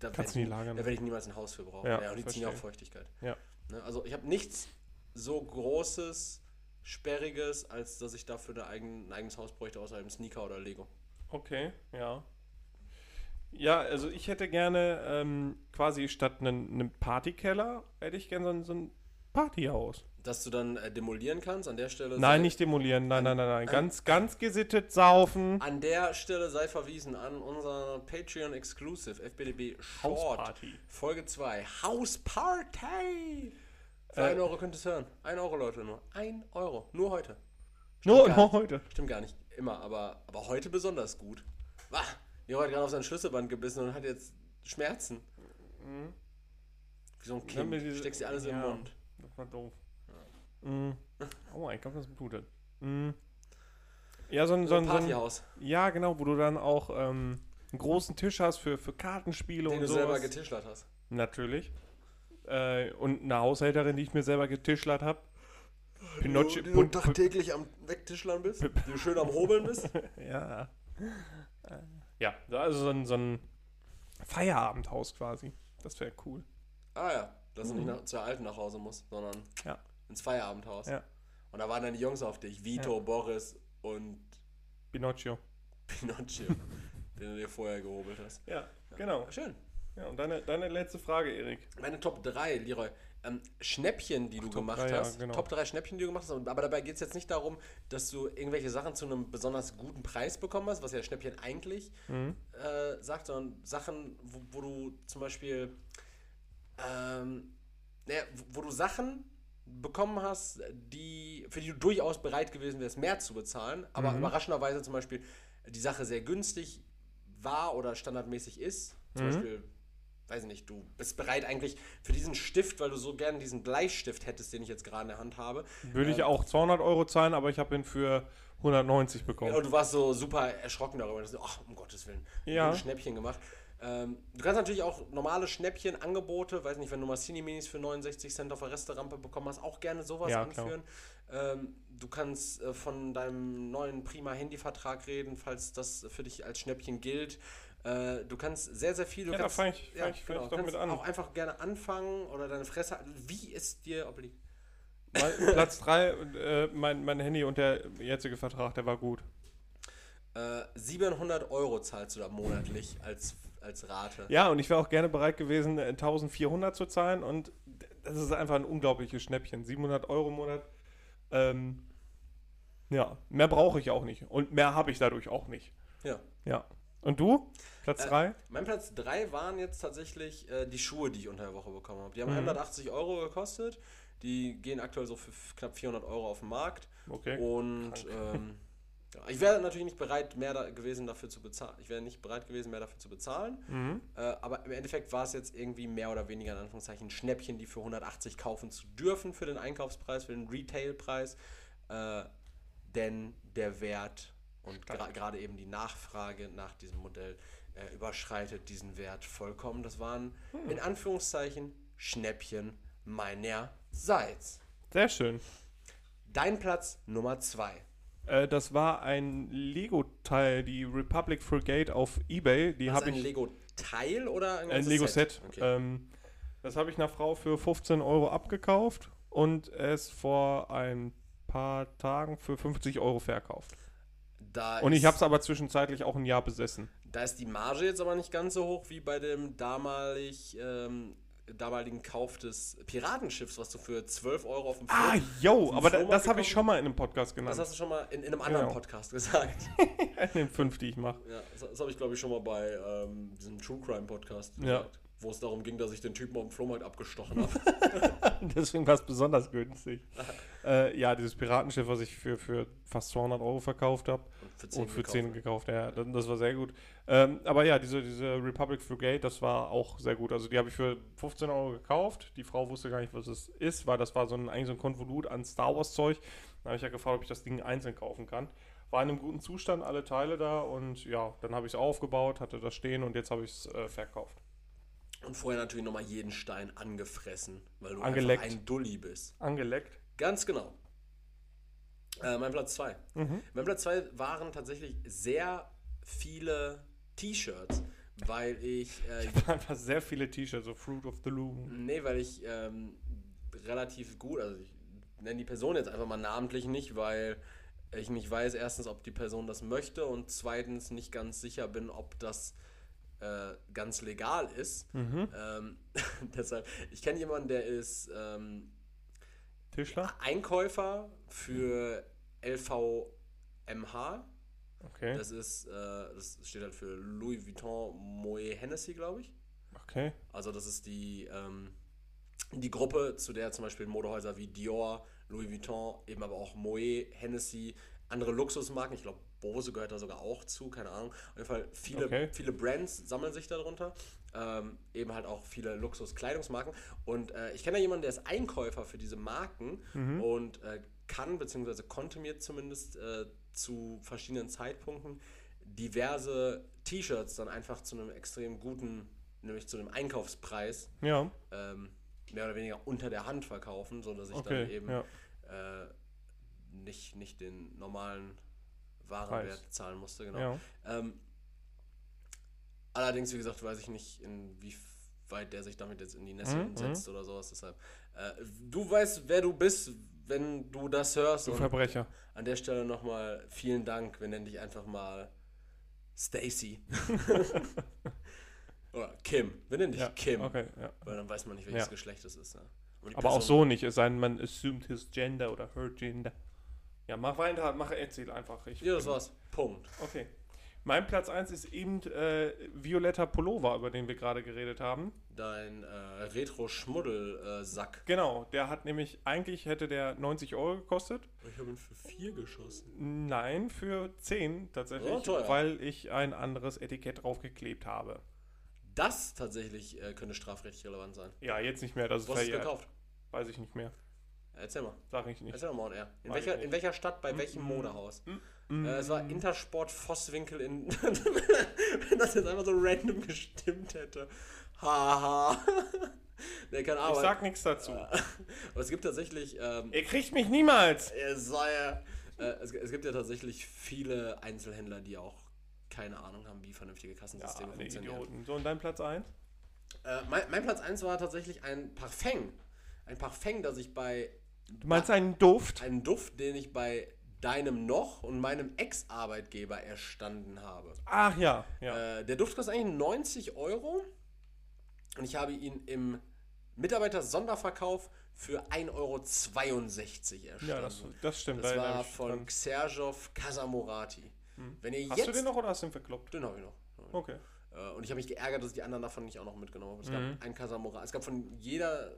S2: da werd
S1: Kannst du nie lagern. ne?
S2: Da werde ich niemals ein Haus für brauchen.
S1: Ja,
S2: Ja, und die ziehen
S1: verstehe.
S2: ja auch Feuchtigkeit.
S1: Ja.
S2: Ne? Also ich habe nichts so großes, sperriges, als dass ich dafür eine eigen, ein eigenes Haus bräuchte, außer einem Sneaker oder Lego.
S1: Okay, ja. Ja, also ich hätte gerne ähm, quasi statt einem einem Partykeller, hätte ich gerne so ein, so ein Partyhaus.
S2: Dass du dann äh, demolieren kannst, an der Stelle.
S1: Nein,
S2: sei-
S1: nicht demolieren, nein, nein, nein, nein.
S2: ein-
S1: Ganz, ganz gesittet saufen.
S2: An der Stelle sei verwiesen an unser Patreon Exclusive FBDB Short
S1: Hausparty.
S2: Folge 2 Hausparty. Für 1 Euro könnt ihr es hören. 1 Euro, Leute, nur. 1 Euro. Nur heute.
S1: Nur,
S2: gar
S1: nur
S2: nicht.
S1: heute.
S2: Stimmt gar nicht. Immer, aber, aber heute besonders gut. Wah! Nero hat gerade auf sein Schlüsselband gebissen und hat jetzt Schmerzen. Mhm. Wie so ein
S1: haben
S2: Kind.
S1: wir diese-
S2: Steckst dir alles im
S1: ja.
S2: Mund.
S1: Das war doof. Mm. Oh, ich glaube, das blutet. Mm. Ja, so ein,
S2: So
S1: so
S2: ein
S1: ein, so ein
S2: Partyhaus,
S1: Ja, genau, wo du dann auch ähm, einen großen Tisch hast für, für Kartenspiele
S2: den
S1: und
S2: du selber
S1: sowas.
S2: getischlert hast.
S1: Natürlich. Äh, und eine Haushälterin, die ich mir selber getischlert habe. Pinocchio.
S2: du,
S1: Pun-
S2: tagtäglich am Wegtischlern bist, du schön am Hobeln bist.
S1: ja. Äh, Ja, also so ein, so ein Feierabendhaus quasi. Das wäre cool.
S2: Ah ja, dass du nicht nach, zur Alten nach Hause musst, sondern
S1: Mhm. Ja.
S2: ins Feierabendhaus.
S1: Ja.
S2: Und da waren dann die Jungs auf dich, Vito, Boris und
S1: Pinocchio.
S2: Pinocchio, den du dir vorher gehobelt hast.
S1: Ja, genau.
S2: Schön.
S1: Ja, und deine, deine letzte Frage, Erik.
S2: Meine Top 3, Leroy. Ähm, Schnäppchen, die du gemacht
S1: drei, ja,
S2: hast.
S1: genau.
S2: Top 3 Schnäppchen, die du gemacht hast. Aber dabei geht es jetzt nicht darum, dass du irgendwelche Sachen zu einem besonders guten Preis bekommen hast, was ja Schnäppchen eigentlich
S1: Mhm.
S2: äh, sagt, sondern Sachen, wo, wo du zum Beispiel, ähm, naja, wo, wo du Sachen bekommen hast, die, für die du durchaus bereit gewesen wärst, mehr zu bezahlen, aber
S1: Mhm.
S2: überraschenderweise zum Beispiel die Sache sehr günstig war oder standardmäßig ist.
S1: Mhm.
S2: Zum Beispiel, weiß ich nicht, du bist bereit eigentlich für diesen Stift, weil du so gerne diesen Bleistift hättest, den ich jetzt gerade in der Hand habe.
S1: Würde ich auch 200 Euro zahlen, aber ich habe ihn für 190 bekommen.
S2: Und du warst so super erschrocken darüber, dass du, ach, um Gottes Willen,
S1: Ja.
S2: ein Schnäppchen gemacht. Ähm, du kannst natürlich auch normale Schnäppchen, Angebote, weiß nicht, wenn du mal Cineminis für 69 Cent auf der Resterampe bekommen hast, auch gerne sowas
S1: Ja, klar.
S2: anführen. Ähm, du kannst äh, von deinem neuen prima Handyvertrag reden, falls das für dich als Schnäppchen gilt. Äh, du kannst sehr, sehr viel. Du
S1: Ja, da
S2: kannst, genau,
S1: fang ich- fang ich vielleicht doch
S2: kannst
S1: mit an.
S2: auch einfach gerne anfangen oder deine Fresse, wie es dir obliegt.
S1: Mal Platz 3, äh, mein, mein Handy und der jetzige Vertrag, der war gut.
S2: Äh, 700 Euro zahlst du da monatlich als, als Rate.
S1: Ja, und ich wäre auch gerne bereit gewesen, äh, 1400 zu zahlen. Und d- das ist einfach ein unglaubliches Schnäppchen. 700 Euro im Monat. Ähm, ja, mehr brauche ich auch nicht. Und mehr habe ich dadurch auch nicht.
S2: ja.
S1: Ja. Und du? Platz
S2: Äh,
S1: 3?
S2: Mein Platz 3 waren jetzt tatsächlich äh, die Schuhe, die ich unter der Woche bekommen habe. Die haben
S1: Mhm.
S2: 180 Euro gekostet. Die gehen aktuell so für f- knapp 400 Euro auf den Markt.
S1: okay.
S2: oh. Und ähm, ja, ich wäre natürlich nicht bereit, mehr da gewesen dafür zu bezahlen. Ich wäre nicht bereit gewesen, mehr dafür zu bezahlen.
S1: Mhm.
S2: Äh, aber im Endeffekt war es jetzt irgendwie mehr oder weniger in Anführungszeichen Schnäppchen, die für 180 kaufen zu dürfen für den Einkaufspreis, für den Retailpreis. Äh, denn der Wert und gra- gerade eben die Nachfrage nach diesem Modell äh, überschreitet diesen Wert vollkommen. Das waren
S1: Hm.
S2: in Anführungszeichen Schnäppchen meinerseits.
S1: Sehr schön.
S2: Dein Platz Nummer 2.
S1: Äh, das war ein Lego-Teil, die Republic Frigate auf Ebay. Die
S2: War das
S1: habe
S2: Also ein
S1: ich.
S2: Lego-Teil oder ein,
S1: ein
S2: ganzes
S1: Lego-Set.
S2: Okay.
S1: Ähm, das habe ich einer Frau für 15 Euro abgekauft und es vor ein paar Tagen für 50 Euro verkauft.
S2: Da
S1: Und ich
S2: ist-
S1: habe es aber zwischenzeitlich auch ein Jahr besessen.
S2: Da ist die Marge jetzt aber nicht ganz so hoch wie bei dem damalig, ähm, damaligen Kauf des Piratenschiffs, was du für 12 Euro auf dem
S1: Ah,
S2: Flohmarkt-
S1: yo, aber da,
S2: Flohmarkt
S1: das habe ich
S2: gekauft?
S1: schon mal in einem Podcast
S2: Das
S1: genannt.
S2: hast du schon mal in, in einem anderen
S1: Genau.
S2: Podcast gesagt.
S1: In den fünf, die ich mache.
S2: ja, das, das habe ich, glaube ich, schon mal bei ähm, diesem True Crime Podcast
S1: Ja.
S2: gesagt, wo es darum ging, dass ich den Typen auf dem Flohmarkt abgestochen habe.
S1: Deswegen war es besonders günstig. äh, ja, dieses Piratenschiff, was ich für, für fast 200 Euro verkauft habe.
S2: für
S1: Und für
S2: gekauft
S1: 10
S2: habe.
S1: gekauft, ja, das, das war sehr gut. Ähm, aber ja, diese, diese Republic Frigate, das war auch sehr gut. Also die habe ich für 15 Euro gekauft. Die Frau wusste gar nicht, was es ist, weil das war so ein, eigentlich so ein Konvolut an Star Wars Zeug. Da habe ich ja gefragt, ob ich das Ding einzeln kaufen kann. War in einem guten Zustand, alle Teile da und ja, dann habe ich es aufgebaut, hatte das stehen und jetzt habe ich es äh, verkauft.
S2: Und vorher natürlich nochmal jeden Stein angefressen, weil du
S1: Angeleckt.
S2: einfach ein Dulli bist.
S1: Angeleckt.
S2: Ganz genau. Äh, mein Platz 2.
S1: Mhm.
S2: Mein Platz 2 waren tatsächlich sehr viele T-Shirts, weil ich, äh,
S1: Einfach sehr viele T-Shirts, so Fruit of the Loom.
S2: nee, weil ich ähm, relativ gut, also ich nenne die Person jetzt einfach mal namentlich nicht, weil ich nicht weiß, erstens, ob die Person das möchte und zweitens nicht ganz sicher bin, ob das äh, ganz legal ist. Ähm, deshalb, ich kenne jemanden, der ist ähm,
S1: Tischler?
S2: Einkäufer für LVMH.
S1: Okay.
S2: Das ist, äh, das steht halt für Louis Vuitton Moet Hennessy, glaube ich.
S1: Okay.
S2: Also das ist die, ähm, die Gruppe, zu der zum Beispiel Modehäuser wie Dior, Louis Vuitton, eben aber auch Moet, Hennessy, andere Luxusmarken, ich glaube Bose gehört da sogar auch zu, keine Ahnung. Auf jeden Fall viele,
S1: Okay.
S2: viele Brands sammeln sich darunter. Ähm, eben halt auch viele Luxus-Kleidungsmarken. Und äh, ich kenne da jemanden, der ist Einkäufer für diese Marken und äh, kann, beziehungsweise konnte mir zumindest äh, zu verschiedenen Zeitpunkten diverse T-Shirts dann einfach zu einem extrem guten, nämlich zu einem Einkaufspreis,
S1: Ja.
S2: ähm, mehr oder weniger unter der Hand verkaufen, sodass ich dann
S1: Okay.
S2: eben
S1: Ja.
S2: äh, nicht, nicht den normalen Warenwert
S1: Preis.
S2: zahlen musste. Genau.
S1: ja.
S2: Ähm, allerdings, wie gesagt, weiß ich nicht, inwieweit der sich damit jetzt in die Nesseln
S1: Mhm,
S2: setzt oder sowas. Deshalb, äh, du weißt, wer du bist, wenn du das hörst.
S1: Du
S2: und
S1: Verbrecher.
S2: an der Stelle nochmal vielen Dank. Wir nennen dich einfach mal Stacy. oder Kim. Wir nennen dich
S1: Ja.
S2: Kim.
S1: Okay, ja.
S2: Weil dann weiß man nicht, welches
S1: Ja.
S2: Geschlecht es ist. Ne? Und die
S1: Aber auch
S2: Person-
S1: so nicht, es sei denn, man assumed his gender oder her gender. Ja, mach weiter, mach, erzähl einfach. Ich
S2: Ja, das
S1: bin-
S2: war's. Punkt.
S1: Okay. Mein Platz 1 ist eben äh, violetter Pullover, über den wir gerade geredet haben.
S2: Dein äh, Retro-Schmuddel-Sack.
S1: Genau, der hat nämlich, eigentlich hätte der 90 Euro gekostet.
S2: Oh, Ich habe ihn für vier geschossen.
S1: Nein, für 10 tatsächlich,
S2: Oh, teuer.
S1: weil ich ein anderes Etikett draufgeklebt habe.
S2: Das tatsächlich äh, könnte strafrechtlich relevant sein.
S1: Ja, jetzt nicht mehr, das ist
S2: Wo hast du es
S1: verjährt.
S2: gekauft? Also,
S1: Weiß ich nicht mehr,
S2: Erzähl mal.
S1: sag ich nicht.
S2: Erzähl mal, on air. In
S1: Weiß ich
S2: welcher,
S1: nicht. Mhm,
S2: in welcher Stadt, bei welchem Modehaus?
S1: Hm.
S2: Äh, es war Intersport Vosswinkel in. Wenn das jetzt einfach so random gestimmt hätte. Haha. Der kann
S1: Ich
S2: arbeiten.
S1: sag nichts dazu.
S2: Aber es gibt tatsächlich. Ähm,
S1: Ihr kriegt mich niemals.
S2: es sei ja- äh, es, es gibt ja tatsächlich viele Einzelhändler, die auch keine Ahnung haben, wie vernünftige
S1: Ja,
S2: Kassensysteme
S1: alle
S2: funktionieren.
S1: Idioten. So, und dein Platz
S2: Äh,
S1: 1?
S2: mein, mein Platz 1 war tatsächlich ein Parfum. Ein Parfum, das ich bei
S1: Du meinst einen Duft?
S2: einem Duft, den ich bei deinem noch und meinem Ex-Arbeitgeber erstanden habe.
S1: Ach ja, ja.
S2: Äh, der Duft kostet eigentlich 90 Euro und ich habe ihn im Mitarbeiter-Sonderverkauf für 1,62 Euro erstanden.
S1: ja, das, das stimmt.
S2: Das
S1: da erinnere
S2: war
S1: ich mich
S2: von
S1: dran. Hm.
S2: Xerjov Casamorati. Wenn ihr
S1: Hast
S2: jetzt
S1: du den noch oder hast du ihn verkloppt?
S2: Den habe ich noch. Den hab ich noch.
S1: Okay.
S2: Äh, Und ich habe mich geärgert, dass ich die anderen davon nicht auch noch mitgenommen habe. Es
S1: Mhm.
S2: gab ein Casamorati. Es gab von jeder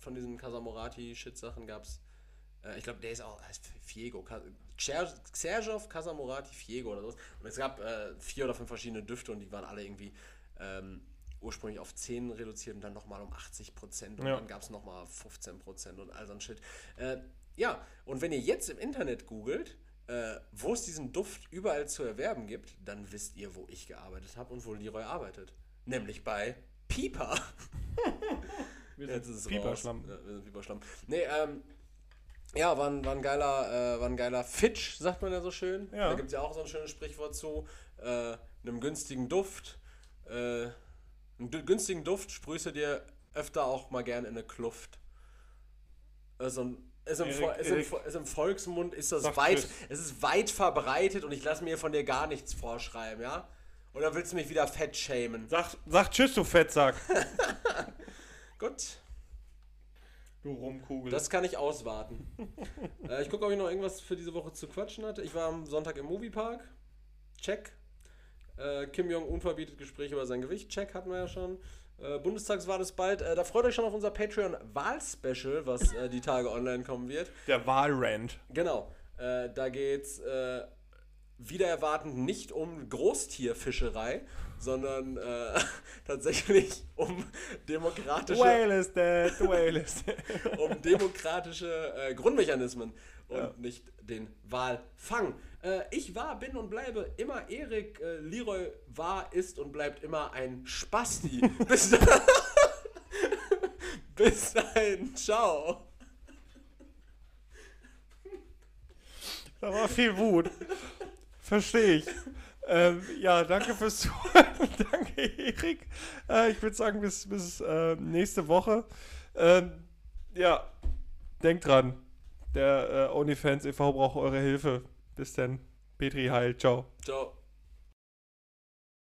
S2: von diesen Casamorati-Shit-Sachen gab es. Äh, ich glaube, der ist auch. Heißt Fiego. Ka- Xer- Xerjov Casamorati Fiego oder sowas. Und es gab äh, vier oder fünf verschiedene Düfte und die waren alle irgendwie. Ähm, ursprünglich auf 10 reduziert und dann nochmal um 80 Prozent und
S1: Ja.
S2: dann gab es nochmal 15 Prozent und all so ein Shit. Äh, ja, und wenn ihr jetzt im Internet googelt, äh, wo es diesen Duft überall zu erwerben gibt, dann wisst ihr, wo ich gearbeitet habe und wo Leroy arbeitet. Nämlich bei Pieper.
S1: Wir
S2: Jetzt ist es
S1: Pieperschlamm.
S2: raus. Ja, wir sind Pieperschlamm. Nee, ähm, ja, war ein, war ein geiler, äh, war ein geiler Fitch, sagt man ja so schön.
S1: Ja.
S2: Da gibt es ja auch so ein schönes Sprichwort zu. Äh, einem günstigen Duft. Äh, einen dü- günstigen Duft sprühst du dir öfter auch mal gern in eine Kluft. Also ein ist im,
S1: Erik,
S2: Vo- ist, im,
S1: Erik.
S2: Vo- ist im Volksmund ist das
S1: Sag
S2: weit,
S1: Tschüss.
S2: es ist weit verbreitet und ich lasse mir von dir gar nichts vorschreiben, ja? Oder willst du mich wieder fett schämen?
S1: Sag, sag Tschüss, du Fettsack.
S2: Gut.
S1: du Rumkugel.
S2: Das kann ich auswarten. äh, ich gucke, ob ich noch irgendwas für diese Woche zu quatschen hatte. Ich war am Sonntag im Moviepark. Check. Äh, Kim Jong-un verbietet Gespräche über sein Gewicht. Check hatten wir ja schon. Äh, Bundestagswahl ist bald. Äh, da freut euch schon auf unser Patreon-Wahl-Special, was äh, die Tage online kommen wird.
S1: der Wahlrand.
S2: Genau. Äh, da geht's äh, wieder erwartend nicht um Großtierfischerei, sondern äh, tatsächlich um demokratische
S1: Whale is dead, whale is dead.
S2: um demokratische äh, Grundmechanismen und nicht den Wahlfang. Äh, ich war, bin und bleibe immer Erik. Äh, Leroy war, ist und bleibt immer ein Spasti. Bis, da Bis dahin, ciao.
S1: Da war viel Wut. Verstehe ich. Ähm, ja, danke fürs Zuhören. danke, Erik. Äh, ich würde sagen, bis, bis äh, nächste Woche. Ähm, ja, denkt dran. Der äh, OnlyFans e.V. braucht eure Hilfe. Bis dann. Petri, heil. Ciao.
S2: Ciao.